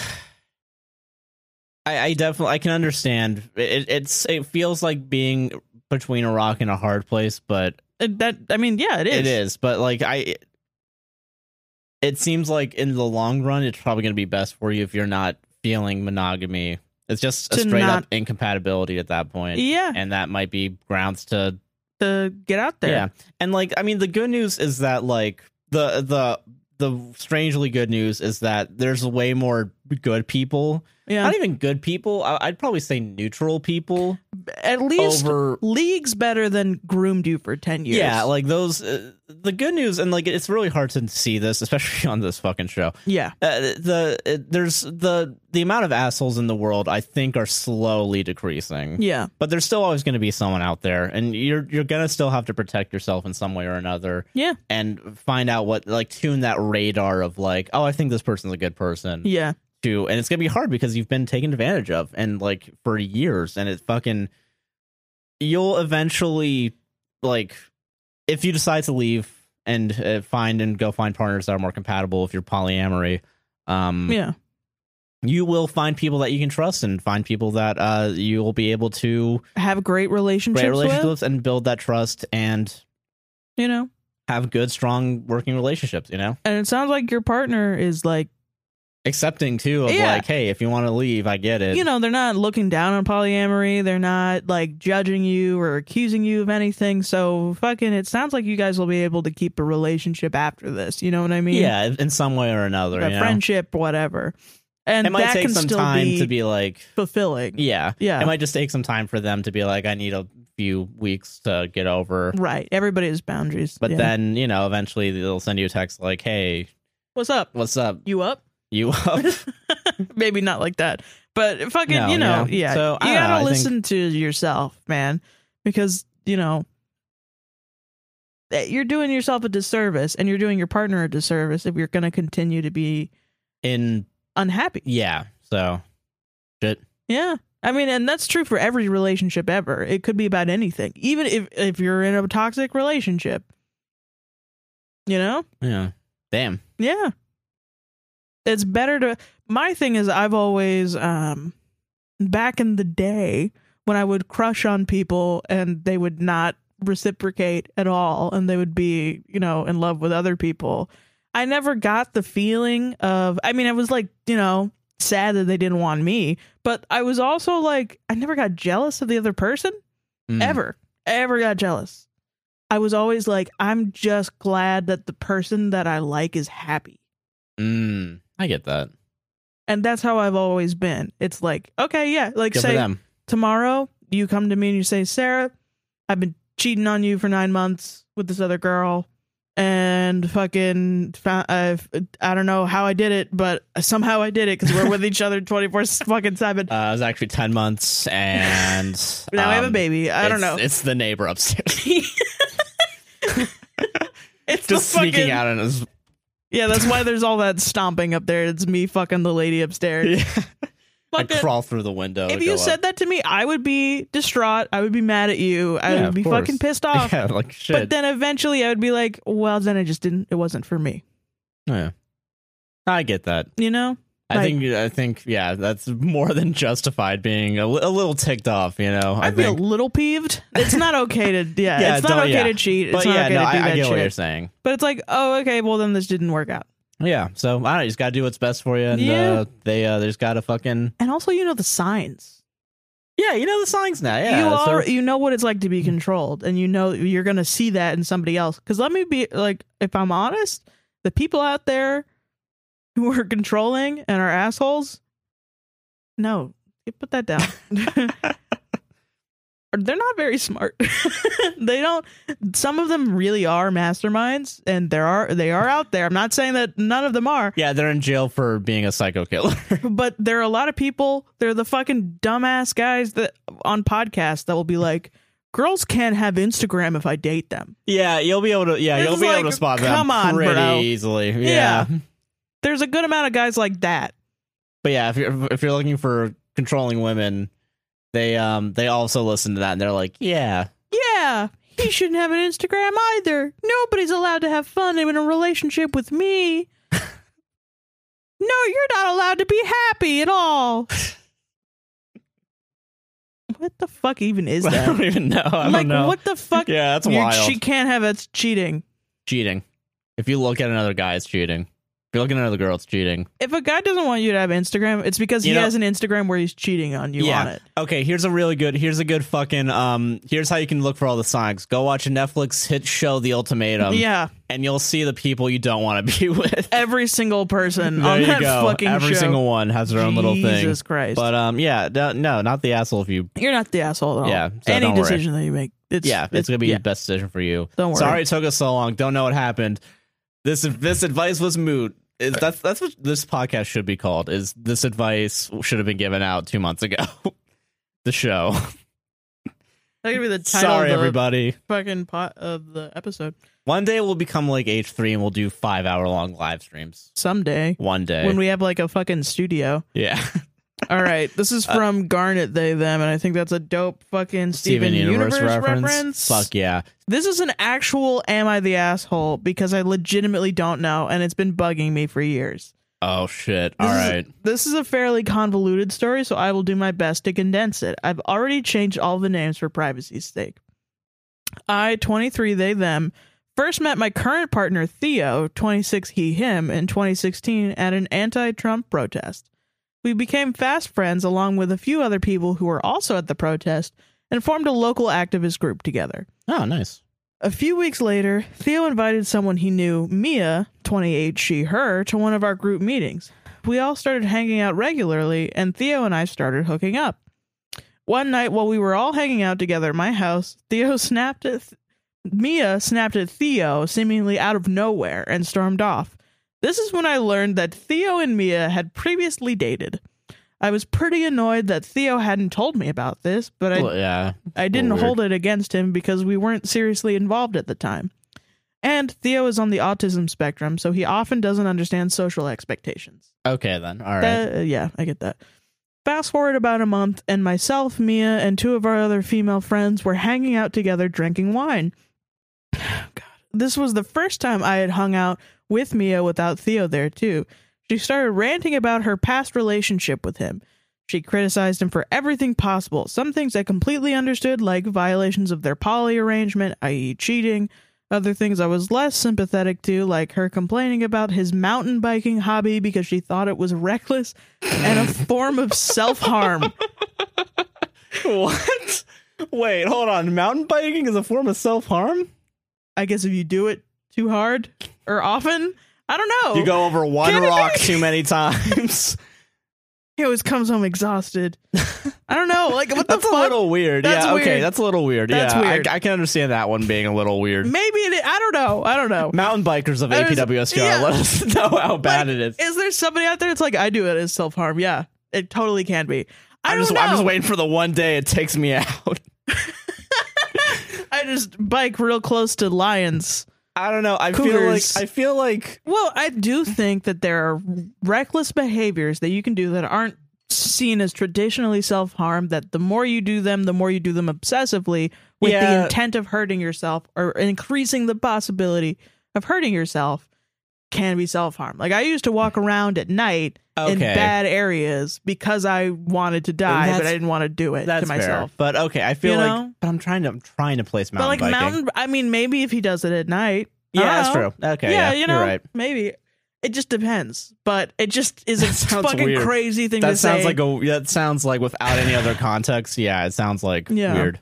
A: I, I definitely I can understand. It, it's it feels like being between a rock and a hard place, but
B: And that i mean yeah it is
A: it is. But like I, it, seems like in the long run, it's probably going to be best for you if you're not feeling monogamy. It's just a
B: To
A: straight
B: not-
A: up incompatibility at that point,
B: yeah
A: and that might be grounds to
B: to get out there
A: yeah, and like I mean, the good news is that like the the the strangely good news is that there's way more good people.
B: Yeah.
A: Not even good people. I, I'd probably say neutral people
B: at least
A: over.
B: leagues better than groomed you for 10 years.
A: Yeah, like those. Uh, the good news, and like it's really hard to see this, especially <laughs> on this fucking show.
B: yeah.
A: Uh, the uh, there's the the amount of assholes in the world, I think, are slowly decreasing.
B: Yeah.
A: But there's still always going to be someone out there, and you're you're gonna still have to protect yourself in some way or another.
B: Yeah.
A: and find out what like tune that radar of like, oh, I think this person's a good person
B: Yeah.
A: to, and it's gonna be hard because you've been taken advantage of and like for years, and it fucking you'll eventually like if you decide to leave and uh, find and go find partners that are more compatible if you're polyamory. Um,
B: Yeah.
A: you will find people that you can trust and find people that uh you will be able to
B: Have great relationships,
A: create
B: with,
A: relationships and build that trust and
B: you know.
A: have good strong working relationships you know
B: And it sounds like your partner is like,
A: accepting too of
B: Yeah.
A: like hey if you want to leave i get it
B: you know, they're not looking down on polyamory. They're not like judging you or accusing you of anything. So fucking, it sounds like you guys will be able to keep a relationship after this. You know what I mean?
A: yeah in some way or another
B: A
A: you know?
B: friendship, whatever. And
A: it might
B: that
A: take
B: can
A: some
B: still
A: time
B: be,
A: to be like
B: fulfilling.
A: yeah
B: Yeah.
A: it might just take some time for them to be like i need a few weeks to get over
B: right. Everybody has boundaries.
A: but
B: Yeah.
A: then you know eventually they'll send you a text like hey
B: what's up?
A: what's up
B: You up?
A: you
B: <laughs>
A: up
B: maybe not like that, but fucking,
A: No,
B: you know,
A: yeah.
B: yeah.
A: So, I
B: you
A: don't know,
B: gotta
A: I think-
B: listen to yourself, man, because you know that you're doing yourself a disservice and you're doing your partner a disservice if you're gonna continue to be
A: in
B: unhappy.
A: yeah so shit
B: Yeah. I mean, and that's true for every relationship ever. It could be about anything, even if if you're in a toxic relationship. You know.
A: yeah damn
B: Yeah. It's better to my thing is I've always um back in the day when I would crush on people and they would not reciprocate at all and they would be, you know, in love with other people. I never got the feeling of I mean I was like, you know, sad that they didn't want me, but I was also like I never got jealous of the other person
A: Mm.
B: ever ever got jealous i was always like i'm just glad that the person that i like is happy
A: Mm, I get that.
B: and that's how i've always been it's like okay yeah like
A: Good for
B: say
A: them.
B: tomorrow you come to me and you say sarah I've been cheating on you for nine months with this other girl, and fucking, found, I've, I don't know how I did it, but somehow I did it because we're with each other twenty four fucking seven.
A: Uh, it was actually 10 months,
B: <laughs>
A: and.
B: Now I have a
A: um,
B: baby. I don't
A: it's-
B: know.
A: It's the neighbor
B: <laughs>
A: upstairs. <laughs> Just
B: It's the fucking,
A: sneaking out on his.
B: Yeah, that's why there's all that stomping up there. It's me fucking the lady upstairs. <laughs>
A: I
B: Fucking-
A: crawl through the window.
B: if
A: to
B: you
A: go
B: said
A: up.
B: that to me, I would be distraught. I would be mad at you. I
A: Yeah,
B: would
A: of
B: be
A: course.
B: fucking
A: <laughs>
B: pissed off.
A: Yeah, like shit.
B: But then eventually I would be like, well, then I just didn't. It wasn't for me.
A: yeah. I get that.
B: You know?
A: I
B: Like-
A: think I think yeah, that's more than justified being a, li- a little ticked off, you know. I
B: I'd be a
A: think,
B: little peeved. It's
A: <laughs>
B: not okay to, yeah,
A: Yeah,
B: it's not
A: don't-
B: okay
A: yeah.
B: to cheat. It's
A: but
B: not
A: yeah, no,
B: okay to do
A: I, I
B: that
A: get what
B: shit.
A: you're saying.
B: But it's like, oh, okay, well, then this didn't work out.
A: Yeah, so I don't know, you just gotta do what's best for you, and
B: Yeah.
A: uh, they uh, they just gotta fucking
B: And also, you know the signs.
A: yeah, you know the songs now, yeah.
B: you
A: so-
B: are e you know what it's like to be controlled and you know you're gonna see that in somebody else because let me be like if i'm honest the people out there who <laughs> are controlling and are assholes no you put
A: <laughs>
B: that down they're not very smart <laughs> they don't some of them really are masterminds and there are they are out there i'm not saying that none of them are
A: yeah, they're in jail for being a psycho killer.
B: but there are a lot of people they're the fucking dumbass guys that on podcasts that will be like girls can't have instagram if i date them
A: yeah, you'll be able to. Yeah,
B: This
A: you'll
B: is
A: be
B: like,
A: able to spot
B: come
A: them
B: on,
A: pretty
B: bro.
A: easily. Yeah.
B: there's a good amount of guys like that
A: but yeah, if you're if you're looking for controlling women, they um they also listen to that and they're like, yeah,
B: yeah he shouldn't have an instagram either nobody's allowed to have fun in a relationship with me no you're not allowed to be happy at all what the fuck even
A: <laughs>
B: is
A: I
B: that
A: don't even know. I
B: like
A: don't know.
B: what the fuck
A: yeah, that's
B: You-
A: wild.
B: she can't have that's cheating
A: cheating. If you look at another guy, it's cheating. If you look at another girl, it's cheating.
B: if a guy doesn't want you to have Instagram, it's because
A: You
B: he
A: know-
B: has an Instagram where he's cheating on you
A: Yeah.
B: on it.
A: Okay, here's a really good. Here's a good fucking. Um, here's how you can look for all the signs. Go watch a Netflix hit show, The Ultimatum,
B: yeah,
A: and you'll see the people you don't want to be <laughs> with.
B: every single person
A: there
B: on
A: you
B: that
A: go.
B: fucking
A: Every
B: show.
A: single one has their own little thing.
B: Jesus Christ!
A: But um, yeah, no, no, not the asshole. If you,
B: You're not the asshole at all.
A: Yeah, so
B: any
A: don't worry.
B: decision that you make, it's
A: yeah, it's, gonna be
B: yeah,
A: the best decision for you.
B: don't worry.
A: Sorry it took us so long. Don't know what happened. This this advice was moot. Is- That's that's what this podcast should be called. Is this advice should have been given out two months ago? <laughs> the show.
B: that could be the title
A: Sorry,
B: of the
A: everybody.
B: fucking pot of the episode
A: One day we'll become like H three and we'll do five hour long live streams.
B: someday
A: One day,
B: when we have like a fucking studio.
A: yeah.
B: All right,
A: <laughs>
B: this is
A: Uh,
B: from Garnet they them, and I think that's a dope fucking
A: <laughs>
B: <laughs> Steven, reference.
A: Fuck yeah.
B: This is an actual Am I the Asshole because I legitimately don't know and it's been bugging me for years.
A: Oh shit.
B: This
A: All
B: is-
A: right.
B: This is a fairly convoluted story, so I will do my best to condense it. I've already changed all the names for privacy's sake. I, 23, they, them, first met my current partner, Theo, 26, he, him, in 2016 at an anti Trump protest. We became fast friends along with a few other people who were also at the protest and formed a local activist group together.
A: Oh nice.
B: A few weeks later, Theo invited someone he knew, Mia, 28, she, her, to one of our group meetings. We all started hanging out regularly, and Theo and I started hooking up. One night, while we were all hanging out together at my house, Theo <laughs> snapped at Mia snapped at Theo, seemingly out of nowhere, and stormed off. This is when I learned that Theo and Mia had previously dated. I was pretty annoyed that Theo hadn't told me about this, but I
A: Well, yeah.
B: I didn't
A: Oh, weird.
B: hold it against him because we weren't seriously involved at the time. And Theo is on the autism spectrum, so he often doesn't understand social expectations.
A: Okay then. All right.
B: That- uh, yeah, I get that. Fast forward about a month, and myself, Mia, and two of our other female friends were hanging out together drinking wine. <sighs> God. This was the first time I had hung out with Mia without Theo there, too. She started ranting about her past relationship with him. She criticized him for everything possible, some things I completely understood, like violations of their poly arrangement, i.e., cheating, other things I was less sympathetic to, like her complaining about his mountain biking hobby because she thought it was reckless and a form of self harm. <laughs>
A: What? Wait, hold on. Mountain biking is a form of self harm?
B: I guess if you do it too hard or often, I don't know.
A: You go over one
B: Can it
A: rock
B: be? <laughs>
A: too many times.
B: He always comes
A: <laughs>
B: home exhausted. I don't know. Like, what the
A: That's a
B: fuck?
A: little weird.
B: That's
A: yeah, okay,
B: weird.
A: that's a little weird.
B: That's
A: yeah,
B: weird.
A: I, I can understand that one being a little weird.
B: Maybe it. I don't know. I don't know.
A: Mountain bikers of
B: There's-
A: APWSCR,
B: yeah.
A: let us <laughs> know how bad it is.
B: Is there somebody out there that's like, I do it as self harm? Yeah, it totally can be. I
A: I'm
B: don't
A: just,
B: know.
A: I'm just waiting for the one day it takes me <laughs> out.
B: I just bike real close to lions.
A: I don't know. I
B: Cougars.
A: feel like I feel like
B: Well, I do think that there are reckless behaviors that you can do that aren't seen as traditionally self harm. That the more you do them, the more you do them obsessively with the
A: Yeah.
B: intent of hurting yourself or increasing the possibility of hurting yourself can be self harm. Like I used to walk around at night in
A: Okay.
B: bad areas because I wanted to die, but
A: that's-
B: I didn't want to do it
A: that's
B: to myself.
A: fair. But okay, I feel
B: You
A: like
B: know?
A: but I'm trying to I'm trying to place
B: But
A: mountain
B: like
A: biking.
B: mountain, I mean, maybe if he does it at night, I
A: yeah, that's
B: don't know.
A: true. Okay, yeah,
B: yeah, you know,
A: are right.
B: maybe it just depends. But it just is a
A: <laughs> That sounds
B: fucking
A: weird.
B: crazy thing to
A: That sounds
B: say.
A: like a that sounds like without any other context. Yeah, it sounds like
B: Yeah.
A: weird.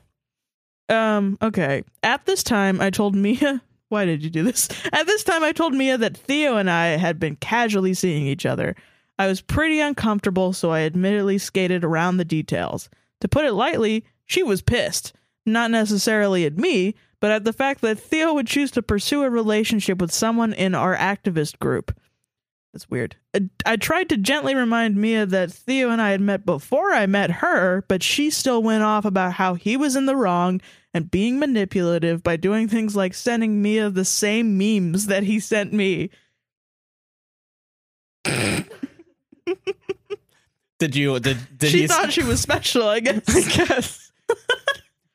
B: um, okay. At this time, I told Mia. <laughs> Why did you do this? At this time, I told Mia that Theo and I had been casually seeing each other. I was pretty uncomfortable, so I admittedly skated around the details. To put it lightly, she was pissed. Not necessarily at me, but at the fact that Theo would choose to pursue a relationship with someone in our activist group. That's weird. I- I tried to gently remind Mia that Theo and I had met before I met her, but she still went off about how he was in the wrong and being manipulative by doing things like sending Mia the same memes that he sent me.
A: Did you did did
B: she
A: he
B: thought she was special, I
A: <laughs> I
B: guess.
A: guess.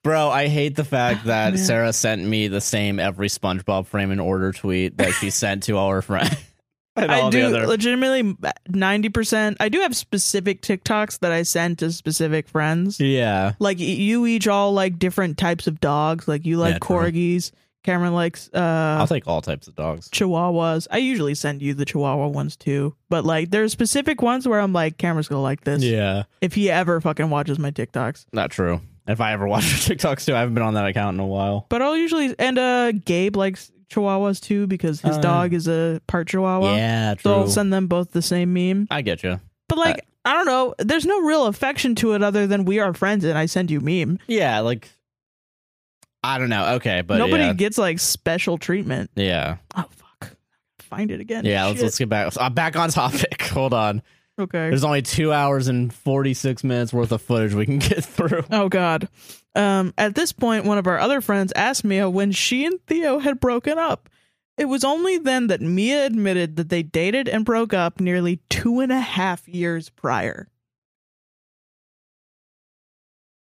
A: Bro, I hate the fact that
B: Oh, Man.
A: Sarah sent me the same every SpongeBob frame and order tweet that
B: <laughs>
A: she sent to all her friends. <laughs> and
B: I
A: all the
B: do
A: other-
B: legitimately 90%. I do have specific TikToks that I send to specific friends.
A: Yeah.
B: Like y- you each all like different types of dogs. Like you like
A: Yeah, true.
B: corgis. Cameron likes uh
A: I'll take all types of dogs.
B: chihuahuas. I usually send you the chihuahua ones too, but like there are specific ones where I'm like, Cameron's gonna like this.
A: Yeah.
B: If he ever fucking watches my TikToks.
A: Not true. If I ever watch <laughs> her TikToks too, I haven't been on that account in a while.
B: But I'll usually and uh Gabe likes chihuahuas too because his
A: Oh,
B: dog is a part chihuahua.
A: yeah,
B: So
A: true.
B: I'll send them both the same meme.
A: I get you.
B: But like I don't know. There's no real affection to it other than we are friends and I send you meme.
A: Yeah, like I don't know. Okay, but
B: Nobody
A: yeah.
B: gets like special treatment.
A: yeah,
B: Oh fuck. Find it again.
A: yeah. Let's,
B: Shit.
A: let's get back. I'm back on topic. <laughs> Hold on.
B: Okay.
A: There's only two hours and 46 minutes worth of footage we can <laughs> get through.
B: Oh God. Um, at this point, one of our other friends asked Mia when she and Theo had broken up. It was only then that Mia admitted that they dated and broke up nearly two and a half years prior.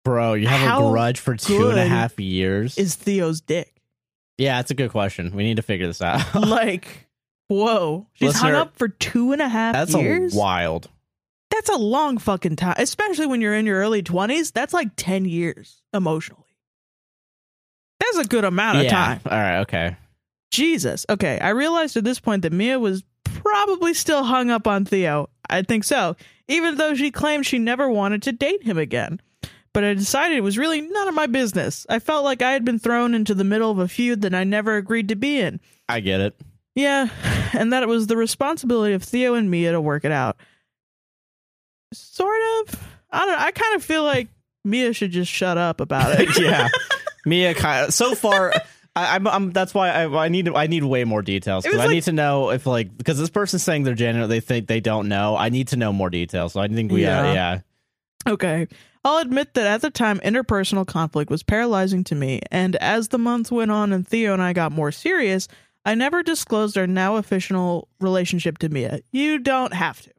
A: Bro, you have
B: How
A: a grudge for two and a
B: good
A: half years.
B: Is Theo's dick <laughs>
A: yeah, it's a good question. We need to figure this out.
B: like? Whoa, she's hung
A: Listener-
B: up for two and a
A: <laughs>
B: half
A: That's
B: years.
A: a wild.
B: That's a long fucking time, especially when you're in your early twenties. That's like ten years emotionally. That's a good amount of
A: yeah.
B: time.
A: All right. Okay.
B: Jesus. Okay, I realized at this point that Mia was probably still hung up on Theo. I think so, even though she claimed she never wanted to date him again. But I decided it was really none of my business. I felt like I had been thrown into the middle of a feud that I never agreed to be in.
A: I get it. <laughs>
B: Yeah, and that it was the responsibility of Theo and Mia to work it out. Sort of. I don't I kind of feel like Mia should just shut up
A: <laughs>
B: about it.
A: yeah. Mia kind of, so far I, I'm, I'm that's why I, I need I need way more details
B: It
A: 'cause
B: was
A: I
B: like-
A: need to know if like because this person's saying they're genuine they think they don't know I need to know more details so I think we yeah
B: Yeah.
A: uh, yeah
B: Okay. I'll admit that at the time, interpersonal conflict was paralyzing to me, and as the months went on and Theo and I got more serious, I never disclosed our now official relationship to Mia. You don't have to.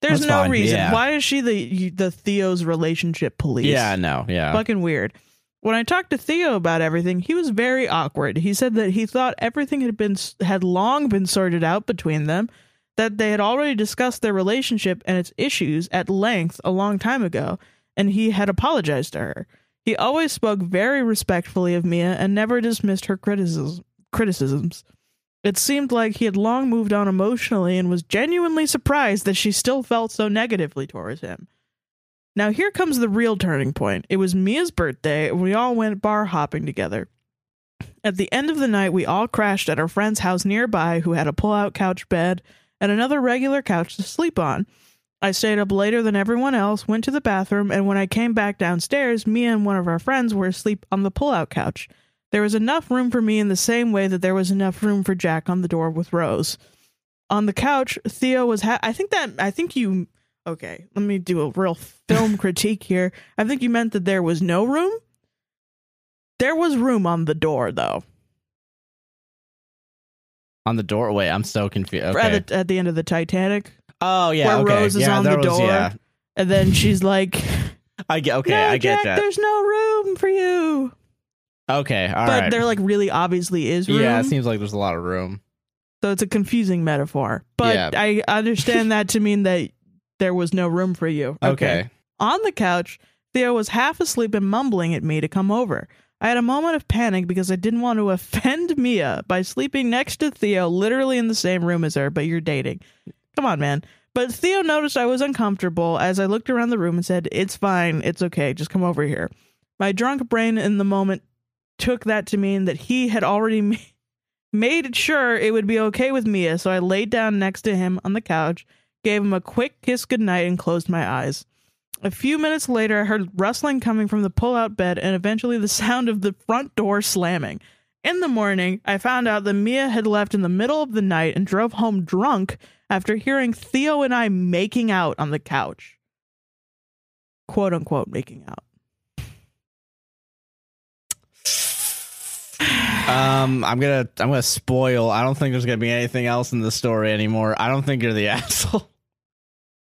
B: There's
A: That's
B: no
A: fine,
B: reason.
A: yeah.
B: Why is she the you- the Theo's relationship police?
A: yeah no yeah
B: fucking weird. When I talked to Theo about everything, he was very awkward. He said that he thought everything had been had long been sorted out between them, that they had already discussed their relationship and its issues at length a long time ago, and he had apologized to her. He always spoke very respectfully of Mia and never dismissed her criticism, criticisms. It seemed like he had long moved on emotionally and was genuinely surprised that she still felt so negatively towards him. Now here comes the real turning point. It was Mia's birthday, and we all went bar hopping together. At the end of the night, we all crashed at our friend's house nearby, who had a pull-out couch bed and another regular couch to sleep on. I stayed up later than everyone else, went to the bathroom, and when I came back downstairs, me and one of our friends were asleep on the pullout couch. There was enough room for me in the same way that there was enough room for Jack on the door with Rose. On the couch, Theo was. Ha- I think that. I think you. Okay, let me do a
A: <laughs>
B: real film critique here. I think you meant that there was no room. There was room on the door, though.
A: on the doorway. I'm so confused. Okay.
B: At, the, at the end of the Titanic,
A: oh yeah,
B: where
A: okay.
B: Rose is
A: yeah,
B: on
A: there
B: the
A: was-
B: door.
A: yeah. <laughs>
B: and then she's like,
A: I get okay.
B: "No,
A: I get
B: Jack,
A: that.
B: there's no room for you."
A: Okay, all right.
B: but there like really obviously is room.
A: yeah, it seems like there's a lot of room.
B: so it's a confusing metaphor. But
A: Yeah.
B: I understand that to mean that there was no room for you.
A: Okay.
B: On the couch, Theo was half asleep and mumbling at me to come over. I had a moment of panic because I didn't want to <laughs> offend Mia by sleeping next to Theo, literally in the same room as her, but you're dating. Come on, man. But Theo noticed I was uncomfortable as I looked around the room and said, It's fine. It's okay. Just come over here. My drunk brain in the moment took that to mean that he had already <laughs> ma- made sure it would be okay with Mia, so I laid down next to him on the couch, gave him a quick kiss goodnight, and closed my eyes. A few minutes later, I heard rustling coming from the pull-out bed and eventually the <laughs> sound of the front door slamming. In the morning, I found out that Mia had left in the middle of the night and drove home drunk after hearing Theo and I making out on the couch. Quote unquote making out.
A: Um, I'm gonna I'm gonna spoil. I don't think there's gonna be anything else in the story anymore. I don't think you're the <laughs> asshole.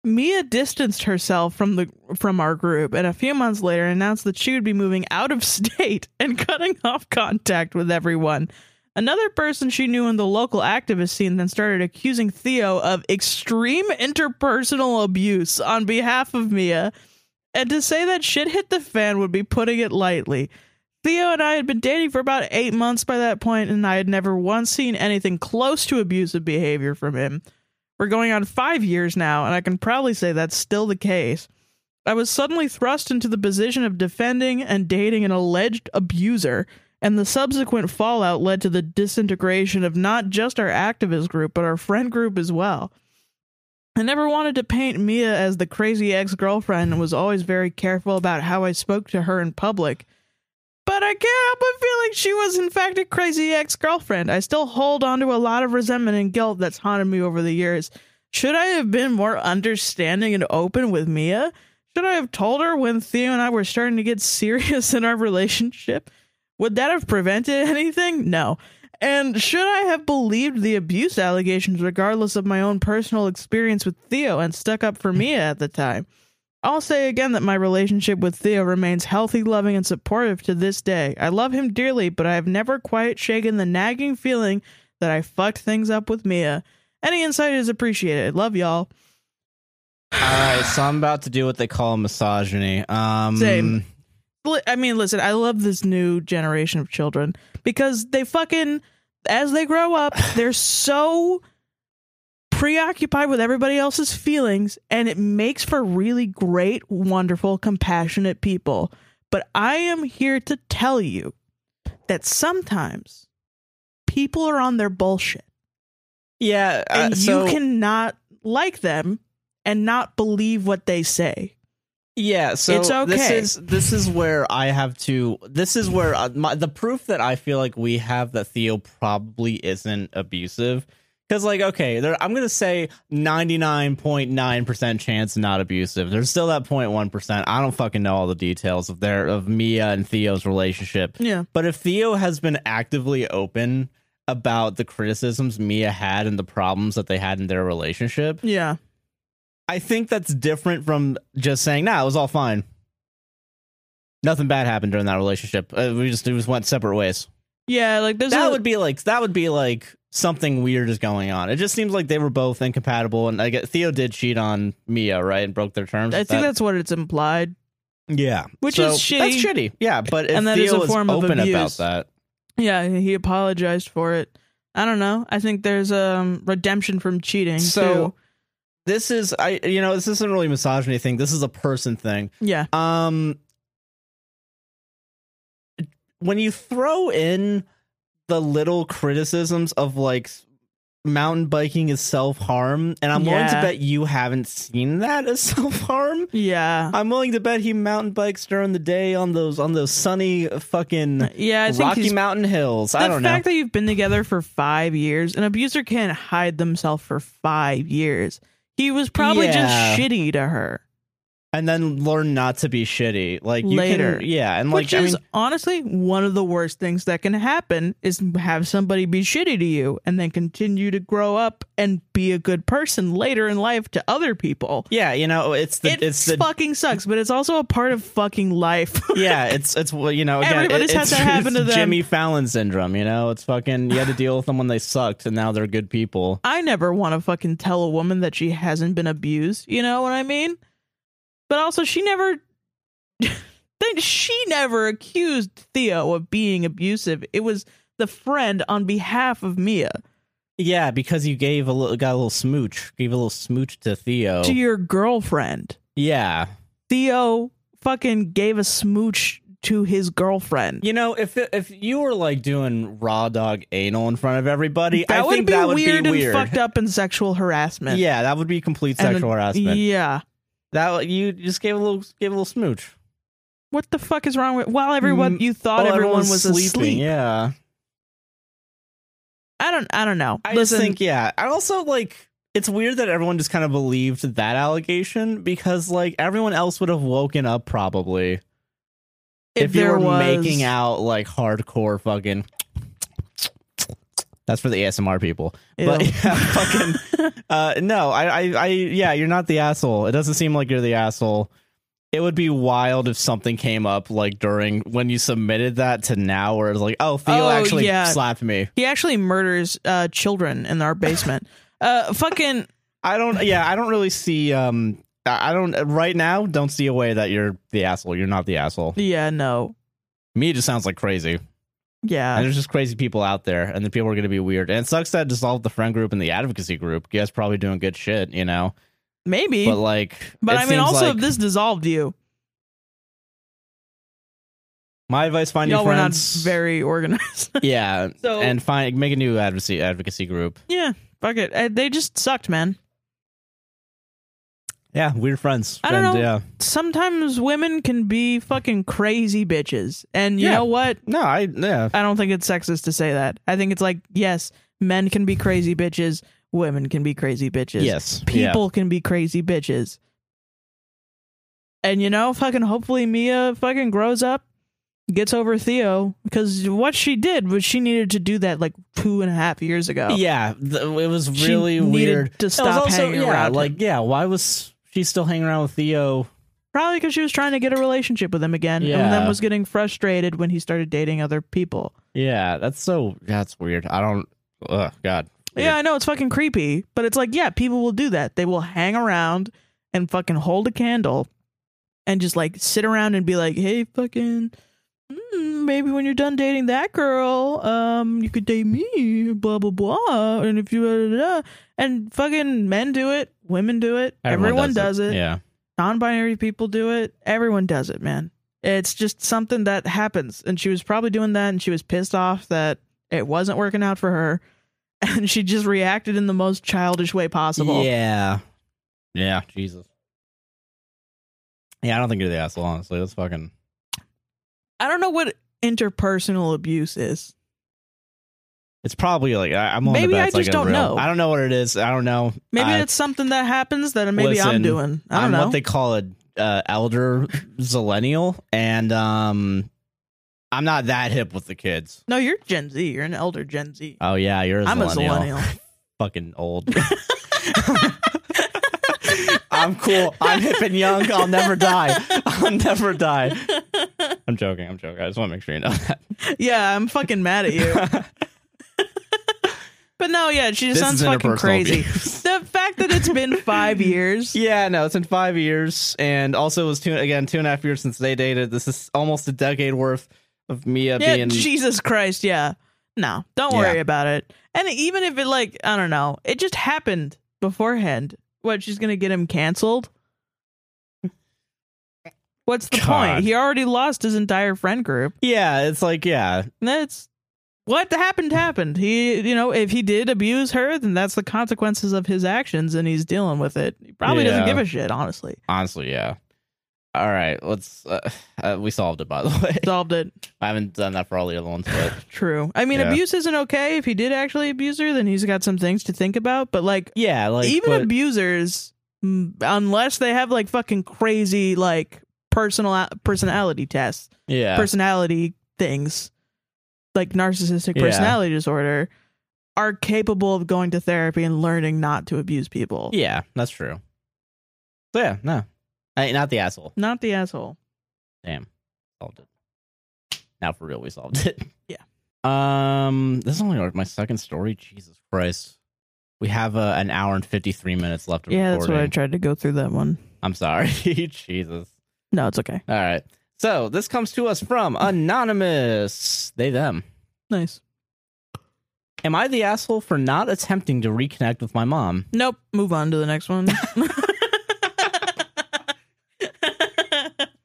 B: Mia distanced herself from the from our group and a few months later announced that she would be moving out of <laughs> state and cutting off contact with everyone. Another person she knew in the local activist scene then started accusing Theo of extreme interpersonal abuse on behalf of Mia, and to say that shit hit the fan would be putting it lightly. Theo and I had been dating for about eight months by that point, and I had never once seen anything close to abusive behavior from him. We're going on five years now, and I can probably say that's still the case. I was suddenly thrust into the position of defending and dating an alleged abuser, and the subsequent fallout led to the disintegration of not just our activist group, but our friend group as well. I never wanted to paint Mia as the crazy ex girlfriend and was always very careful about how I spoke to her in public. But I can't help but feeling she was, in fact, a crazy ex girlfriend. I still hold on to a lot of resentment and guilt that's haunted me over the years. Should I have been more understanding and open with Mia? Should I have told her when Theo and I were starting to get <laughs> serious in our relationship? Would that have prevented anything? No. And should I have believed the abuse allegations regardless of my own personal experience with Theo and stuck up for Mia at the time? I'll say again that my relationship with Theo remains healthy, loving, and supportive to this day. I love him dearly, but I have never quite shaken the nagging feeling that I fucked things up with Mia. Any insight is appreciated. Love y'all.
A: All right, so I'm about to do what they call misogyny. Um,
B: Same. Li- I mean, listen, I love this new generation of children because they fucking, as they
A: <laughs>
B: grow up, they're so preoccupied with everybody else's feelings, and it makes for really great, wonderful, compassionate people. But I am here to tell you that sometimes people are on their bullshit,
A: Yeah, uh,
B: and
A: so
B: you cannot like them and not believe what they say.
A: yeah, so
B: It's
A: This
B: okay.
A: is this is where I have to. This is where uh, my, the proof that I feel like we have that Theo probably isn't abusive. Because like okay, there, I'm gonna say 99.9 percent chance not abusive. There's still that 0.1 percent. I don't fucking know all the details of their of Mia and Theo's relationship.
B: Yeah.
A: But if Theo has been actively open about the criticisms Mia had and the problems that they had in their relationship,
B: Yeah.
A: I think that's different from just saying, "Nah, it was all fine. Nothing bad happened during that relationship. Uh, we just we just went separate ways."
B: Yeah. Like, there's
A: that
B: a,
A: would be like that would be like something weird is going on. It just seems like they were both incompatible, and I get Theo did cheat on Mia, right, and broke their terms.
B: I
A: Is
B: think
A: that-
B: that's what it's implied.
A: yeah,
B: which
A: So,
B: is
A: That's
B: shitty.
A: shitty, yeah. But if
B: And that
A: Theo
B: is a
A: was
B: form of
A: open about
B: abuse.
A: that,
B: Yeah, he apologized for it. I don't know. I think there's um redemption from cheating.
A: So- this is I you know this isn't really a misogyny thing. This is a person thing.
B: too. yeah,
A: Um when you throw in the little criticisms of like mountain biking is self harm, and I'm willing to
B: Yeah.
A: bet you haven't seen that as <laughs> self harm.
B: Yeah.
A: I'm willing to bet he mountain bikes during the day on those on those sunny fucking
B: Yeah, I think
A: Rocky
B: he's,
A: Mountain hills. I
B: the
A: don't know.
B: fact that you've been together for five years, an abuser can't hide themselves for five years. He was probably
A: Yeah.
B: just shitty to her,
A: and then learn not to be shitty. Like you
B: Later.
A: can, yeah, and like
B: which
A: I
B: is
A: mean,
B: honestly one of the worst things that can happen. Is have somebody be shitty to you and then continue to grow up and be a good person later in life to other people.
A: yeah, you know, it's the
B: it
A: it's the
B: fucking sucks, but it's also a part of fucking life. <laughs>
A: yeah, it's it's well, you know, again,
B: Everybody's
A: it,
B: had
A: it's, <laughs>
B: that happen to
A: it's
B: them.
A: Jimmy Fallon syndrome. You know, it's fucking you had to deal with them when they sucked, and now they're good people.
B: I never want to fucking tell a woman that she hasn't been abused. You know what I mean? But also, she never. <laughs> then she never accused Theo of being abusive. It was the friend on behalf of Mia
A: Yeah, because you gave a little, got a little smooch, gave a little smooch to Theo.
B: to your girlfriend.
A: yeah,
B: Theo fucking gave a smooch to his girlfriend.
A: you know, if if you were like doing raw dog anal in front of everybody,
B: that
A: I
B: would
A: think
B: be
A: that would
B: weird
A: be
B: and
A: weird.
B: fucked up in sexual harassment.
A: <laughs> Yeah, that would be complete
B: And-
A: sexual harassment.
B: Yeah.
A: That you just gave a little gave a little smooch.
B: What the fuck is wrong with? While everyone
A: Mm,
B: you thought
A: While
B: everyone
A: everyone's
B: was
A: sleeping,
B: asleep.
A: Yeah,
B: I don't. I don't know.
A: I
B: Listen,
A: just think yeah. I also like it's weird that everyone just kind of believed that allegation because like everyone else would have woken up probably if, you
B: there
A: were
B: was,
A: making
B: <laughs>
A: out like hardcore fucking. That's for the ASMR people. But
B: Ew.
A: yeah, fucking uh no, I, I I yeah, you're not the asshole. It doesn't seem like you're the asshole. It would be wild if something came up like during when you submitted that to now where it's like, oh Theo
B: Oh,
A: actually
B: yeah.
A: slapped me.
B: <laughs> he actually murders uh, children in
A: <laughs>
B: our basement. uh, fucking
A: I don't yeah, I don't really see um I I don't right now don't see a way that you're the asshole. You're not the asshole.
B: yeah, no,
A: Me it just sounds like crazy. and
B: yeah,
A: there's just crazy people out there and the people are gonna be weird. And it sucks that dissolved the friend group and the advocacy group. You guys probably doing good shit, you know.
B: maybe.
A: But
B: But,
A: like it
B: I mean,
A: seems
B: also
A: like-
B: if this dissolved you,
A: my advice find
B: y'all
A: your
B: were not
A: friends.
B: very Oh. organized.
A: <laughs>
B: <laughs>
A: yeah
B: so
A: and find make a new advocacy advocacy group
B: yeah, fuck it. Uh, they just sucked, man.
A: yeah weird friends
B: I don't
A: Friend-
B: know.
A: yeah
B: Sometimes women can be fucking crazy bitches, and you
A: Yeah.
B: know what?
A: no i yeah
B: I don't think it's sexist to say that. I think it's like yes, men can be crazy bitches, women can be crazy bitches.
A: yes yeah.
B: people can be crazy bitches. And you know, fucking hopefully Mia fucking grows up, gets over Theo, because what she did was she needed to do that like two and a half years ago.
A: yeah th- it was
B: She
A: really
B: needed
A: weird
B: to
A: It was
B: stop hanging
A: yeah,
B: around
A: like
B: him.
A: yeah why was she still hanging around with theo
B: Probably because she was trying to get a relationship with him again, and
A: Yeah.
B: then was getting frustrated when he started dating other people.
A: yeah that's so that's weird i don't oh god Weird.
B: Yeah, I know it's fucking creepy, but it's like, yeah, people will do that. They will hang around and fucking hold a candle and just like sit around and be like, hey, fucking, mm, maybe when you're done dating that girl, um, you could date me, blah, blah, blah. And if you, blah, blah, blah. and fucking men do it, women do it, everyone, does, it.
A: yeah
B: Non binary people do it, everyone does it, man. It's just something that happens. And she was probably doing that and she was pissed off that it wasn't working out for her. <laughs> And she just reacted in the most childish way possible.
A: yeah yeah jesus yeah i don't think you're the asshole honestly that's fucking
B: I don't know what interpersonal abuse is.
A: it's probably like I, I'm on
B: Maybe
A: the
B: I
A: bet it's like
B: just
A: a
B: don't
A: real-
B: know.
A: I don't know what it is. I don't know.
B: Maybe
A: I-
B: it's something that happens that maybe
A: listen,
B: I'm doing. I
A: I'm
B: don't know.
A: what they call an uh, elder <laughs> zillennial, and um, I'm not that hip with the kids.
B: no, you're Gen Z. You're an elder Gen Z.
A: Oh yeah, you're a
B: I'm a
A: zillennial.
B: millennial.
A: <laughs> Fucking old. <laughs> I'm cool. I'm hip and young. I'll never die. I'll never die. I'm joking. I'm joking. I just want to make sure you know that.
B: yeah, I'm fucking mad at you.
A: <laughs>
B: But no, yeah, she
A: This
B: just sounds
A: is
B: fucking
A: interpersonal
B: crazy.
A: abuse.
B: the fact that it's
A: <laughs>
B: been five years.
A: Yeah, no, it's in five years, and also it was two again two and a half years since they dated. This is almost a decade worth of Mia
B: Yeah,
A: being.
B: Jesus Christ, yeah. No, don't worry
A: Yeah.
B: about it. And even if it like, I don't know, it just happened beforehand. What, she's gonna get him canceled? What's the
A: God.
B: point? He already lost his entire friend group.
A: yeah, it's like yeah,
B: That's what happened happened. He, you know, if he did abuse her, then that's the consequences of his actions, and he's dealing with it. He probably
A: Yeah.
B: doesn't give a shit, honestly.
A: Honestly, yeah. All right, let's. Uh, uh, we solved it, by the <laughs> way.
B: Solved it.
A: I haven't done that for all the other ones, but
B: True. I mean,
A: Yeah.
B: abuse isn't okay. If he did actually abuse her, then he's got some things to think about. But like,
A: yeah, like
B: even
A: but-
B: abusers, mm, unless they have like fucking crazy like personal personality tests,
A: yeah,
B: personality things like narcissistic
A: Yeah.
B: personality disorder are capable of going to therapy and learning not to abuse people
A: yeah, that's true. So yeah, no, I, not the asshole.
B: not the asshole
A: Damn, solved it. Now for real, we solved it. <laughs>
B: Yeah.
A: Um, this is only like my second story. Jesus Christ, we have uh, an hour and fifty three minutes left. Of
B: yeah that's
A: recording.
B: what i tried to go through that one
A: I'm sorry, <laughs> Jesus.
B: no it's okay
A: All right. So this comes to us from anonymous. They them.
B: nice
A: Am I the asshole for not attempting to reconnect with my
B: <laughs>
A: mom?
B: nope move on to the next one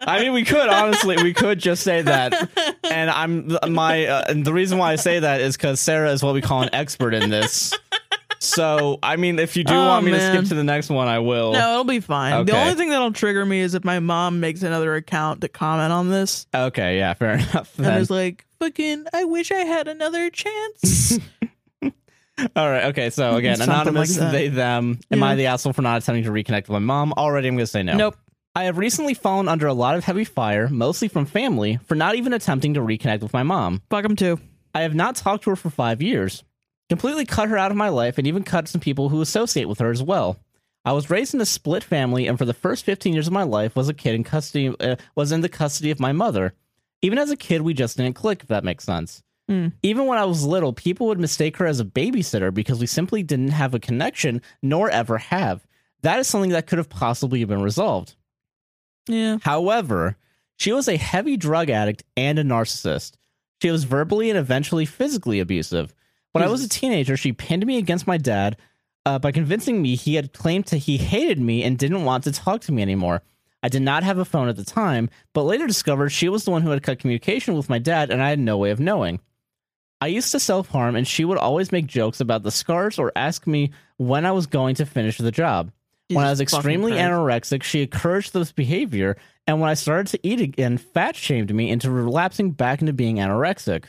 A: I mean, we could honestly, we could just say <laughs>
B: <laughs>
A: that. And I'm my uh, and the reason why I say that is because Sarah is what we call an expert in this. So I mean, if you do
B: Oh,
A: want me to
B: man.
A: skip to the next one, I will.
B: no it'll be fine the
A: Okay.
B: only thing that'll trigger me is if my mom makes another account to comment on this
A: Okay, yeah, fair <laughs> enough.
B: and
A: then.
B: is like fucking i wish i had
A: <laughs>
B: another chance
A: All right, okay. So again,
B: Something like
A: anonymous,
B: that.
A: they them. Am
B: Yeah.
A: I the asshole for not attempting to reconnect with my mom? Already, I'm going to say no.
B: <laughs> nope
A: I have recently fallen under a lot of heavy fire, mostly from family, for not even attempting to reconnect with my mom.
B: fuck them too
A: I have not talked to her for five years. Completely cut her out of my life and even cut some people who associate with her as well. I was raised in a split family and for the first 15 years of my life was a kid in custody uh, was in the custody of my mother. Even as a kid we just didn't click if that makes sense.
B: Hmm.
A: Even when I was little, people would mistake her as a babysitter because we simply didn't have a connection nor ever have. That is something that could have possibly been resolved.
B: yeah
A: However, she was a heavy drug addict and a narcissist. She was verbally and eventually physically abusive. When I was a teenager, she pinned me against my dad uh, by convincing me he had claimed to he hated me and didn't want to talk to me anymore. I did not have a phone at the time, but later discovered she was the one who had cut communication with my dad, and I had no way of knowing. I used to self harm, and she would always make jokes about the scars or ask me when I was going to finish the job. when I was
B: Jesus fucking
A: extremely
B: Christ.
A: anorexic, she encouraged this behavior, and when I started to eat again, fat shamed me into relapsing back into being anorexic.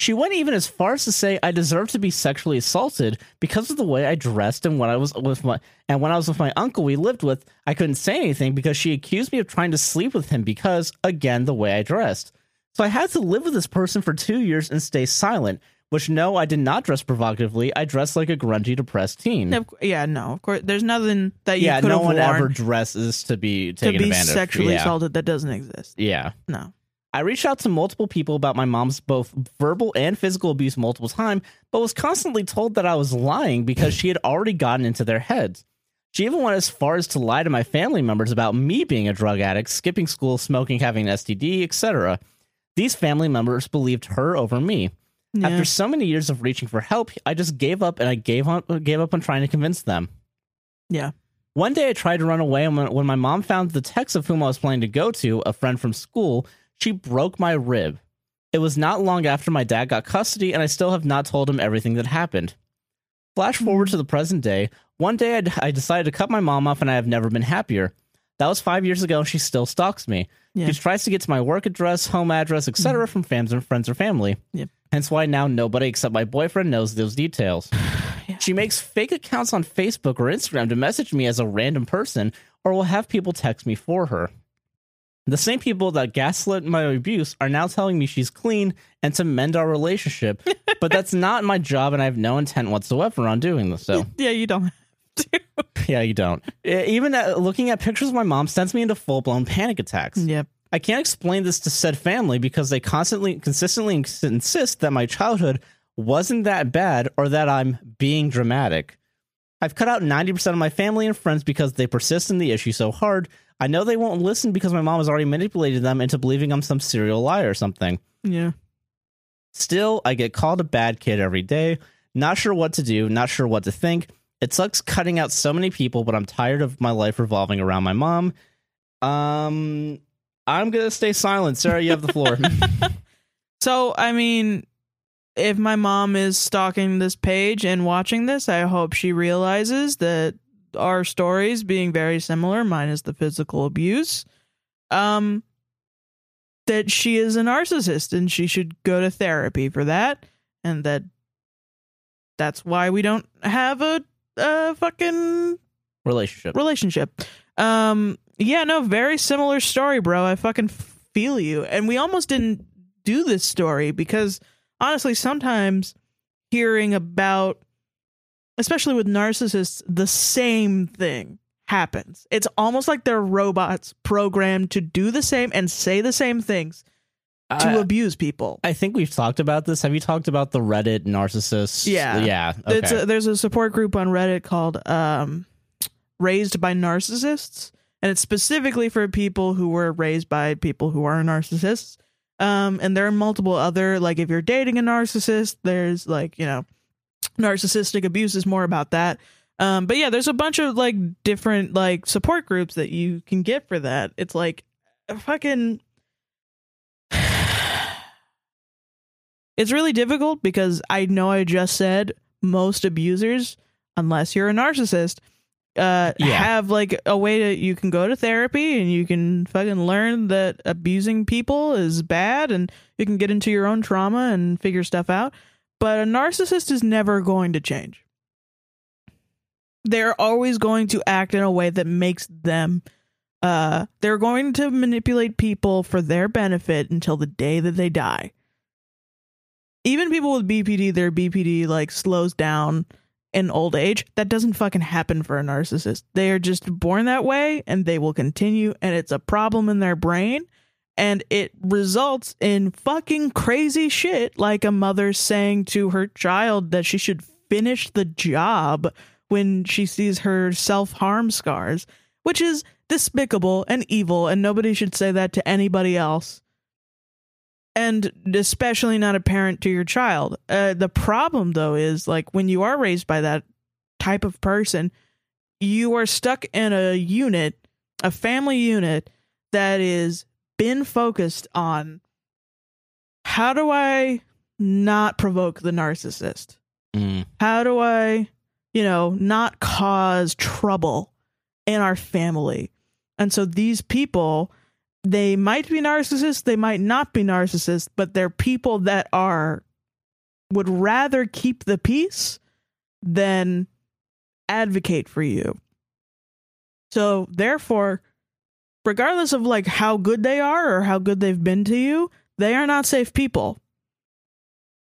A: She went even as far as to say I deserved to be sexually assaulted because of the way I dressed and when I was with my and when I was with my uncle we lived with, I couldn't say anything because she accused me of trying to sleep with him because again the way I dressed. So I had to live with this person for 2 years and stay silent, which no I did not dress provocatively. I dressed like a grungy depressed teen.
B: No, of cou- yeah, no, of course. There's nothing that you
A: Mm. yeah,
B: could
A: no
B: have
A: one
B: worn
A: ever dresses to be
B: to
A: taken
B: be
A: advantage.
B: sexually
A: yeah.
B: assaulted that doesn't exist.
A: Yeah.
B: No.
A: I reached out to multiple people about my mom's both verbal and physical abuse multiple times, but was constantly told that I was lying because she had already gotten into their heads. She even went as far as to lie to my family members about me being a drug addict, skipping school, smoking, having an STD, etc. These family members believed her over me.
B: Yeah.
A: After so many years of reaching for help, I just gave up and I gave on gave up on trying to convince them.
B: Yeah.
A: One day I tried to run away, and when, when my mom found the text of whom I was planning to go to, a friend from school, she broke my rib. It was not long after my dad got custody, and I still have not told him everything that happened. Flash forward to the present day. One day I d I I decided to cut my mom off, and I have never been happier. That was five years ago, and she still stalks me.
B: Yeah. Mm-hmm.
A: She tries to get to my work address, home address, etc., from fans and friends or family.
B: Yep.
A: Hence why now nobody except my boyfriend knows those details. She makes fake accounts on Facebook or Instagram to message me as a random person, or will have people text me for her. The same people that gaslit my abuse are now telling me she's clean and to mend our relationship, but that's not my job, and I have no intent whatsoever on doing this.
B: <laughs>
A: So
B: yeah, you don't.
A: yeah, you don't. E- Even uh, looking at pictures of my mom sends me into full blown panic attacks.
B: Yep.
A: I can't explain this to said family because they constantly, consistently ins- insist that my childhood wasn't that bad or that I'm being dramatic. I've cut out 90% of my family and friends because they persist in the issue so hard. I know they won't listen because my mom has already manipulated them into believing I'm some serial liar or something.
B: Yeah.
A: Still, I get called a bad kid every day. Not sure what to do, not sure what to think. It sucks cutting out so many people, but I'm tired of my life revolving around my mom. Um,
B: <laughs>
A: I'm gonna stay silent. Sarah, you have the floor.
B: So I mean, if my mom is stalking this page and watching this, I hope she realizes that our stories being very similar, minus the physical abuse, um, that she is a narcissist and she should go to therapy for that, and that that's why we don't have a, a fucking
A: Relationship.
B: relationship. Um, yeah, no, very similar story, bro. I fucking feel you. And we almost didn't do this story because honestly, sometimes hearing about, especially with narcissists, the same thing happens. It's almost like they're robots programmed to do the same and say the same things to
A: I,
B: abuse people.
A: I think we've talked about this. Have you talked about the Reddit narcissists?
B: Yeah.
A: Yeah. Okay.
B: It's a, there's a support group on Reddit called um, "Raised by Narcissists," and it's specifically for people who were raised by people who are narcissists. Um, and there are multiple other like if you're dating a narcissist, there's like you know, narcissistic abuse is more about that. Um, but yeah, there's a bunch of like different like support groups that you can get for that. It's like fucking. It's really difficult because I know I just said most abusers, unless you're a narcissist, uh,
A: Yeah.
B: have like a way to you can go to therapy and you can fucking learn that abusing people is bad and you can get into your own trauma and figure stuff out. But a narcissist is never going to change. They're always going to act in a way that makes them uh they're going to manipulate people for their benefit until the day that they die even people with bpd their bpd like slows down in old age that doesn't fucking happen for a narcissist they are just born that way and they will continue and it's a problem in their brain and it results in fucking crazy shit like a mother saying to her child that she should finish the job when she sees her self-harm scars which is despicable and evil, and nobody should say that to anybody else. And especially not a parent to your child. Uh, the problem, though, is like when you are raised by that type of person, you are stuck in a unit, a family unit that is been focused on how do I not provoke the narcissist?
A: Mm.
B: how do I, you know, not cause trouble in our family? And so these people, they might be narcissists, they might not be narcissists, but they're people that are would rather keep the peace than advocate for you. So therefore, regardless of like how good they are or how good they've been to you, they are not safe people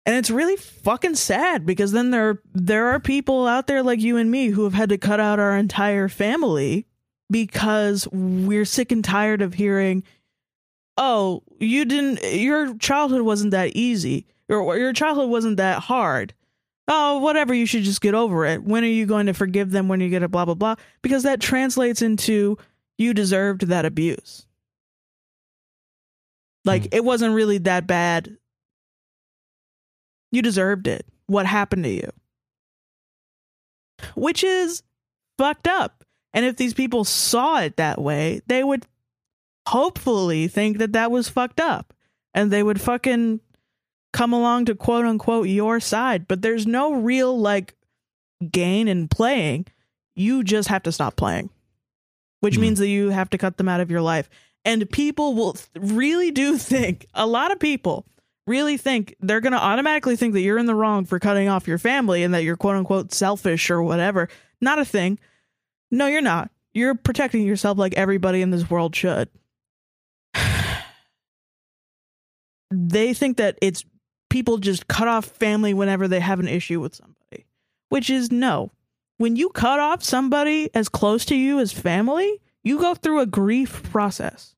B: and it's really fucking sad because then there there are people out there like you and me who have had to cut out our entire family because we're sick and tired of hearing oh you didn't your childhood wasn't that easy or your childhood wasn't that hard oh whatever you should just get over it when are you going to forgive them when you get a blah blah blah because that translates into you deserved that abuse like
A: Hmm.
B: it wasn't really that bad you deserved it. What happened to you? Which is fucked up. And if these people saw it that way, they would hopefully think that that was fucked up and they would fucking come along to quote unquote your side. But there's no real like gain in playing. You just have to stop playing, which
A: Hmm.
B: means that you have to cut them out of your life. And people will th- really do <laughs> think, a lot of people really think they're going to automatically think that you're in the wrong for cutting off your family and that you're quote unquote selfish or whatever. Not a thing. No, you're not. You're protecting yourself like everybody in this world should. <sighs> they think that it's people just cut off family whenever they have an issue with somebody, which is no. When you cut off somebody as close to you as family, you go through a grief process.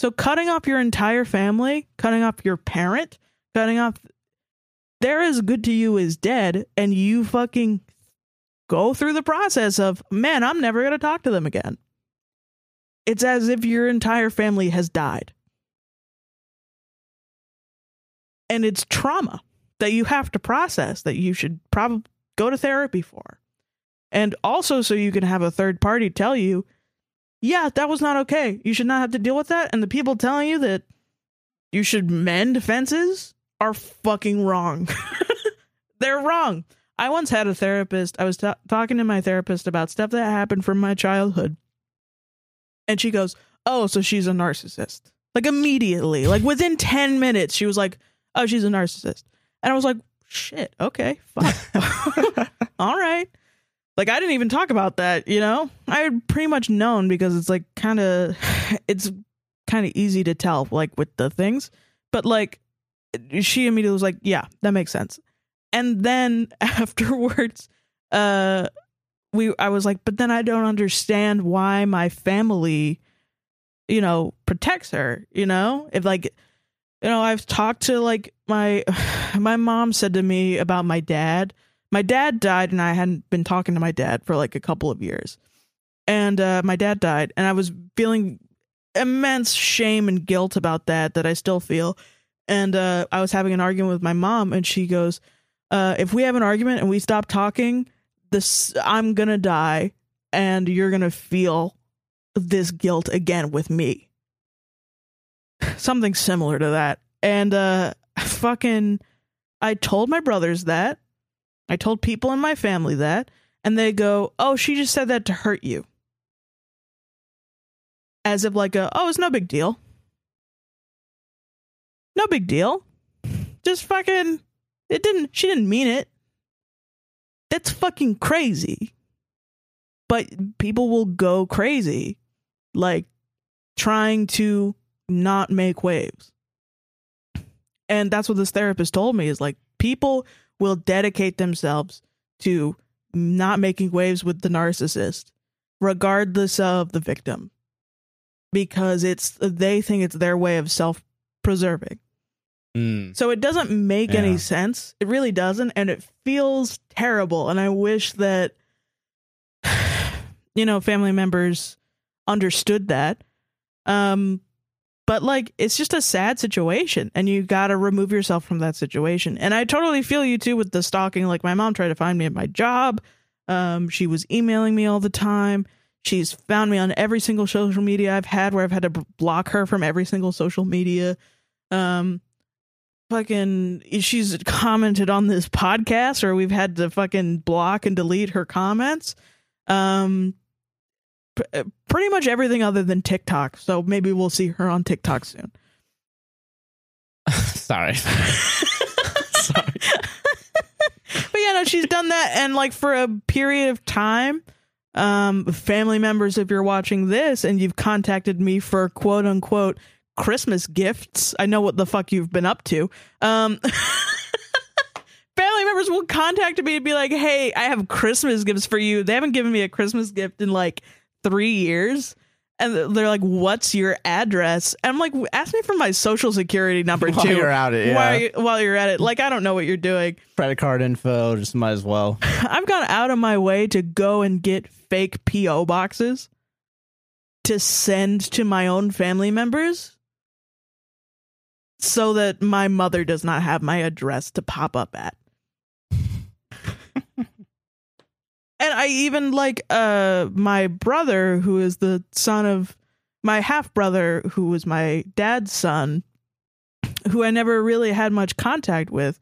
B: So cutting off your entire family, cutting off your parent, cutting off they're as good to you as dead, and you fucking go through the process of, man, I'm never gonna talk to them again. It's as if your entire family has died. And it's trauma that you have to process that you should probably go to therapy for. And also so you can have a third party tell you, yeah, that was not okay. You should not have to deal with that. And the people telling you that you should mend fences are fucking wrong. <laughs> they're wrong. I once had a therapist. I was ta- talking to my therapist about stuff that happened from my childhood. And she goes, Oh, so she's a narcissist. Like immediately, like within 10 minutes, she was like, Oh, she's a narcissist. And I was like, Shit, okay, fuck. All right. Like I didn't even talk about that, you know? I had pretty much known because it's like kind of, <sighs> it's kind of easy to tell, like with the things. But like, she immediately was like, Yeah, that makes sense and then <laughs> afterwards uh we i was like but then i don't understand why my family you know protects her you know if like you know i've talked to like my <sighs> my mom said to me about my dad my dad died and i hadn't been talking to my dad for like a couple of years and uh my dad died and i was feeling immense shame and guilt about that that i still feel and uh i was having an argument with my mom and she goes uh, if we have an argument and we stop talking, this I'm gonna die, and you're gonna feel this guilt again with me. <laughs> Something similar to that, and uh, fucking, I told my brothers that, I told people in my family that, and they go, "Oh, she just said that to hurt you," as if like a, "Oh, it's no big deal, no big deal, just fucking." It didn't she didn't mean it. That's fucking crazy. But people will go crazy like trying to not make waves. And that's what this therapist told me is like people will dedicate themselves to not making waves with the narcissist regardless of the victim because it's they think it's their way of self-preserving.
A: Mm. <laughs>
B: So it doesn't make any
A: Yeah.
B: sense. It really doesn't. And it feels terrible. And I wish that, you know, family members understood that. Um, but like, it's just a sad situation. And you got to remove yourself from that situation. And I totally feel you too with the stalking. Like, my mom tried to find me at my job. Um, she was emailing me all the time. She's found me on every single social media I've had where I've had to b- block her from every single social media. Um, fucking she's commented on this podcast or we've had to fucking block and delete her comments um pr- uh, pretty much everything other than tiktok so maybe we'll see her on tiktok soon
A: Sorry. Sorry.
B: but yeah no she's done that and like for a period of time um family members if you're watching this and you've contacted me for quote unquote christmas gifts i know what the fuck you've been up to um <laughs> family members will contact me and be like hey i have christmas gifts for you they haven't given me a christmas gift in like three years and they're like what's your address and i'm like ask me for my social security number
A: While
B: too
A: you're at it, yeah.
B: while, you- while you're at it like i don't know what you're doing
A: Credit card info, just might as well.
B: <laughs> I've gone out of my way to go and get fake PO boxes to send to my own family members so that my mother does not have my address to pop up at. and I even like uh my brother who is the son of my half brother who was my dad's son who I never really had much contact with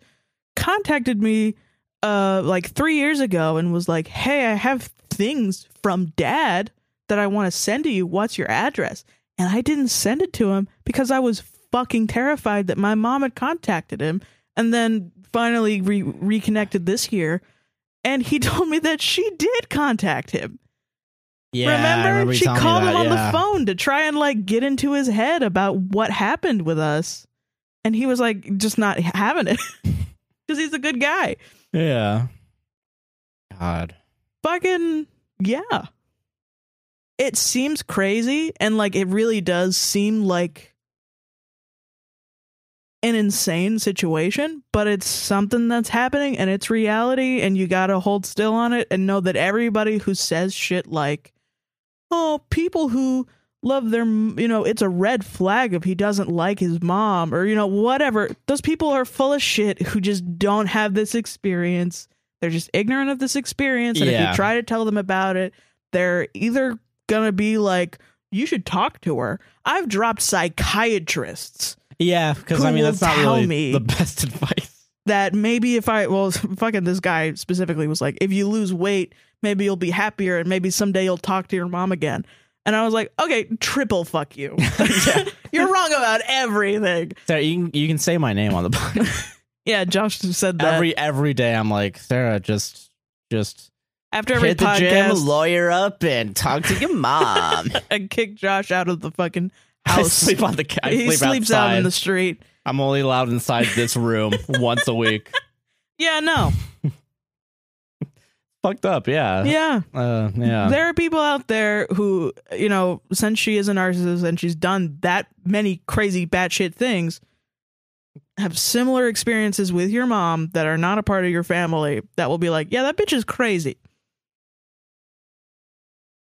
B: contacted me uh like three years ago and was like, Hey, I have things from dad that I want to send to you. What's your address? And I didn't send it to him because I was fucking terrified that my mom had contacted him and then finally re- reconnected this year. And he <laughs> told me that she did contact him.
A: Yeah.
B: remember?
A: I remember you
B: she
A: telling me
B: called
A: that,
B: him on
A: yeah.
B: the phone to try and like get into his head about what happened with us. And he was like just not having it <laughs> because he's a good guy.
A: Yeah. God.
B: fucking yeah it seems crazy and like it really does seem like an insane situation but it's something that's happening and it's reality and you gotta hold still on it and know that everybody who says shit like oh people who love their m- you know it's a red flag if he doesn't like his mom or you know whatever those people are full of shit who just don't have this experience they're just ignorant of this experience and if
A: Yeah.
B: you try to tell them about it they're either gonna be like you should talk to her i've dropped psychiatrists
A: Yeah, because
B: Who
A: I mean
B: will
A: that's not
B: tell
A: really
B: me? <laughs>
A: the <laughs> best advice.
B: that maybe if I well <laughs> fucking this guy specifically was like if you lose weight maybe you'll be happier and maybe someday you'll talk to your mom again. And I was like, okay, triple
A: <laughs>
B: fuck you. You're wrong about everything.
A: Sarah, you can, you can say my name on the <laughs> podcast.
B: Yeah, Josh said that
A: every every day I'm like, Sarah, just just
B: after every
A: hit the gym,
B: podcast <laughs>
A: lawyer up and talk to your mom.
B: and kicked Josh out of the fucking
A: I
B: house.
A: sleep on the couch. I
B: he
A: sleep
B: sleeps
A: outside.
B: out in the street.
A: I'm only allowed inside this
B: <laughs>
A: room once a week.
B: Yeah, no.
A: Fucked up, yeah.
B: Yeah.
A: Uh, yeah.
B: There are people out there who, you know, since she is a narcissist and she's done that many crazy batshit things, have similar experiences with your mom that are not a part of your family that will be like, yeah, that bitch is crazy.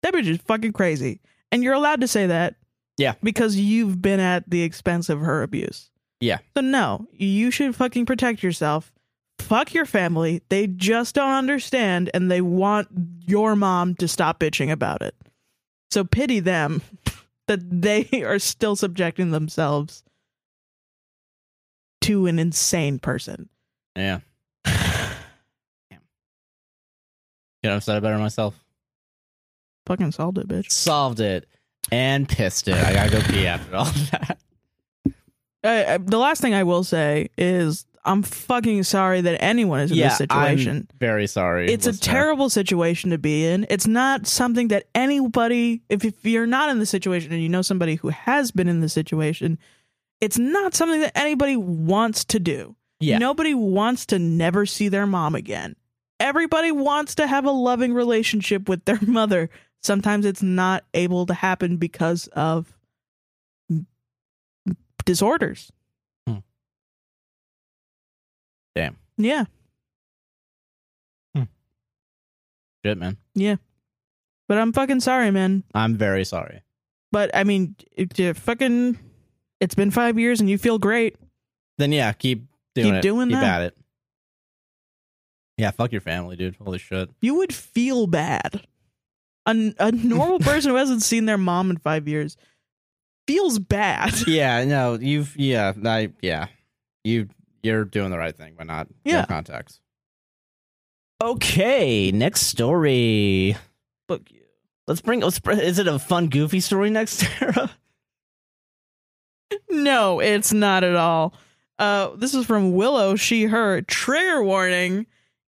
B: That bitch is fucking crazy. And you're allowed to say that.
A: Yeah.
B: Because you've been at the expense of her abuse.
A: Yeah.
B: So, no, you should fucking protect yourself fuck your family. They just don't understand and they want your mom to stop bitching about it. So pity them <laughs> that they <laughs> are still subjecting themselves to an insane person.
A: Yeah. <sighs> You know, I've said it better myself.
B: Fucking solved it, bitch.
A: Solved it and pissed it. I gotta go pee after all that. <laughs>
B: I, I- the last thing I will say is I'm fucking sorry that anyone is in
A: yeah,
B: this situation.
A: I'm very sorry.
B: it's a
A: listener.
B: terrible situation to be in. It's not something that anybody, if, if you're not in the situation and you know somebody who has been in the situation, it's not something that anybody wants to do.
A: Yeah.
B: Nobody wants to never see their mom again. Everybody wants to have a loving relationship with their <laughs> mother. Sometimes it's not able to happen because of disorders.
A: Hmm. Damn.
B: Yeah.
A: Shit, man.
B: But I'm fucking sorry, man.
A: I'm very sorry.
B: But I mean, it, you fucking, it's been five years and you feel great.
A: Then yeah, keep doing
B: Keep
A: it.
B: doing
A: keep
B: that.
A: at it. Yeah, fuck your family, dude. Holy <laughs> shit.
B: You would feel bad. A, a normal person who hasn't seen their mom in five years feels bad. <laughs>
A: Yeah, no, you've yeah, I yeah. You you're doing the right thing by not
B: Yeah.
A: no contacts. Okay, next story.
B: Fuck you.
A: Let's bring. Let's, br- is it a fun, goofy story next, <laughs> Sarah?
B: No, it's not at all. Uh, this is from Willow, she, her. Trigger warning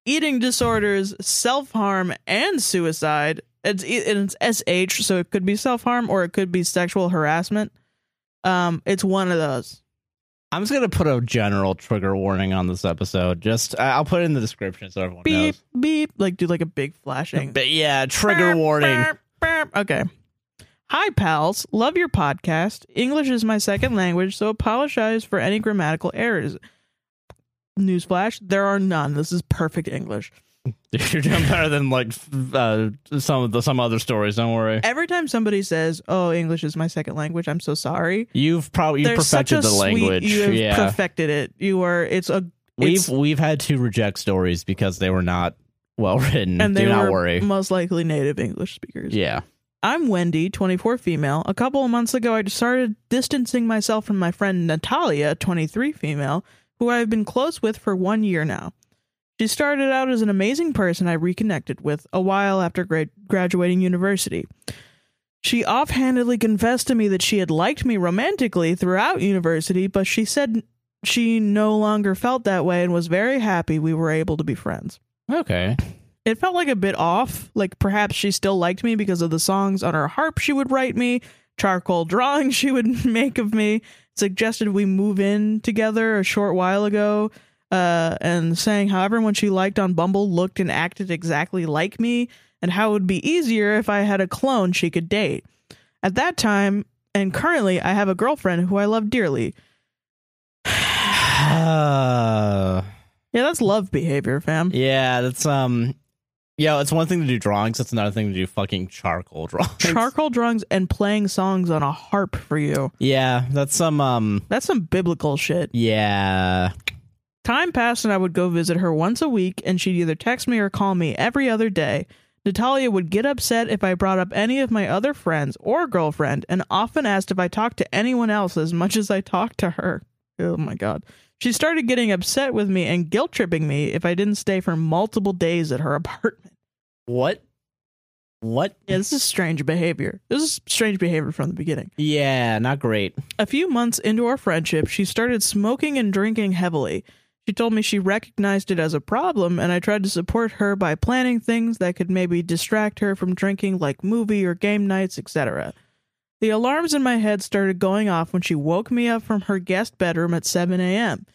B: eating disorders, self harm, and suicide. It's, and it's SH, so it could be self harm or it could be sexual harassment. Um, it's one of those.
A: I'm just gonna put a general trigger warning on this episode. Just I- I'll put it in the description so everyone
B: Beep,
A: knows.
B: beep. Like, do like a big flashing.
A: But yeah, trigger
B: Burp,
A: warning.
B: burp, burp. Okay. Hi, pals. Love your podcast. English is my second language, so apologize for any grammatical errors. Newsflash, there are none. This is perfect English.
A: <laughs> You're doing better than like f- uh, some of the some other stories. Don't worry.
B: Every time somebody says, Oh, English is my second language, I'm so sorry.
A: You've probably you've
B: There's such
A: perfected
B: a
A: the
B: sweet-
A: language.
B: You have
A: yeah,
B: perfected it. You are, it's a,
A: we've
B: it's-
A: we've had to reject stories because they were not well written.
B: and they
A: Mm, Do
B: were
A: not worry.
B: most likely native English speakers.
A: yeah,
B: I'm Wendy, 24 female. A couple of months ago, I started distancing myself from my friend Natalia, 23 female, who I have been close with for one year now. She started out as an amazing person I reconnected with a while after gra- graduating university. She offhandedly confessed to me that she had liked me romantically throughout university, but she said she no longer felt that way and was very happy we were able to be friends
A: okay.
B: <sighs>
A: <sighs>
B: it felt like a bit off. Like perhaps she still liked me because of the songs on her harp she would write me, charcoal drawings <laughs> she would make of me, suggested we move in together a short while ago, uh, and saying how everyone she liked on Bumble looked and acted exactly like me, and how it would be easier if I had a clone she could date. At that time, and currently, I have a girlfriend who I love dearly.
A: Uh,
B: Yeah, that's love behavior, fam.
A: yeah, that's um, yeah. It's one thing to do drawings. It's another thing to do fucking charcoal <laughs> drawings.
B: Charcoal drawings and playing songs on a harp for you.
A: Yeah, that's some um
B: That's some biblical shit.
A: yeah.
B: Time passed and I would go visit her once a week, and she'd either text me or call me every other day. Natalia would get upset if I brought up any of my other friends or girlfriend, and often asked if I talked to anyone else as much as I talked to her. oh my god. She started getting upset with me and guilt tripping me if I didn't stay for multiple days at her <laughs> apartment.
A: What? What?
B: Yeah, this is strange behavior. This is strange behavior from the beginning.
A: Yeah, not great.
B: A few months into our friendship, she started smoking and drinking heavily. She told me she recognized it as a problem, and I tried to support her by planning things that could maybe distract her from drinking, like movie or game nights, etc. The alarms in my head started going off when she woke me up from her guest bedroom at 7 a.m.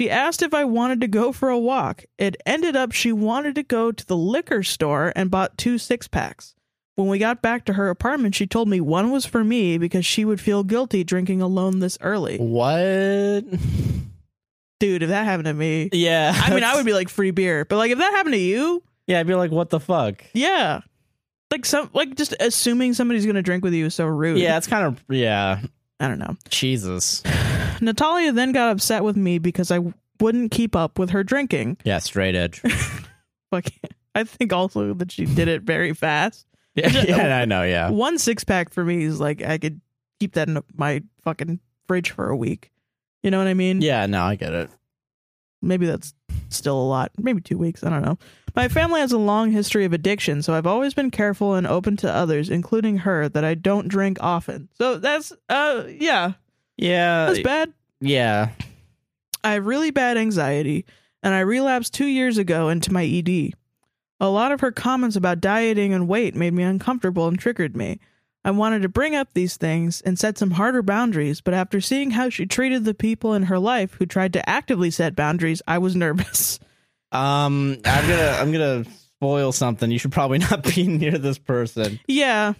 B: She asked if I wanted to go for a walk. It ended up she wanted to go to the liquor store and bought two six packs. When we got back to her apartment, she told me one was for me because she would feel guilty drinking alone this
A: Oh.
B: early.
A: What? <laughs>
B: Dude, if that happened to me,
A: Yeah.
B: I mean, I would be like free beer, but like if that happened to you,
A: <laughs> Yeah, I'd be like, what the fuck?
B: yeah, like some like just assuming somebody's gonna drink with you is so rude.
A: Yeah, it's kind of yeah.
B: I don't know.
A: Jesus.
B: Natalia then got upset with me because I wouldn't keep up with her drinking.
A: Yeah, straight
B: <laughs>
A: edge. <laughs>
B: Like <laughs> I think also that she did it very fast.
A: Yeah, yeah I know. Yeah.
B: One six pack for me is like I could keep that in my fucking fridge for a week. You know what I mean?
A: Yeah, no, I get it.
B: maybe that's still a lot maybe two weeks i don't know my family has a long history of addiction so i've always been careful and open to others including her that i don't drink often so that's uh yeah
A: Yeah.
B: that's bad
A: Yeah.
B: i have really bad anxiety and i relapsed two years ago into my ed a lot of her comments about dieting and weight made me uncomfortable and triggered me i wanted to bring up these things and set some harder boundaries but after seeing how she treated the people in her life who tried to actively set boundaries i was nervous <laughs>
A: Um, I'm gonna I'm gonna spoil something. You should probably <laughs> not be near this person
B: yeah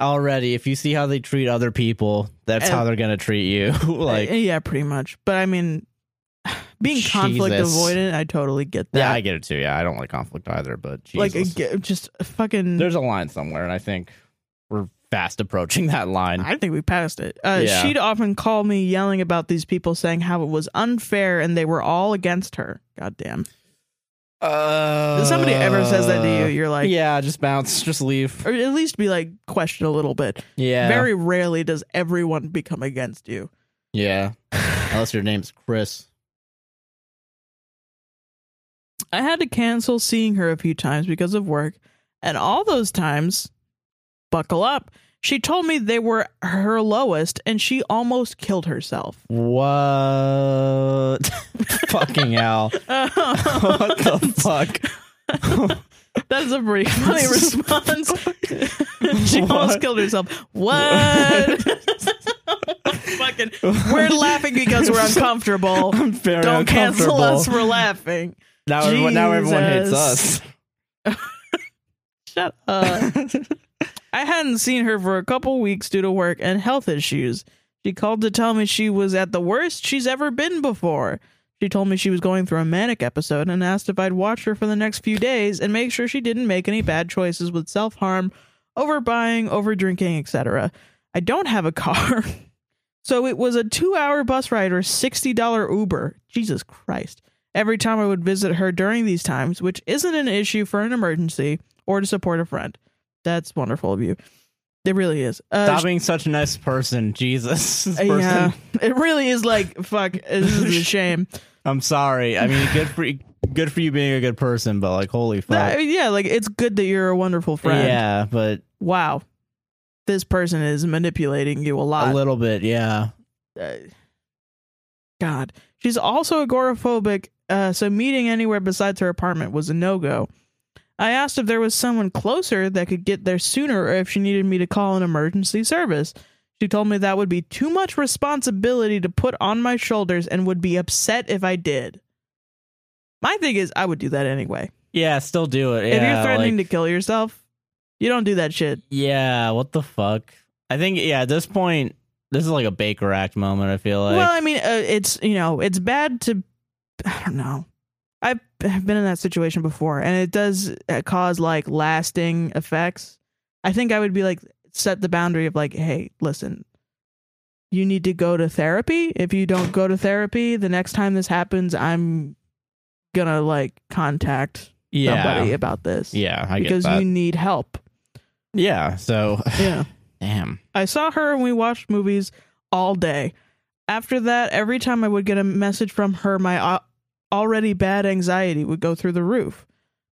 A: already. If you see how they treat other people, that's
B: Uh,
A: how they're gonna treat you. <laughs> like,
B: Uh, yeah pretty much but i mean <sighs> being conflict
A: Jesus.
B: avoidant i totally get
A: yeah, I
B: that
A: get it too. Yeah, I don't like conflict either, but
B: like
A: Jesus.
B: I get- just fucking
A: there's a line somewhere, and I think we're fast approaching that line.
B: i think we passed it uh,
A: Yeah.
B: she'd often call me yelling about these people saying how it was unfair and they were all against her god damn
A: Uh,
B: if somebody ever says that to you you're like
A: yeah, just bounce, just leave.
B: or at least be like question a little bit
A: Yeah,
B: very rarely does everyone become against you
A: yeah. Unless your name's Chris.
B: I had to cancel seeing her a few times because of work, and all those times, buckle up, she told me they were her lowest and she almost killed herself.
A: What? <laughs> Fucking hell! what <laughs> the fuck?
B: <laughs> That's a
A: <laughs>
B: pretty funny response. <laughs> she almost
A: What? <laughs>
B: killed herself. What? <laughs> Fucking, we're laughing because we're
A: <laughs>
B: uncomfortable.
A: I'm very
B: Don't cancel
A: uncomfortable.
B: us. We're laughing.
A: Now, everyone, now everyone hates
B: Jesus.
A: us.
B: Shut
A: <laughs>
B: up. I hadn't seen her for a couple weeks due to work and health issues. She called to tell me she was at the worst she's ever been before. She told me she was going through a manic episode and asked if I'd watch her for the next few days and make sure she didn't make any bad choices with self harm, overbuying, overdrinking, etc. I don't have a car. <laughs> So it was a two hour bus ride or $60 Uber. Jesus Christ. Every time I would visit her during these times, which isn't an issue for an emergency or to support a friend. That's wonderful of you. It really is. Uh,
A: Stop being such a nice person, Jesus. <laughs> This person.
B: yeah, it really is
A: <laughs>
B: like fuck. This is a shame.
A: I'm sorry. I mean, good for good for you being a good person, but like, holy fuck.
B: That- yeah, like it's good that you're a wonderful friend.
A: Yeah, but
B: Wow, this person is manipulating you a lot.
A: a little bit. Yeah. Uh,
B: God. She's also agoraphobic, uh, so meeting anywhere besides her apartment was a no go. I asked if there was someone closer that could get there sooner or if she needed me to call an emergency service. She told me that would be too much responsibility to put on my shoulders and would be upset if I did. My thing is, I would do that anyway.
A: Yeah. Still do it. Yeah,
B: if you're threatening
A: like-
B: to kill yourself, you don't do that shit.
A: Yeah. What the fuck? I think. Yeah. At this point, this is like a Baker Act moment. I feel like.
B: well, I mean, uh, it's you know, it's bad to. I don't know. I've I've been in that situation before, and it does uh, cause like lasting effects. I think I would be like set the boundary of like, hey, listen, you need to go to therapy. If you don't go to therapy, the next time this happens, I'm gonna like contact
A: yeah.
B: somebody about this
A: Yeah. I
B: because
A: get that.
B: you need help.
A: yeah. So. <laughs>
B: Yeah.
A: Damn.
B: I saw her and we watched movies all day. after that, every time I would get a message from her, my al- already bad anxiety would go through the roof.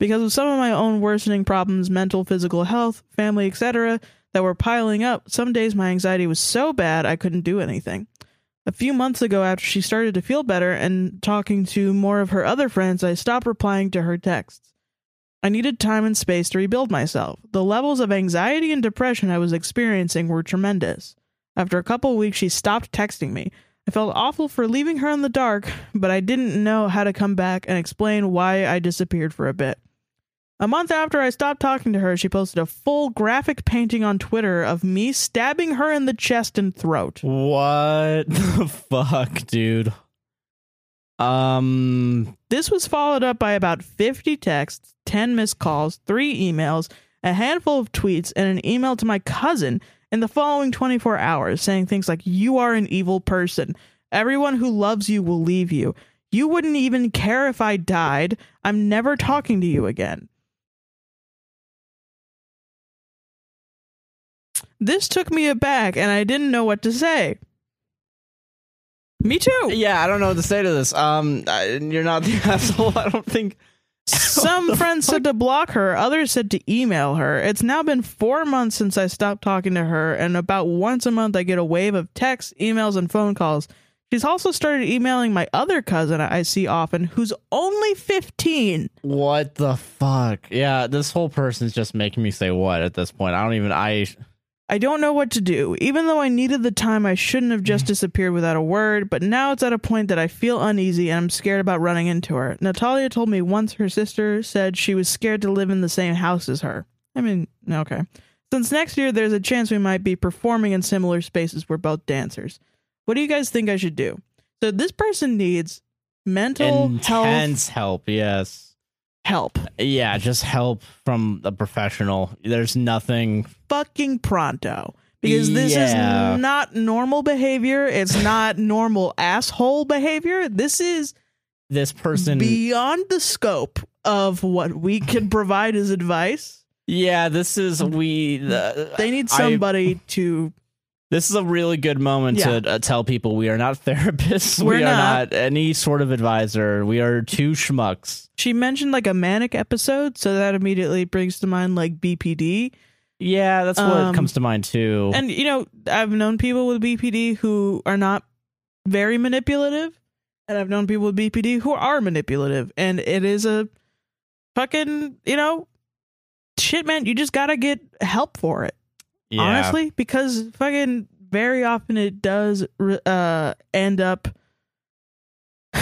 B: Because of some of my own worsening problems, mental, physical health, family, etc., that were piling up, some days my anxiety was so bad I couldn't do anything. A few months ago, after she started to feel better and talking to more of her other friends, I stopped replying to her texts. I needed time and space to rebuild myself. The levels of anxiety and depression I was experiencing were tremendous. After a couple weeks, she stopped texting me. I felt awful for leaving her in the dark, but I didn't know how to come back and explain why I disappeared for a bit. A month after I stopped talking to her, she posted a full graphic painting on Twitter of me stabbing her in the chest and throat.
A: What <laughs> the fuck, dude? Um,
B: This was followed up by about 50 texts, 10 missed calls, 3 emails, a handful of tweets, and an email to my cousin in the following 24 hours saying things like, You are an evil person. Everyone who loves you will leave you. You wouldn't even care if I died. I'm never talking to you again. This took me aback and I didn't know what to say. Me too.
A: yeah, I don't know what to say to this. Um, I- you're not the <laughs> asshole. I don't think.
B: Some friends said to block her, others said to email her. It's now been four months since I stopped talking to her, and about once a month I get a wave of texts, emails, and phone calls. She's also started emailing my other cousin I see often, who's only 15.
A: What the fuck? Yeah, this whole person's just making me say what at this point. I don't even. I
B: I don't know what to do. Even though I needed the time, I shouldn't have just disappeared without a word, but now it's at a point that I feel uneasy and I'm scared about running into her. Natalia told me once her sister said she was scared to live in the same house as her. I mean, okay. Since next year, there's a chance we might be performing in similar spaces. We're both dancers. What do you guys think I should do? So, this person needs mental health
A: intense help. Yes.
B: help.
A: Yeah, just help from a professional. There's nothing.
B: fucking pronto because this
A: Yeah.
B: is not normal behavior. It's
A: <laughs>
B: not normal asshole behavior. This is
A: This person.
B: beyond the scope of what
A: <laughs>
B: we can provide as advice.
A: yeah, this is we. The,
B: They need
A: I-
B: somebody to.
A: This is a really good moment to uh, tell people we are not <laughs> therapists.
B: We're
A: we are not
B: not.
A: any sort of advisor. We are two schmucks.
B: She mentioned like a manic episode, so that immediately brings to mind like BPD.
A: Yeah, that's what
B: Um,
A: comes to mind too.
B: And you know, I've known people with BPD who are not very manipulative, and I've known people with BPD who are manipulative, and it is a fucking you know shit, man. You just gotta get help for it,
A: yeah.
B: honestly, because fucking very often it does re- uh end up <sighs>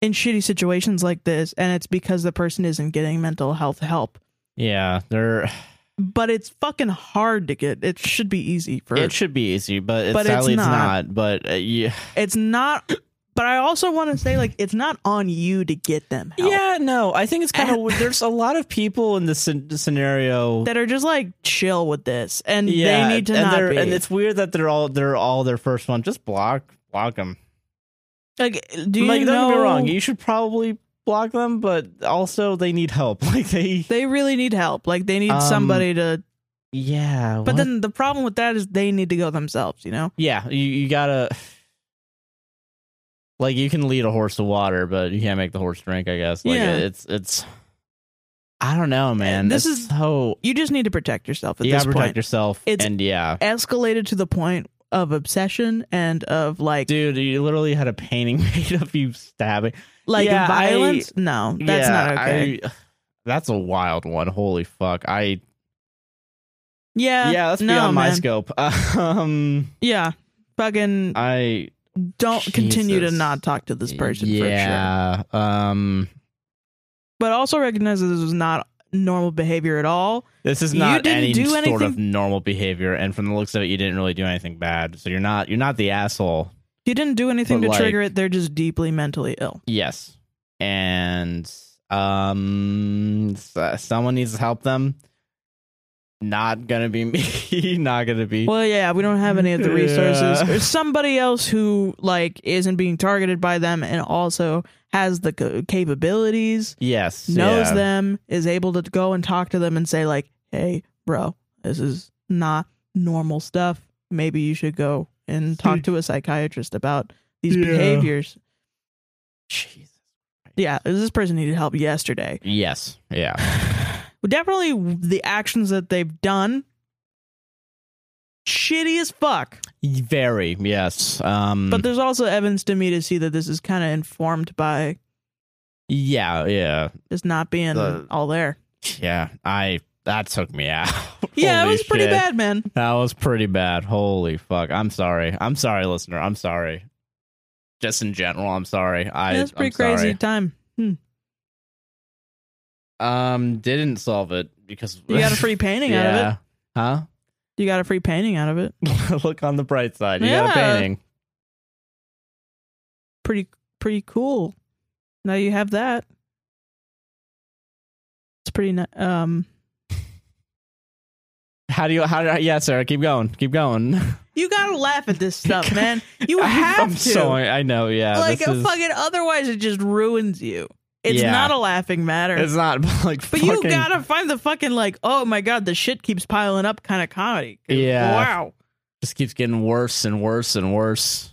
B: in shitty situations like this, and it's because the person isn't getting mental health help
A: yeah, they're.
B: but it's fucking hard to get. It should be easy for
A: It should be easy, but, it's
B: But it's
A: sadly it's
B: not.
A: not. But uh, yeah,
B: It's not. But I also want to say, like, it's not on you to get them help.
A: yeah, no, I think it's kind of. there's a lot of people in this scen- scenario.
B: that are just like chill with this, and
A: yeah,
B: they need to
A: and
B: not
A: they're-
B: be.
A: And it's weird that they're all they're all their first one. Just block, block them.
B: like, do you
A: like, don't
B: know?
A: get me wrong. You should probably block them, but also they need help. <laughs> Like they.
B: they really need help. Like, they need
A: Um,
B: somebody to.
A: Yeah,
B: But
A: what?
B: then the problem with that is they need to go themselves. You know.
A: yeah, you, you gotta. Like you can lead a horse to water, but you can't make the horse drink. I guess. Like
B: Yeah. Uh,
A: it's it's. I don't know, man.
B: this
A: It's
B: is-
A: so
B: You just need to protect yourself at
A: you
B: this
A: gotta protect
B: point.
A: yourself.
B: It's-
A: and yeah,
B: Escalated to the point of obsession and of like,
A: dude, you literally had a painting <laughs> made of you stabbing.
B: like
A: yeah, I-
B: violence. no, that's
A: Yeah,
B: not okay.
A: I- that's a wild one. Holy fuck! I
B: yeah.
A: yeah, that's
B: Uh, no,
A: beyond my
B: man.
A: scope. <laughs> Um,
B: Yeah. Fucking
A: I
B: don't continue to
A: Ah, Jesus.
B: not talk to this person for sure.
A: yeah, um,
B: But also recognize that this was not normal behavior at all.
A: this is
B: You
A: not
B: didn't
A: any
B: do
A: sort of
B: anything-
A: normal behavior, and from the looks of it, you didn't really do anything bad. So you're not you're not the asshole.
B: You didn't do anything
A: But,
B: to
A: like-
B: trigger it. They're just deeply mentally ill.
A: Yes. And um s- someone needs to help them. Not gonna be <laughs> me. Not gonna be
B: Well, yeah, we don't have any of the resources.
A: Yeah.
B: There's somebody else who like isn't being targeted by them and also has the c- capabilities,
A: Yes.
B: knows
A: yeah.
B: them, is able to go and talk to them and say like, "Hey, bro, this is not normal stuff. Maybe you should go and talk to a psychiatrist about these
A: Yeah.
B: behaviors.
A: Jesus.
B: Yeah, this person needed help yesterday. <sighs>
A: Yes. Yeah.
B: Well, Definitely the actions that they've done, shitty as fuck.
A: Very. Yes. Um.
B: But there's also evidence to me to see that this is kind of informed by
A: yeah. Yeah.
B: just not being
A: The-
B: all there.
A: Yeah. I. That took me out. <laughs>
B: Yeah, it
A: Holy
B: was pretty
A: shit.
B: bad, man.
A: That was pretty bad. Holy fuck. I'm sorry. I'm sorry, listener. I'm sorry. Just in general, I'm sorry. I,
B: That's pretty
A: I'm
B: crazy
A: sorry.
B: time. Hmm.
A: Um, didn't solve it because
B: You got
A: <laughs>
B: a free painting out of it.
A: yeah.
B: You got a free painting out of it.
A: Huh? <laughs> Look on the bright side. You got a
B: Yeah.
A: painting.
B: Pretty pretty cool. Now you have that. It's pretty ni- um
A: How do you? How? Do, yeah, Sarah. Keep going. Keep going.
B: You gotta laugh at this
A: <laughs>
B: stuff, man. You
A: I-
B: have
A: I'm
B: to.
A: So, I know. Yeah.
B: like
A: this is,
B: fucking otherwise it just ruins you. It's
A: Yeah.
B: not a laughing matter.
A: It's not <laughs> like.
B: but you
A: fucking,
B: gotta find the fucking like, oh my god, the shit keeps piling up kind of comedy.
A: Yeah.
B: Wow.
A: Just keeps getting worse and worse and worse.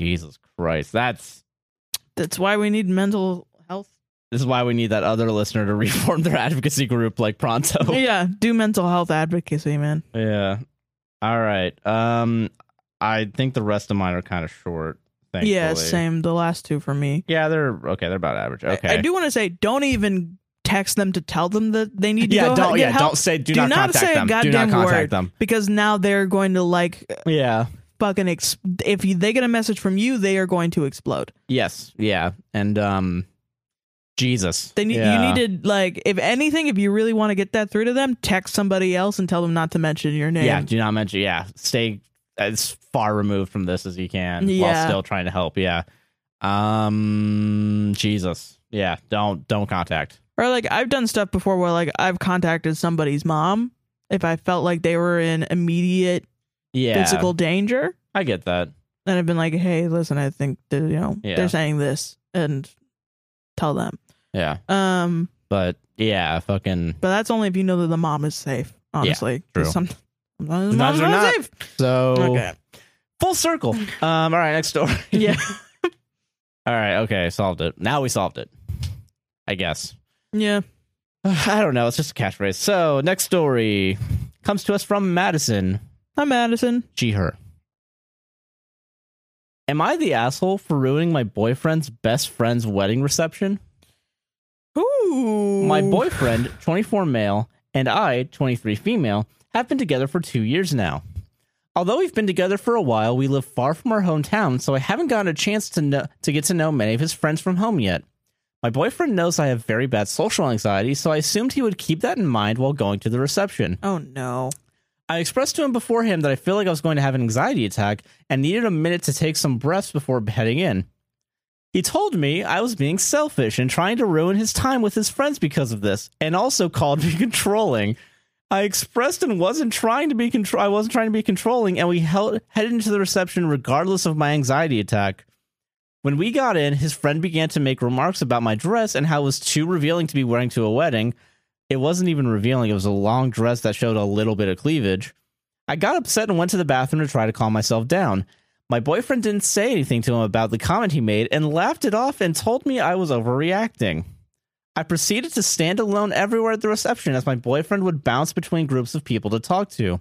A: Jesus Christ. That's.
B: That's why we need mental health.
A: This is why we need that other listener to <laughs> reform their advocacy group like pronto.
B: <laughs> Yeah, do mental health advocacy, man.
A: Yeah. All right. Um, I think the rest of mine are kind of short. Thankfully.
B: Yeah, same. The last two for me.
A: Yeah, they're okay. They're about average.
B: I-
A: Okay.
B: I, do want to say, don't even text them to tell them that they need to
A: Yeah,
B: go
A: don't.
B: get
A: Yeah,
B: help
A: don't say. Do,
B: Do
A: not,
B: not
A: contact
B: say a
A: them. do not
B: goddamn
A: contact
B: word.
A: them.
B: because now they're going to like
A: Yeah.
B: fucking. Ex- if you, they get a message from you, they are going to explode.
A: Yes. Yeah. And um, Jesus.
B: They need
A: Yeah.
B: you need to like if anything, if you really want to get that through to them, text somebody else and tell them not to mention your name.
A: Yeah. Do not mention. Yeah. Stay as far removed from this as you can while
B: Yeah.
A: still trying to help. Yeah. Um. Jesus. Yeah. Don't. Don't contact.
B: Or like I've done stuff before where like I've contacted somebody's mom if I felt like they were in immediate
A: Yeah.
B: physical danger.
A: I get that.
B: then I've been like, hey, listen, I think that, you know
A: Yeah.
B: they're saying this, and tell them.
A: Yeah.
B: Um,
A: But yeah. Fucking.
B: but that's only if you know that the mom is safe. Honestly,
A: true.
B: 'Cause some- Sometimes the
A: Sometimes
B: mom's
A: they're
B: not,
A: not.
B: <laughs> safe.
A: So.
B: Okay.
A: Full circle. Um. All right. Next story.
B: <laughs> Yeah.
A: All right. Okay. Solved it. Now we solved it. I guess. <sighs>
B: Yeah.
A: I don't know. It's just a catchphrase. So, next story comes to us from Madison.
B: I'm Madison.
A: She, her. Am I the asshole for ruining my boyfriend's best friend's wedding reception?
B: Ooh.
A: My boyfriend, 24 male, and I, 23 female, have been together for two years now. Although we've been together for a while, we live far from our hometown, so I haven't gotten a chance to know, to get to know many of his friends from home yet. My boyfriend knows I have very bad social anxiety, so I assumed he would keep that in mind while going to the reception.
B: Oh no.
A: I expressed to him beforehand that I feel like I was going to have an anxiety attack and needed a minute to take some breaths before heading in. He told me I was being selfish and trying to ruin his time with his friends because of this, and also called me <laughs> controlling. I expressed and wasn't trying to be contro- I wasn't trying to be controlling, and we held- headed into the reception regardless of my anxiety attack. When we got in, his friend began to make remarks about my dress and how it was too revealing to be wearing to a wedding. It wasn't even revealing, it was a long dress that showed a little bit of cleavage. I got upset and went to the bathroom to try to calm myself down. My boyfriend didn't say anything to him about the comment he made and laughed it off and told me I was overreacting. I proceeded to stand alone everywhere at the reception as my boyfriend would bounce between groups of people to talk to.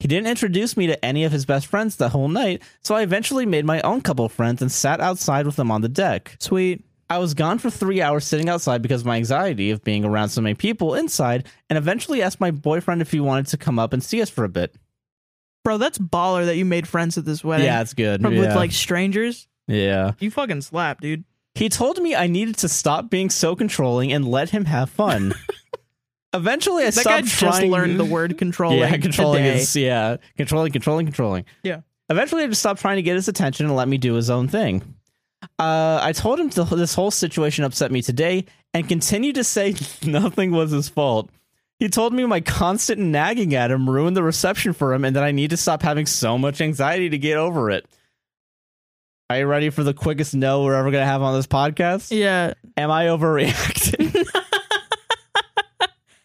A: He didn't introduce me to any of his best friends the whole night, so I eventually made my own couple friends and sat outside with them on the deck.
B: Sweet.
A: I was gone for three hours sitting outside because of my anxiety of being around so many people inside, and eventually asked my boyfriend if he wanted to come up and see us for a bit.
B: Bro, that's baller that you made friends at this wedding.
A: Yeah, it's good.
B: From-
A: yeah.
B: With like strangers.
A: yeah.
B: You fucking slap, dude.
A: He told me I needed to stop being so controlling and let him have
B: <laughs>
A: fun. Eventually, I
B: that guy
A: stopped
B: just
A: trying.
B: <laughs> learned the word controlling.
A: yeah, <laughs> controlling
B: today.
A: is yeah, controlling, controlling, controlling.
B: Yeah.
A: Eventually, I just stopped trying to get his attention and let me do his own thing. Uh, I told him th- this whole situation upset me today, and continued to say <laughs> nothing was his fault. He told me my constant nagging at him ruined the reception for him, and that I need to stop having so much anxiety to get over it. Are you ready for the quickest no we're ever going to have on this podcast?
B: Yeah.
A: Am I
B: <laughs>
A: overreacting?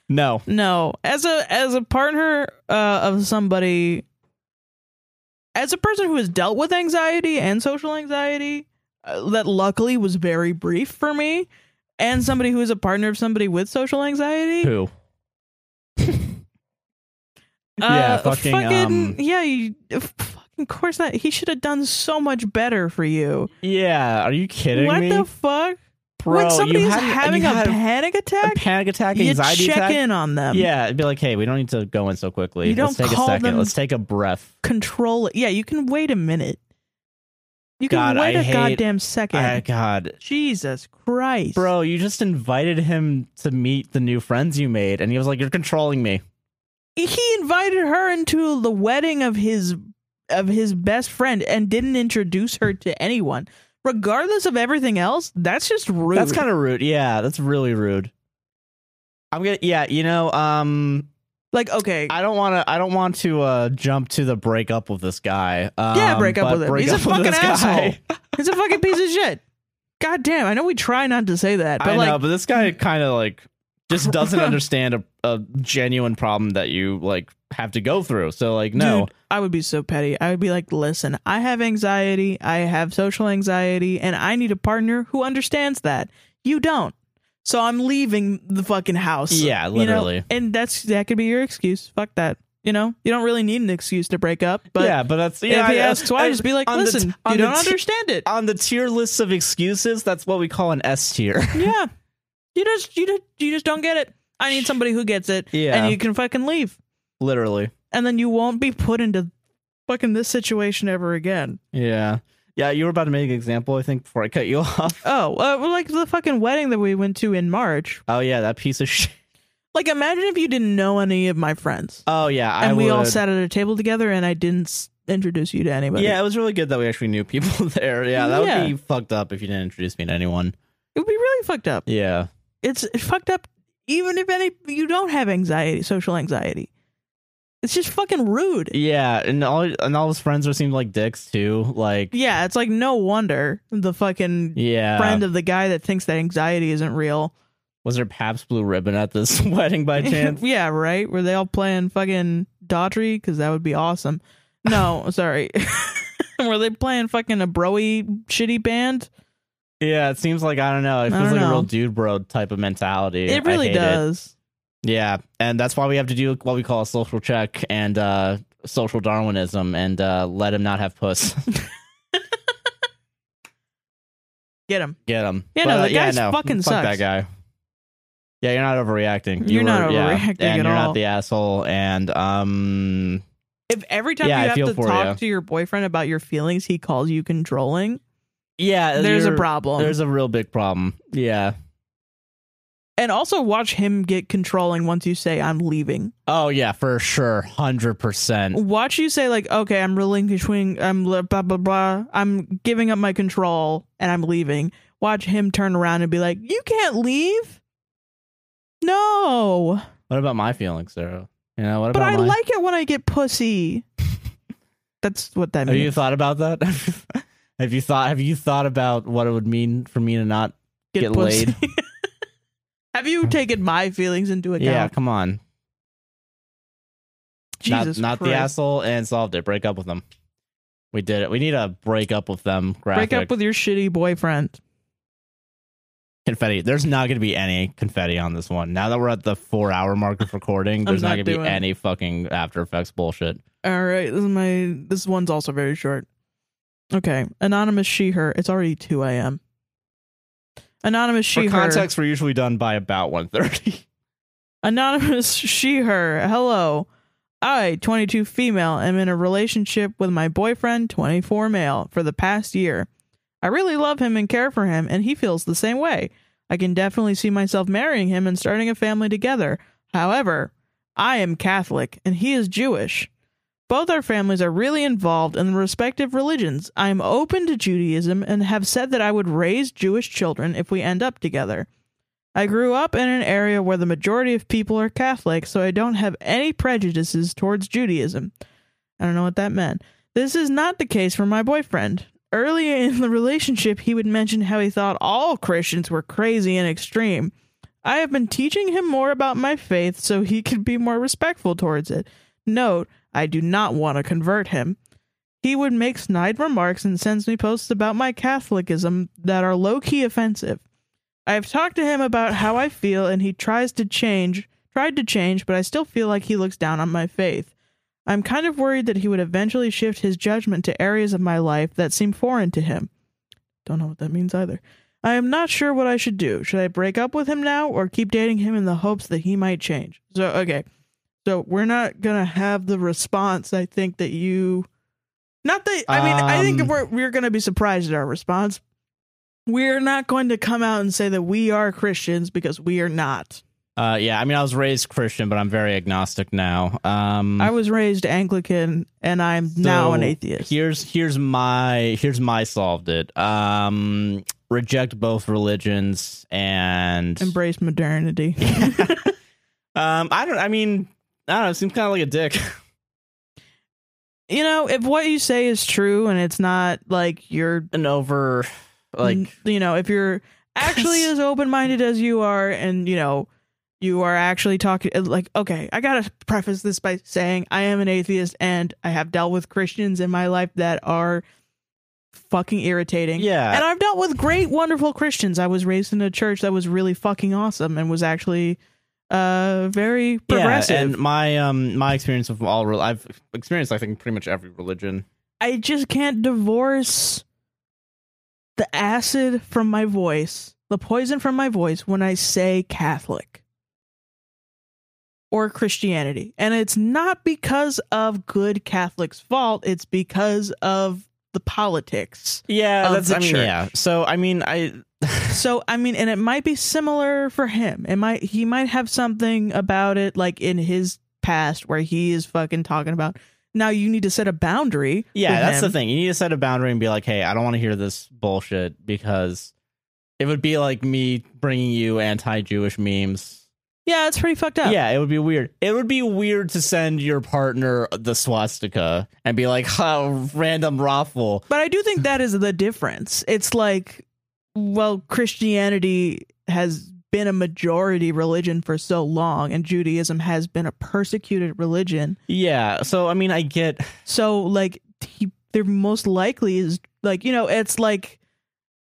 A: no.
B: No, as a as a partner uh, of somebody as a person who has dealt with anxiety and social anxiety, uh, that luckily was very brief for me, and somebody who is a partner of somebody with social anxiety,
A: Who? Yeah, fucking, um,
B: uh, yeah, you, f- fucking course that he should have done so much better for you.
A: Yeah, are you kidding
B: What
A: me?
B: the fuck?
A: Bro,
B: when
A: you
B: somebody is
A: had- and you
B: having a
A: had
B: panic attack,
A: a panic attack,
B: you
A: anxiety
B: check
A: attack.
B: in on them.
A: Yeah, it'd be like, hey, we don't need to go in so quickly.
B: You
A: Let's
B: don't
A: take a
B: call
A: second.
B: them-
A: Let's take a breath.
B: control it. Yeah, you can wait a minute. You can
A: God,
B: wait
A: I
B: a
A: hate-
B: goddamn second.
A: Ah, God.
B: Jesus Christ,
A: Bro, you just invited him to meet the new friends you made, and he was like, You're controlling me.
B: He invited her into the wedding of his of his best friend and didn't introduce her to anyone. Regardless of everything else, that's just rude.
A: That's kind of rude. Yeah, that's really rude. I'm gonna yeah, you know, um
B: like okay.
A: I don't wanna I don't want to uh jump to the breakup with this guy. Um,
B: Yeah, break up
A: but
B: with him. He's a
A: up with
B: fucking
A: this guy-
B: asshole. It's a fucking piece of
A: <laughs>
B: shit. God damn, I know we try not to say that, but
A: I
B: like
A: know, but this guy kind of like just doesn't understand a, a genuine problem that you like have to go through. So like no.
B: Dude, I would be so petty. I would be like, listen, I have anxiety, I have social anxiety, and I need a partner who understands that. You don't. So I'm leaving the fucking house.
A: Yeah,
B: You know?
A: literally.
B: And that's that could be your excuse. Fuck that. You know? You don't really need an excuse to break up. But
A: yeah, but that's yeah.
B: if he
A: I- uh,
B: asks why,
A: I-
B: just be like,
A: on the t-
B: listen,
A: on
B: you
A: the
B: don't
A: <laughs> t-
B: understand it.
A: on the tier list of excuses, that's what we call an S tier. <laughs>
B: yeah. You just you just you just don't get it. I need somebody who gets it.
A: Yeah.
B: And you can fucking leave.
A: Literally.
B: And then you won't be put into fucking this situation ever again.
A: Yeah. Yeah, you were about to make an example, I think, before I cut you <laughs> off.
B: Oh, uh, well, like the fucking wedding that we went to in March.
A: Oh yeah, that piece of shit.
B: Like, imagine if you didn't know any of my friends,
A: Oh yeah, I
B: and we all
A: would-
B: sat at a table together, and I didn't s- introduce you to anybody.
A: Yeah, it was really good that we actually knew people <laughs> there. Yeah, that
B: Yeah.
A: would be fucked up if you didn't introduce me to anyone.
B: it would be really fucked up.
A: Yeah.
B: It's fucked up, even if any you don't have anxiety, social anxiety. It's just fucking rude.
A: Yeah, and all and all his friends were seemed like dicks too. Like
B: Yeah, it's like no wonder the fucking
A: yeah.
B: friend of the guy that thinks that anxiety isn't real.
A: was there Pabst Blue Ribbon at this <laughs> wedding
B: <laughs>
A: by chance?
B: yeah, right. Were they all playing fucking Daughtry? Because that would be awesome.
A: <laughs>
B: No, sorry. <laughs> Were they playing fucking a broy shitty band?
A: yeah, it seems like I don't know. It
B: I
A: feels
B: don't
A: like a
B: know.
A: real dude bro type of mentality. I
B: it really
A: hate it.
B: does.
A: Yeah, and that's why we have to do what we call a social check and uh, social Darwinism, and uh, let him not have puss. <laughs>
B: Get him.
A: Get him.
B: Yeah, no, the
A: yeah,
B: guy's
A: no,
B: fucking
A: fuck
B: sucks.
A: that guy. Yeah, you're not overreacting.
B: You're
A: You
B: not
A: were- yeah,
B: overreacting
A: and
B: at
A: you're
B: all.
A: not the asshole. And um,
B: If every time
A: Yeah, I
B: you
A: feel
B: have to
A: for
B: talk
A: ya.
B: to your boyfriend about your feelings, he calls you controlling.
A: yeah,
B: There's a
A: you're-
B: problem.
A: There's a real big problem. Yeah.
B: and also watch him get controlling once you say I'm leaving.
A: Oh yeah, for sure, hundred percent.
B: Watch you say like, okay, I'm relinquishing. I'm li- blah blah blah. I'm giving up my control and I'm leaving. Watch him turn around and be like, you can't leave. No,
A: What about my feelings, Sarah? You know, what
B: but
A: about
B: I
A: my-
B: like it when I
A: <laughs>
B: get pussy. That's what that
A: Have you
B: means.
A: thought about that? <laughs> have you thought? Have you thought about what it would mean for me to not get
B: pussy. <laughs>
A: laid? <laughs>
B: have you taken my feelings into account?
A: Yeah, come on.
B: Jesus
A: not not the
B: Christ.
A: asshole and solved it. Break up with them. We did it. We need a break up with them graphic.
B: Break up with your shitty boyfriend.
A: confetti. There's not going to be any confetti on this one. Now that we're at the four hour mark of recording, there's
B: not
A: not, going to
B: doing
A: be
B: it.
A: any fucking After Effects bullshit.
B: All right, this is my this one's also very short. Okay, anonymous she her. It's already two a.m. Anonymous she
A: For
B: her.
A: context, we're usually done by about <laughs> 1.30.
B: Anonymous <laughs> she her. Hello, I twenty two female am in a relationship with my boyfriend twenty four male for the past year. I really love him and care for him, and he feels the same way. I can definitely see myself marrying him and starting a family together. However, I am Catholic and he is Jewish. Both our families are really involved in the respective religions. I am open to Judaism and have said that I would raise Jewish children if we end up together. I grew up in an area where the majority of people are Catholic, so I don't have any prejudices towards Judaism. I don't know what that meant. This is not the case for my boyfriend. Early in the relationship, he would mention how he thought all Christians were crazy and extreme. I have been teaching him more about my faith so he could be more respectful towards it. Note, I do not want to convert him. He would make snide remarks and sends me posts about my Catholicism that are low key offensive. I've talked to him about how I feel and he tries to change, tried to change, but I still feel like he looks down on my faith. I'm kind of worried that he would eventually shift his judgment to areas of my life that seem foreign to him. Don't know what that means either. I am not sure what I should do. Should I break up with him now or keep dating him in the hopes that he might change? So, okay. So, we're not going to have the response I think that you not that I mean, I think
A: Um,
B: we're we're going to be surprised at our response. We're not going to come out and say that we are Christians because we are not.
A: Uh, yeah, I mean, I was raised Christian, but I'm very agnostic now. Um,
B: I was raised Anglican and I'm now an
A: So,
B: atheist.
A: Here's here's my here's my solved it. Um, reject both religions and
B: Embrace modernity. <laughs>
A: um, I don't. I mean, I don't know. It seems kind of like a dick. <laughs>
B: you know, if what you say is true and it's not like you're
A: An over like
B: n- you know, if you're
A: <laughs>
B: actually as open-minded as you are and you know, you are actually talking uh, like okay, I got to preface this by saying I am an atheist and I have dealt with Christians in my life that are fucking irritating.
A: yeah.
B: And I've dealt with great, wonderful Christians. I was raised in a church that was really fucking awesome and was actually uh very progressive.
A: Yeah, and my um my experience with all re- I've experienced I think pretty much every religion.
B: I just can't divorce the acid from my voice, the poison from my voice when I say Catholic or Christianity. And it's not because of good Catholics' fault, it's because of the politics.
A: Yeah,
B: Of that's- the I mean, church.
A: Um, yeah. So I mean I
B: so i mean and it might be similar for him it might he might have something about it like in his past where he is fucking talking about now you need to set a boundary
A: yeah,
B: with
A: that's the
B: him.
A: thing. You need to set a boundary and be like, "Hey, I don't want to hear this bullshit because it would be like me bringing you anti-Jewish memes."
B: yeah it's pretty fucked
A: Yeah.
B: up
A: it would be weird. It would be weird to send your partner the swastika and be like, "How random raffle."
B: but i do think that is the difference it's like well christianity has been a majority religion for so long and judaism has been a persecuted religion
A: Yeah. So I mean, I get
B: So like he, there most likely is like you know it's like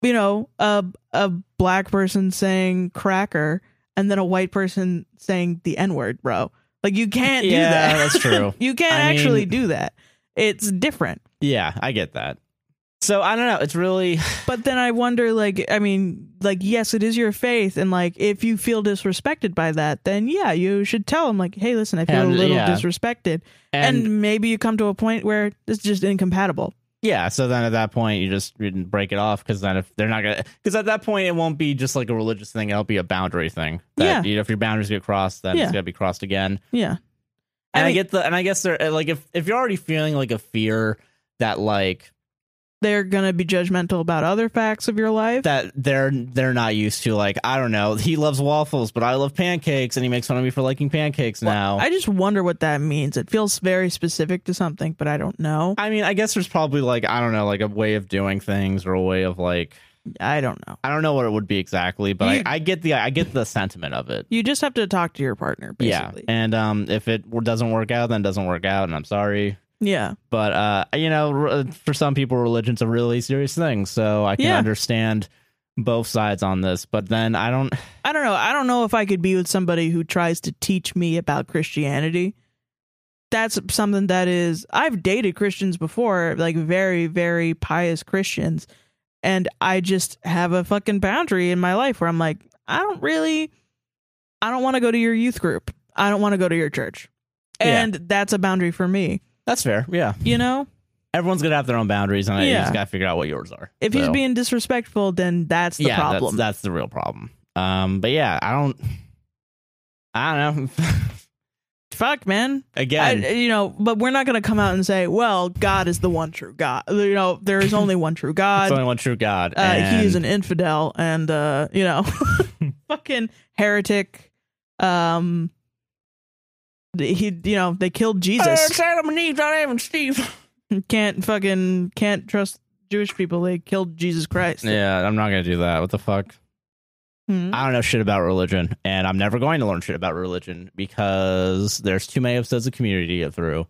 B: you know a a black person saying cracker and then a white person saying the n word, bro. Like you can't do
A: Yeah,
B: that.
A: that's true.
B: <laughs> you can't
A: I mean-
B: actually do that. It's different.
A: Yeah, I get that. So I don't know. It's really
B: But then I wonder like I mean like yes it is your faith and like if you feel disrespected by that then yeah you should tell them like hey listen I feel
A: And-
B: a little
A: yeah.
B: disrespected and maybe you come to a point where it's just incompatible.
A: Yeah, so then at that point you just you didn't break it off because then if they're not gonna because at that point it won't be just like a religious thing; it'll be a boundary thing. That, You know, if your boundaries get crossed, then
B: Yeah.
A: it's gonna be crossed again.
B: Yeah.
A: And I,
B: mean-
A: get the and I guess they're like if if you're already feeling like a fear that like
B: they're gonna be judgmental about other facts of your life.
A: that they're they're not used to like I don't know he loves waffles but I love pancakes and he makes fun of me for liking pancakes now.
B: I just wonder what that means. It feels very specific to something, but I don't know.
A: I mean, I guess there's probably like I don't know like a way of doing things or a way of like
B: I don't know.
A: I don't know what it would be exactly, but
B: You-
A: I, I get the I get the sentiment of it.
B: You just have to talk to your partner, basically.
A: Yeah, and um, if it w- doesn't work out, then it doesn't work out, and I'm sorry.
B: Yeah.
A: But uh, you know, r- for some people, religion's a really serious thing, so I can
B: Yeah.
A: understand both sides on this. But then I don't.
B: I don't know. I don't know if I could be with somebody who tries to teach me about Christianity. That's something that is I've dated Christians before, like very very pious Christians, and I just have a fucking boundary in my life where I'm like, I don't really I don't want to go to your youth group. I don't want to go to your church.
A: Yeah.
B: And that's a boundary for me,
A: That's fair. Yeah,
B: you know?
A: everyone's gonna have their own boundaries, and I you
B: Yeah.
A: just gotta figure out what yours are.
B: If he's
A: So,
B: being disrespectful, then that's the
A: yeah, that's-
B: problem.
A: That's, the real problem. Um, but yeah, I don't. I don't know. <laughs>
B: Fuck, man. I,
A: Again,
B: you know, but we're not going to come out and say, well, God is the one true God. You know, there is only one true
A: it's
B: God.
A: only one true God.
B: Uh,
A: and-
B: he is an infidel and, uh, you know, <laughs> fucking heretic. Um, he, you know, they killed Jesus.
A: Adam and Eve, not Adam Steve.
B: Can't fucking, can't trust Jewish people. They killed Jesus Christ.
A: Yeah, I'm not gonna do that. What the fuck?
B: Hmm.
A: I don't know shit about religion, and I'm never going to learn shit about religion because there's too many episodes of Community to get through.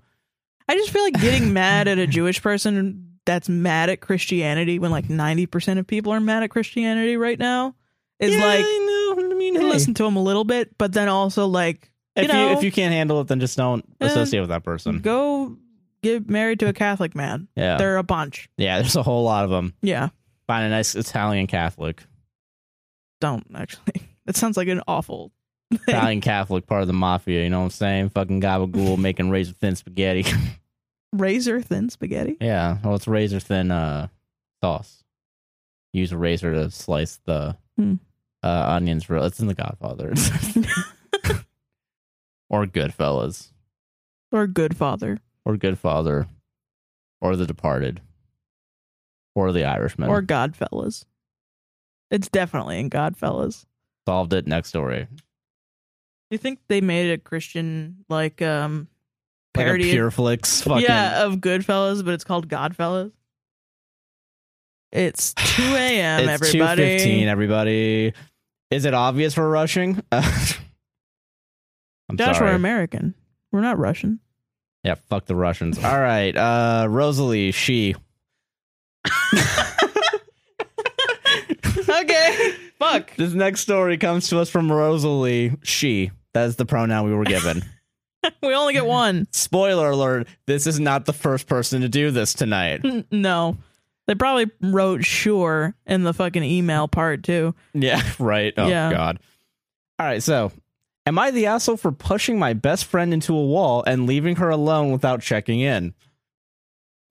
B: I just feel like getting mad at a Jewish person that's mad at Christianity when like 90% of people are mad at Christianity right now is
A: Yeah,
B: like,
A: I know. I mean,
B: you
A: hey,
B: listen to them a little bit, but then also like,
A: if
B: you know,
A: if you can't handle it, then just don't
B: Eh,
A: associate with that person.
B: go get married to a Catholic man.
A: yeah,
B: They're a bunch.
A: yeah. There's a whole lot of them.
B: Yeah.
A: Find a nice Italian <laughs> Catholic,
B: Don't actually. <laughs> That sounds like an awful.
A: Italian Catholic part of the mafia. You know what I'm saying? Fucking gabagool making razor thin spaghetti.
B: Razor thin spaghetti.
A: yeah, well, it's razor thin uh sauce. Use a razor to slice the
B: Hmm.
A: uh, onions. Real, it's in The
B: <laughs>
A: Godfather or Goodfellas
B: or good father.
A: or Goodfather or The Departed or The Irishman.
B: Or Godfellas. It's definitely in Godfellas.
A: solved it. Next story.
B: You think they made it a Christian like um
A: Like a
B: parody?
A: pure flicks. Fucking
B: yeah, of Goodfellas, but it's called Godfellas. It's two a.m.
A: it's two fifteen.
B: um, everybody.
A: Everybody, is it obvious we're rushing? <laughs> I'm
B: Josh,
A: sorry.
B: we're American. We're not Russian.
A: yeah, fuck the Russians. All right, uh, Rosalie, she.
B: <laughs> okay. Fuck.
A: This next story comes to us from Rosalie, she. That is the pronoun we were given.
B: We only get one. <laughs>
A: Spoiler alert: This is not the first person to do this tonight.
B: N- No. They probably wrote sure in the fucking email part too.
A: Yeah, right. Oh
B: <laughs> Yeah.
A: god. All right, so am I the asshole for pushing my best friend into a wall and leaving her alone without checking in?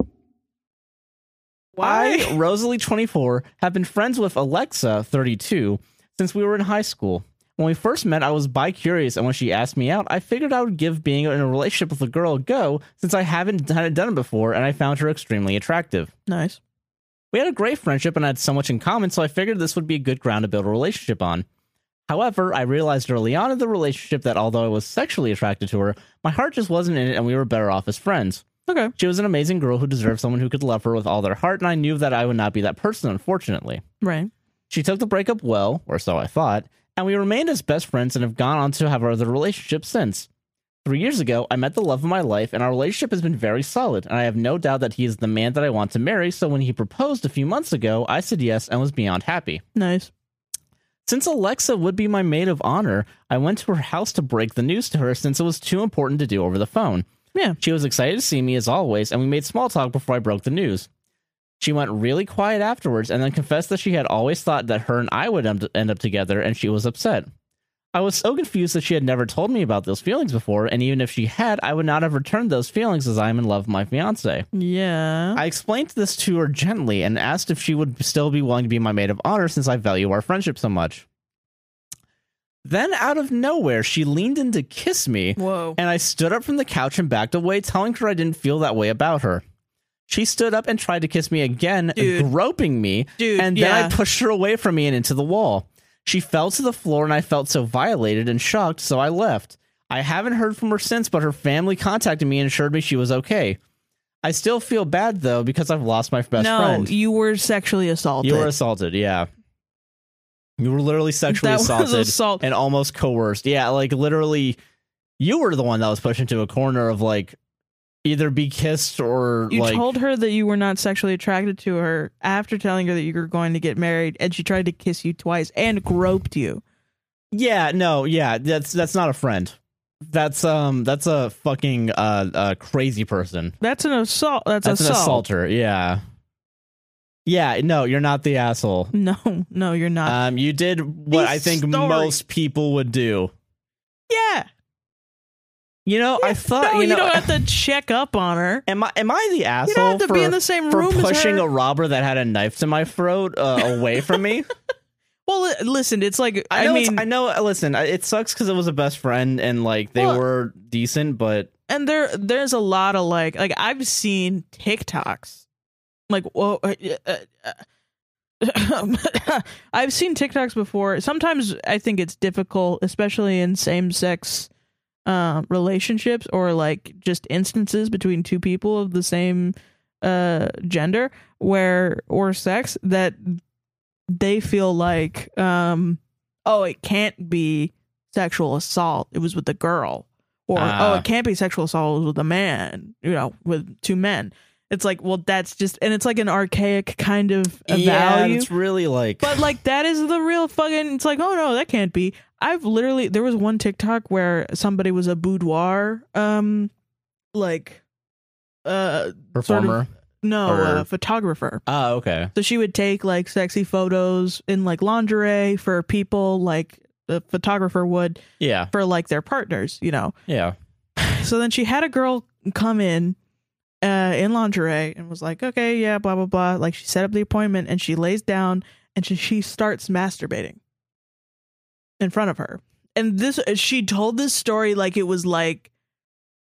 B: <laughs>
A: I, Rosalie 24, have been friends with Alexa 32 since we were in high school. When we first met, I was bi curious, and when she asked me out, I figured I would give being in a relationship with a girl a go since I haven't done done it before and I found her extremely attractive.
B: Nice.
A: We had a great friendship and had so much in common, so I figured this would be a good ground to build a relationship on. However, I realized early on in the relationship that although I was sexually attracted to her, my heart just wasn't in it and we were better off as friends.
B: Okay.
A: She was an amazing girl who deserved someone who could love her with all their heart, and I knew that I would not be that person, unfortunately.
B: Right.
A: She took the breakup well, or so I thought, and we remained as best friends and have gone on to have our other relationships since. Three years ago, I met the love of my life, and our relationship has been very solid, and I have no doubt that he is the man that I want to marry, so when he proposed a few months ago, I said yes and was beyond happy.
B: Nice.
A: Since Alexa would be my maid of honor, I went to her house to break the news to her since it was too important to do over the phone.
B: Yeah.
A: She was excited to see me as always, and we made small talk before I broke the news. She went really quiet afterwards and then confessed that she had always thought that her and I would end end up together, and she was upset. I was so confused that she had never told me about those feelings before, and even if she had, I would not have returned those feelings as I am in love with my fiance.
B: Yeah.
A: I explained this to her gently and asked if she would still be willing to be my maid of honor since I value our friendship so much. Then, out of nowhere, she leaned in to kiss me,
B: Whoa.
A: and I stood up from the couch and backed away, telling her I didn't feel that way about her. She stood up and tried to kiss me again,
B: Dude.
A: groping me,
B: Dude,
A: and then
B: yeah.
A: I pushed her away from me and into the wall. She fell to the floor, and I felt so violated and shocked, so I left. I haven't heard from her since, but her family contacted me and assured me she was okay. I still feel bad though because I've lost my best
B: no,
A: friend.
B: you were sexually assaulted.
A: You were assaulted, yeah. You were literally sexually
B: that
A: assaulted
B: was
A: <laughs>
B: assault.
A: and almost coerced. Yeah, like literally, you were the one that was pushed into a corner of like either be kissed or
B: You
A: like
B: told her that you were not sexually attracted to her after telling her that you were going to get married, and she tried to kiss you twice and groped you.
A: yeah, no, yeah. That's that's not a friend. That's um that's a fucking uh, uh crazy person.
B: That's an assault. That's,
A: That's an
B: assault.
A: assaulter. Yeah, yeah. No, you're not the asshole.
B: No, no, you're not.
A: Um, you did what
B: This
A: I think
B: story-
A: most people would do.
B: yeah.
A: You know, I thought
B: no,
A: you
B: you,
A: know.
B: don't have to check up on her.
A: <laughs> Am I am I the asshole
B: You don't have to
A: for
B: be in the same
A: for
B: room
A: pushing
B: as
A: a
B: her.
A: robber that had a knife to my throat uh, away from me.
B: well, li- listen, it's like
A: I,
B: I,
A: know it's-
B: mean,
A: I know. uh, Listen, I- it sucks because it was a best friend and like they
B: Well-
A: were decent, but
B: and there there's a lot of like like I've seen TikToks, like whoa, uh, uh, <laughs> uh, <laughs> I've seen TikToks before. Sometimes I think it's difficult, especially in same sex uh, relationships or like just instances between two people of the same uh gender where or sex that they feel like um oh it can't be sexual assault it was with the girl Or
A: Ah.
B: oh, it can't be sexual assault with a man, you know, with two men. It's like, well, that's just and it's like an archaic kind of a
A: yeah, and
B: value.
A: it's really like
B: But like that is the real fucking. It's like, oh no, that can't be. I've literally there was one TikTok where somebody was a boudoir, um, like, uh,
A: performer.
B: no,
A: Or-
B: uh, photographer.
A: Oh, okay.
B: So she would take like sexy photos in like lingerie for people, like the photographer would
A: Yeah,
B: for like their partners, you know.
A: yeah.
B: So then she had a girl come in uh, in lingerie and was like, okay, yeah, blah, blah, blah. Like she set up the appointment and she lays down and she, she starts masturbating in front of her. And this, she told this story like it was like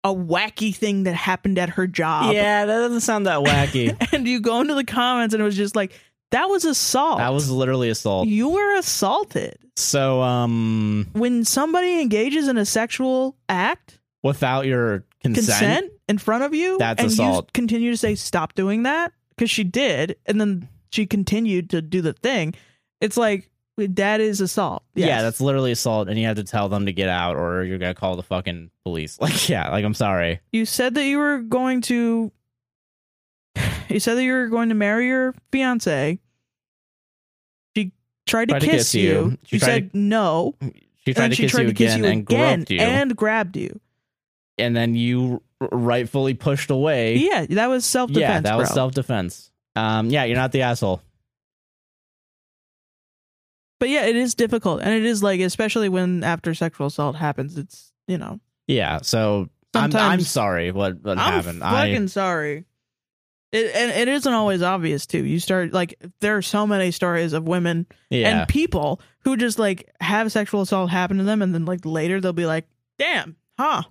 B: a wacky thing that happened at her job.
A: yeah, that doesn't sound that <laughs> wacky.
B: <laughs> And you go into the comments and it was just like, that was assault.
A: that was literally assault.
B: You were assaulted.
A: So, um,
B: When somebody engages in a sexual act,
A: without your consent,
B: consent, in front of you
A: That's
B: and
A: assault.
B: you continue to say stop doing that because she did and then she continued to do the thing it's like that is assault Yes.
A: yeah, that's literally assault, and you have to tell them to get out, or you're gonna call the fucking police. <laughs> Like, yeah, like I'm sorry.
B: you said that you were going to you said that you were going to marry your fiance she tried to,
A: Tried to kiss you. She
B: you
A: tried
B: said no
A: She tried
B: and
A: to
B: she
A: kiss
B: tried
A: you
B: to kiss
A: again
B: you
A: and
B: again
A: groped you, and,
B: and grabbed you
A: then you r- rightfully pushed away.
B: yeah that was self-defense
A: yeah, that was
B: bro.
A: self defense. Um, yeah, you're not the asshole.
B: but yeah it is difficult and it is like especially when after sexual assault happens it's you know
A: Yeah, so I'm, I'm
B: Sometimes-
A: sorry what what
B: I'm
A: happened.
B: fucking
A: I
B: sorry. It, and it isn't always obvious too. You start like there are so many stories of women
A: yeah.
B: and people who just like have sexual assault happen to them, and then like later they'll be like, "Damn, huh?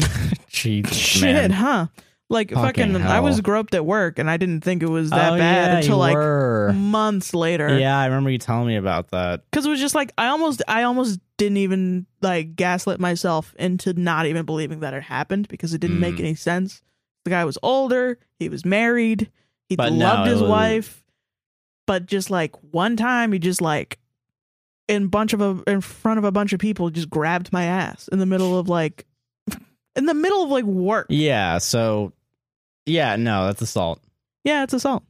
A: <laughs> Jeez, <laughs> man.
B: Shit, huh?" Like
A: Fucking
B: fucking, I
A: hell.
B: was groped at work, and I didn't think it was <laughs> that
A: Oh,
B: bad
A: yeah,
B: until
A: you
B: like
A: were.
B: months later.
A: Yeah, I remember you telling me about that.
B: because it was just like I almost, I almost didn't even like gaslit myself into not even believing that it happened because it didn't make
A: Mm.
B: any sense. The guy was older, he was married, he
A: But no,
B: loved
A: it
B: his
A: was-
B: wife, but just like one time, he just like in bunch of a in front of a bunch of people, just grabbed my ass in the middle of like <laughs> in the middle of like work.
A: Yeah, so yeah, no, that's assault
B: Yeah, it's assault.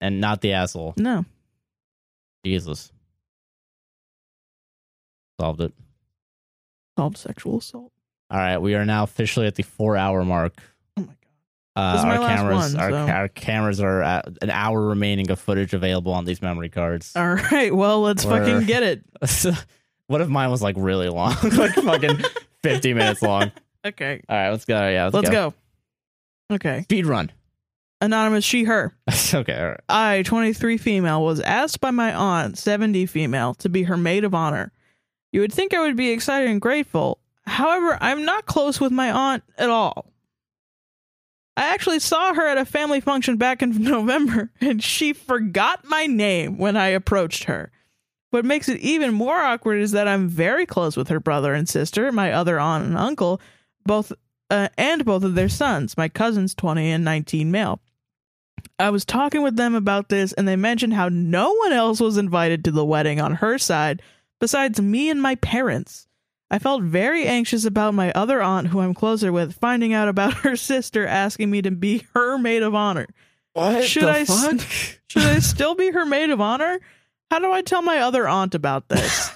A: and not the asshole.
B: No,
A: Jesus. Solved it.
B: assault, sexual assault.
A: All right, we are now officially at the 4-hour mark.
B: Oh my god.
A: Uh,
B: This is my
A: our
B: last
A: cameras
B: one,
A: our,
B: so-
A: our cameras are at an hour remaining of footage available on these memory cards.
B: All <laughs> right, well, let's
A: We're-
B: fucking get it.
A: <laughs> what if mine was like really long? <laughs> like fucking 50 minutes long.
B: Okay,
A: All right, let's go. Yeah, let's,
B: let's go. Okay.
A: Speed run. <laughs>
B: Anonymous she, her.
A: okay, all right.
B: I, 23 female, was asked by my aunt, 70 female, to be her maid of honor. You would think I would be excited and grateful. However, I'm not close with my aunt at all. I actually saw her at a family function back in <laughs> November, and she forgot my name when I approached her. What makes it even more awkward is that I'm very close with her brother and sister, my other aunt and uncle, both uh, and both of their sons, my cousins, 20 and 19 male. I was talking with them about this, and they mentioned how no one else was invited to the wedding on her side besides me and my parents. I felt very anxious about my other aunt, who I'm closer with, finding out about <laughs> her sister asking me to be her maid of honor.
A: What
B: Should I s- Should I still be her maid of honor? How do I tell my other aunt about this?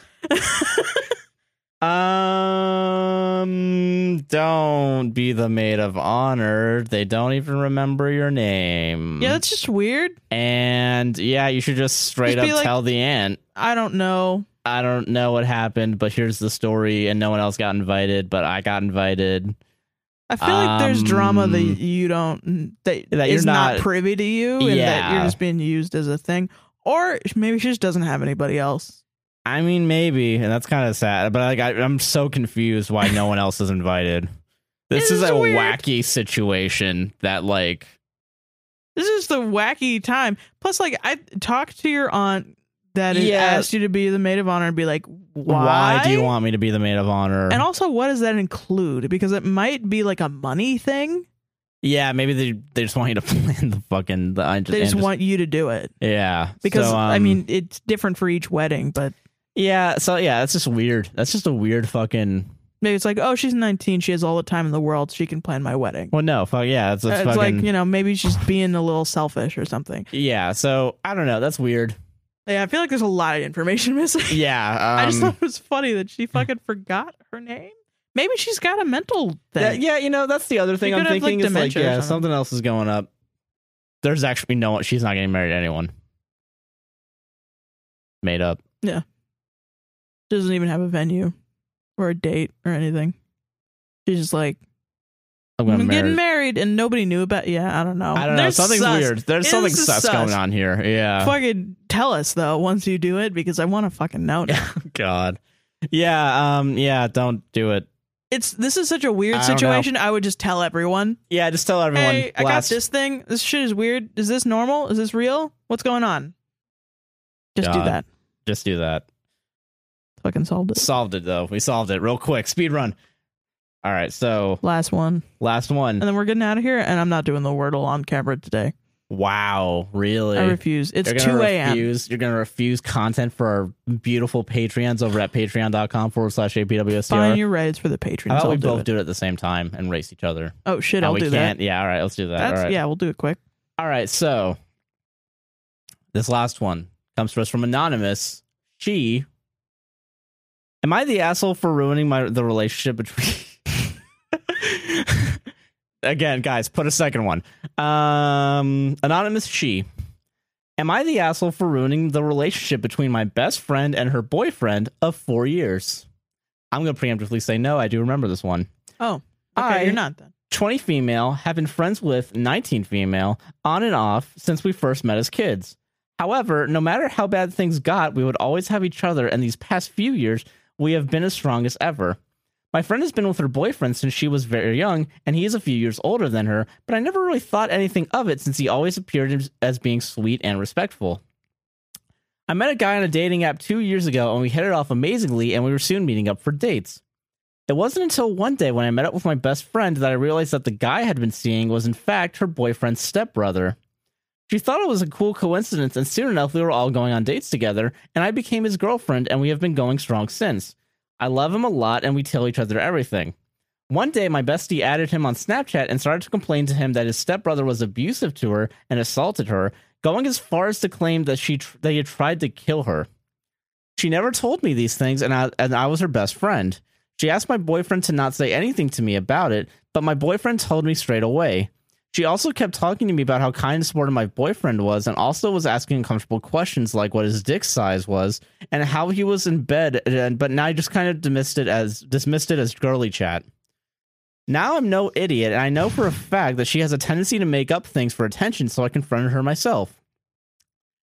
A: Um, don't be the maid of honor. They don't even remember your name.
B: yeah, that's just weird.
A: and yeah, you should just straight
B: Just be
A: up
B: like-
A: tell the aunt.
B: I don't know.
A: I don't know what happened, but here's the story, and no one else got invited, but I got invited.
B: I feel like there's drama that
A: Um,
B: you don't that,
A: that
B: that
A: you're
B: is not,
A: not-
B: privy to you, and that
A: Yeah.
B: you're just being used as a thing, or maybe she just doesn't have anybody else.
A: I mean, maybe, and that's kind of sad. But like, I, I'm so confused why no one else is invited. This
B: This
A: is
B: is
A: a
B: weird.
A: wacky situation that like
B: This is the wacky time. Plus, like I talked to your aunt that has
A: Yeah.
B: asked you to be the maid of honor, and be like, why?
A: why do you want me to be the maid of honor?
B: And also, what does that include? Because it might be like a money thing.
A: Yeah, maybe they they just want you to <laughs> plan the fucking. The, I just,
B: They just
A: and
B: want you to do it
A: Yeah,
B: because
A: So,
B: I
A: um,
B: mean it's different for each wedding, but
A: Yeah. So yeah, that's just weird. That's just a weird fucking.
B: Maybe it's like, oh, she's 19. She has all the time in the world. She can plan my wedding.
A: Well, no. Fuck yeah. That's, that's
B: Uh, it's
A: fucking.
B: like, you know, maybe she's being a little selfish or something.
A: yeah. So I don't know. That's weird.
B: Yeah, I feel like there's a lot of information <laughs> missing.
A: Yeah. Um,
B: I just thought it was funny that
A: <laughs>
B: she fucking forgot her name. Maybe she's got a mental thing.
A: that- yeah. You know, that's the other thing I'm
B: could have, like,
A: thinking. is like,
B: dementia or
A: yeah,
B: something.
A: something else is going up. There's actually no. She's not getting married to anyone. Made up.
B: doesn't even have a venue or a date or anything. She's just like,
A: I'm
B: I'm
A: gonna marry-
B: Mm, getting married and nobody knew about Yeah, I don't know.
A: I don't know.
B: They're
A: something's
B: sus.
A: weird. There's
B: It
A: something
B: is
A: sus,
B: sus.
A: going on here. Yeah.
B: Fucking tell us though once you do it because I want to fucking know. now.
A: God. Yeah. Um. Yeah. Don't do it.
B: It's this is such a weird
A: I don't know.
B: situation. I would just tell everyone.
A: Yeah. Just tell everyone.
B: hey, I got
A: last-
B: this thing. This shit is weird. Is this normal? Is this real? What's going on? Just do
A: God.
B: that.
A: Just do that.
B: Fucking solved it.
A: Solved it though. We solved it real quick. Speed run. All right. So
B: Last one,
A: last one.
B: and then we're getting out of here. And I'm not doing the wordle on camera today.
A: Wow. Really.
B: I refuse. It's
A: You're gonna
B: two a.m.
A: refuse- You're gonna refuse content for our beautiful Patreons over at patreon.com forward slash
B: Fine,
A: APWSCR.
B: you're right. It's for the patrons.
A: How about
B: I'll
A: we
B: do
A: both
B: it.
A: do it at the same time and race each other?
B: Oh shit!
A: How
B: I'll
A: we
B: do
A: can't.
B: that.
A: Yeah, all right, let's do that.
B: That's
A: all right.
B: yeah. We'll do it quick.
A: All right, so this last one comes to us from anonymous. She, am I the asshole for ruining my the relationship between? <laughs> Again, guys, put a second one. Um, anonymous. She, am I the asshole for ruining the relationship between my best friend and her boyfriend of four years? I'm gonna preemptively say no. I do remember this one.
B: Oh, Okay,
A: I-
B: you're not then.
A: 20 female, have been friends with 19 female on and off since we first met as kids. However, no matter how bad things got, we would always have each other, and these past few years, we have been as strong as ever. My friend has been with her boyfriend since she was very young, and he is a few years older than her, but I never really thought anything of it since he always appeared as- as being sweet and respectful. I met a guy on a dating app two years ago, and we hit it off amazingly, and we were soon meeting up for dates. It wasn't until one day when I met up with my best friend that I realized that the guy I had been seeing was, in fact, her boyfriend's stepbrother. She thought it was a cool coincidence, and soon enough, we were all going on dates together, and I became his girlfriend, and we have been going strong since. I love him a lot, and we tell each other everything. One day, my bestie added him on Snapchat and started to complain to him that his stepbrother was abusive to her and assaulted her, going as far as to claim that she tr- that he had tried to kill her. She never told me these things, and I and I was her best friend. She asked my boyfriend to not say anything to me about it, but my boyfriend told me straight away. She also kept talking to me about how kind and supportive my boyfriend was, and also was asking uncomfortable questions like what his dick size was and how he was in bed. And but now I just kind of dismissed it as dismissed it as girly chat. Now I'm no idiot, and I know for a fact that she has a tendency to make up things for attention, so I confronted her myself.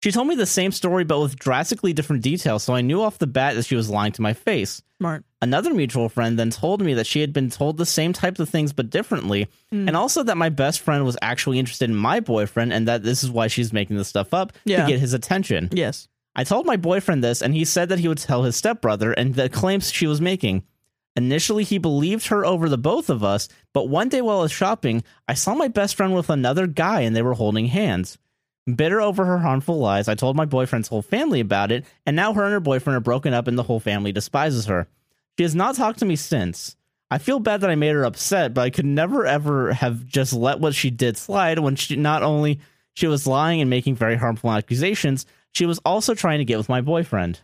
A: She told me the same story, but with drastically different details, so I knew off the bat that she was lying to my face.
B: Smart.
A: Another mutual friend then told me that she had been told the same types of things but differently,
B: Hmm.
A: and also that my best friend was actually interested in my boyfriend and that this is why she's making this stuff up
B: Yeah.
A: to get his attention.
B: Yes.
A: I told my boyfriend this, and he said that he would tell his stepbrother and the claims she was making. Initially, he believed her over the both of us, but one day while I was shopping, I saw my best friend with another guy and they were holding hands. Bitter over her harmful lies, I told my boyfriend's whole family about it, and now her and her boyfriend are broken up and the whole family despises her. She has not talked to me since. I feel bad that I made her upset, but I could never ever have just let what she did slide when she not only she was lying and making very harmful accusations, she was also trying to get with my boyfriend.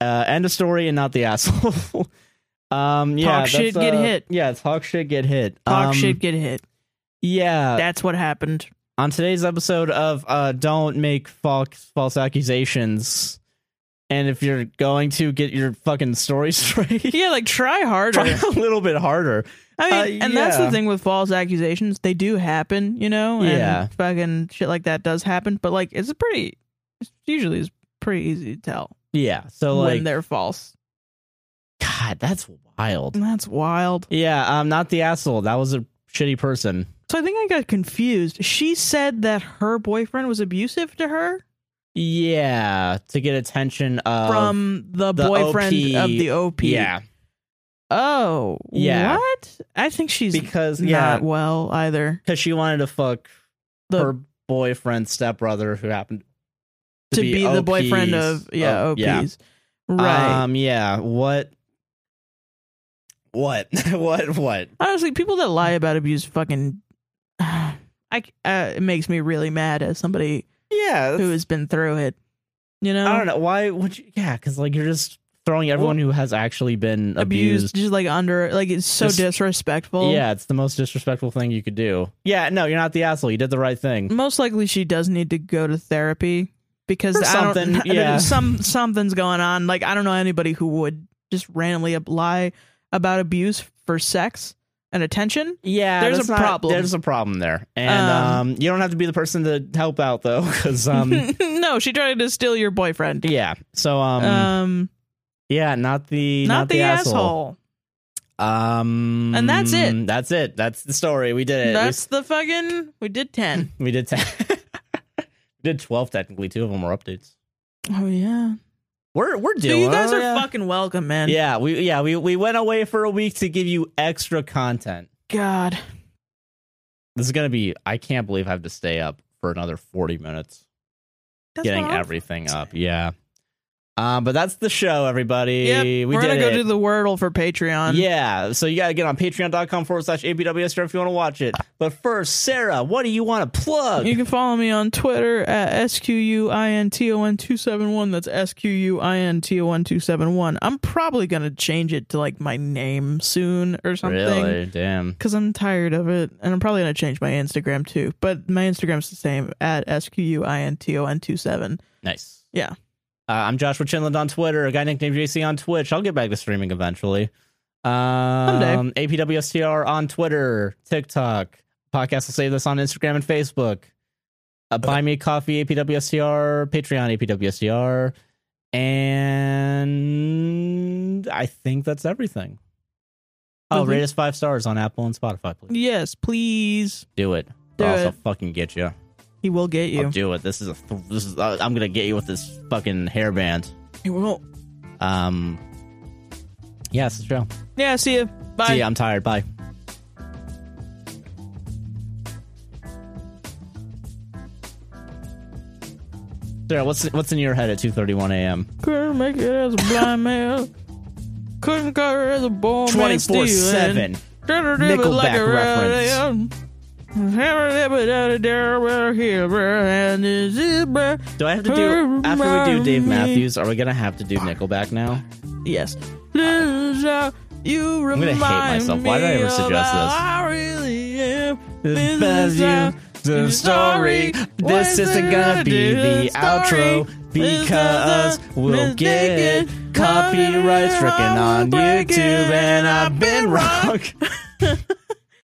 A: Uh, end of story and not the <laughs> asshole. um, yeah,
B: Talk shit,
A: that's,
B: get
A: uh,
B: hit.
A: Yeah, talk shit, get hit.
B: Talk
A: Um, uh,
B: shit, get hit.
A: Yeah,
B: That's
A: <laughs>
B: what happened.
A: on today's episode of uh, Don't Make False, false Accusations. And if you're going to get your fucking story <laughs> straight,
B: Yeah, like try harder.
A: try a little bit harder.
B: I mean,
A: Uh,
B: and that's
A: yeah.
B: the thing with false accusations. They do happen, you know? And
A: Yeah.
B: fucking shit like that does happen. But like it's a pretty it's usually it's pretty easy to tell
A: Yeah. So
B: when
A: like,
B: they're false.
A: God, that's wild.
B: And that's wild.
A: Yeah. Um, not the asshole. That was a shitty person.
B: So I think I got confused. She said that her boyfriend was abusive to her
A: Yeah. To get attention of,
B: from the,
A: the
B: boyfriend
A: OP.
B: of the OP.
A: yeah,
B: Oh.
A: Yeah.
B: What? I think she's
A: because yeah,
B: not well either.
A: because she wanted to fuck
B: The-
A: her boyfriend's stepbrother who happened
B: to be, the
A: OP's
B: boyfriend of yeah
A: oh,
B: OPs.
A: yeah.
B: Right.
A: Um, yeah. What? What? <laughs> what? What?
B: Honestly, people that lie about abuse fucking <sighs> I c- uh, it makes me really mad as somebody
A: Yeah.
B: who has been through it. You know?
A: I don't know why would you? Yeah, because like you're just throwing everyone who has actually been abused.
B: Abused, just like under like it's so
A: Just-
B: disrespectful.
A: Yeah, it's the most disrespectful thing you could do. Yeah, no, you're not the asshole. You did the right thing.
B: Most likely she does need to go to therapy because
A: Or
B: I don't- <laughs>
A: something, yeah.
B: some something's going on. Like I don't know anybody who would just randomly ab- lie about abuse for sex and attention.
A: Yeah,
B: There's
A: that's
B: a problem.
A: There's a problem there, and um,
B: Um,
A: you don't have to be the person to help out though, <laughs>
B: <laughs>
A: because um,
B: no, she tried to steal your boyfriend.
A: yeah. So um,
B: um
A: yeah, not the
B: not, the,
A: asshole.
B: asshole.
A: Um,
B: And that's it.
A: That's it. That's the story. We did it. We-
B: That's the fucking. We did
A: <laughs>
B: ten.
A: we, did. Ten- we did twelve technically. Two of them were updates.
B: oh yeah.
A: We're we're
B: So
A: doing.
B: you guys
A: oh,
B: are
A: yeah.
B: fucking welcome, man.
A: Yeah, we yeah we we went away for a week to give you extra content.
B: God.
A: This is gonna be. I can't believe I have to stay up for another forty minutes
B: That's
A: getting
B: what I'm-
A: everything up. Yeah. Um, but that's the show, everybody.
B: Yep,
A: we
B: We're
A: did
B: gonna go
A: it.
B: do the wordle for Patreon.
A: yeah, so you gotta get on patreon.com forward slash ABWSR if you wanna watch it. But first, Sarah, what do you wanna plug?
B: You can follow me on Twitter at SQUINTON271. That's SQUINTON271. I'm probably going to change it to like my name soon or something
A: Really? Damn.
B: because I'm tired of it. And I'm probably going to change my Instagram too. But my Instagram's the same at SQUINTON27.
A: Nice.
B: Yeah.
A: Uh, I'm Joshua Chinland on Twitter, a guy nicknamed JC on Twitch. I'll get back to streaming eventually. Um, APWSTR on Twitter, TikTok. Podcast will save this on Instagram and Facebook. Uh, buy me a coffee, APWSTR, Patreon, APWSTR. And I think that's everything. Oh,
B: Mhm.
A: rate us five stars on Apple and Spotify, please.
B: Yes, please.
A: Do it.
B: Do
A: or else
B: it.
A: I'll fucking get you.
B: He will get
A: I'll
B: you.
A: do it. This is a. Th- this is. I I'm gonna get you with this fucking hairband.
B: He won't.
A: Um. Yeah, it's the show.
B: Yeah, see ya. Bye.
A: See, ya, I'm tired. Bye. Sarah, what's what's in your head at 2:31 a.m.?
B: Couldn't make it as a blind man. Couldn't cut her as a born
A: 24 7. Nickelback
B: reference.
A: Do I have to do. After we do Dave Matthews, are we going to have to do Nickelback now?
B: Yes. This is how you
A: gonna hate
B: remind
A: myself. Why did I
B: me
A: ever suggest
B: of
A: this?
B: how I really am.
A: This
B: This
A: is
B: is how
A: the
B: you
A: story. This
B: What's
A: isn't gonna
B: gonna
A: be
B: do
A: the
B: story?
A: outro
B: This is
A: because
B: the
A: we'll get
B: mistaken
A: copyright stricken
B: I
A: on
B: will break
A: YouTube
B: it.
A: and I've
B: I've
A: been <laughs>
B: been
A: wrong.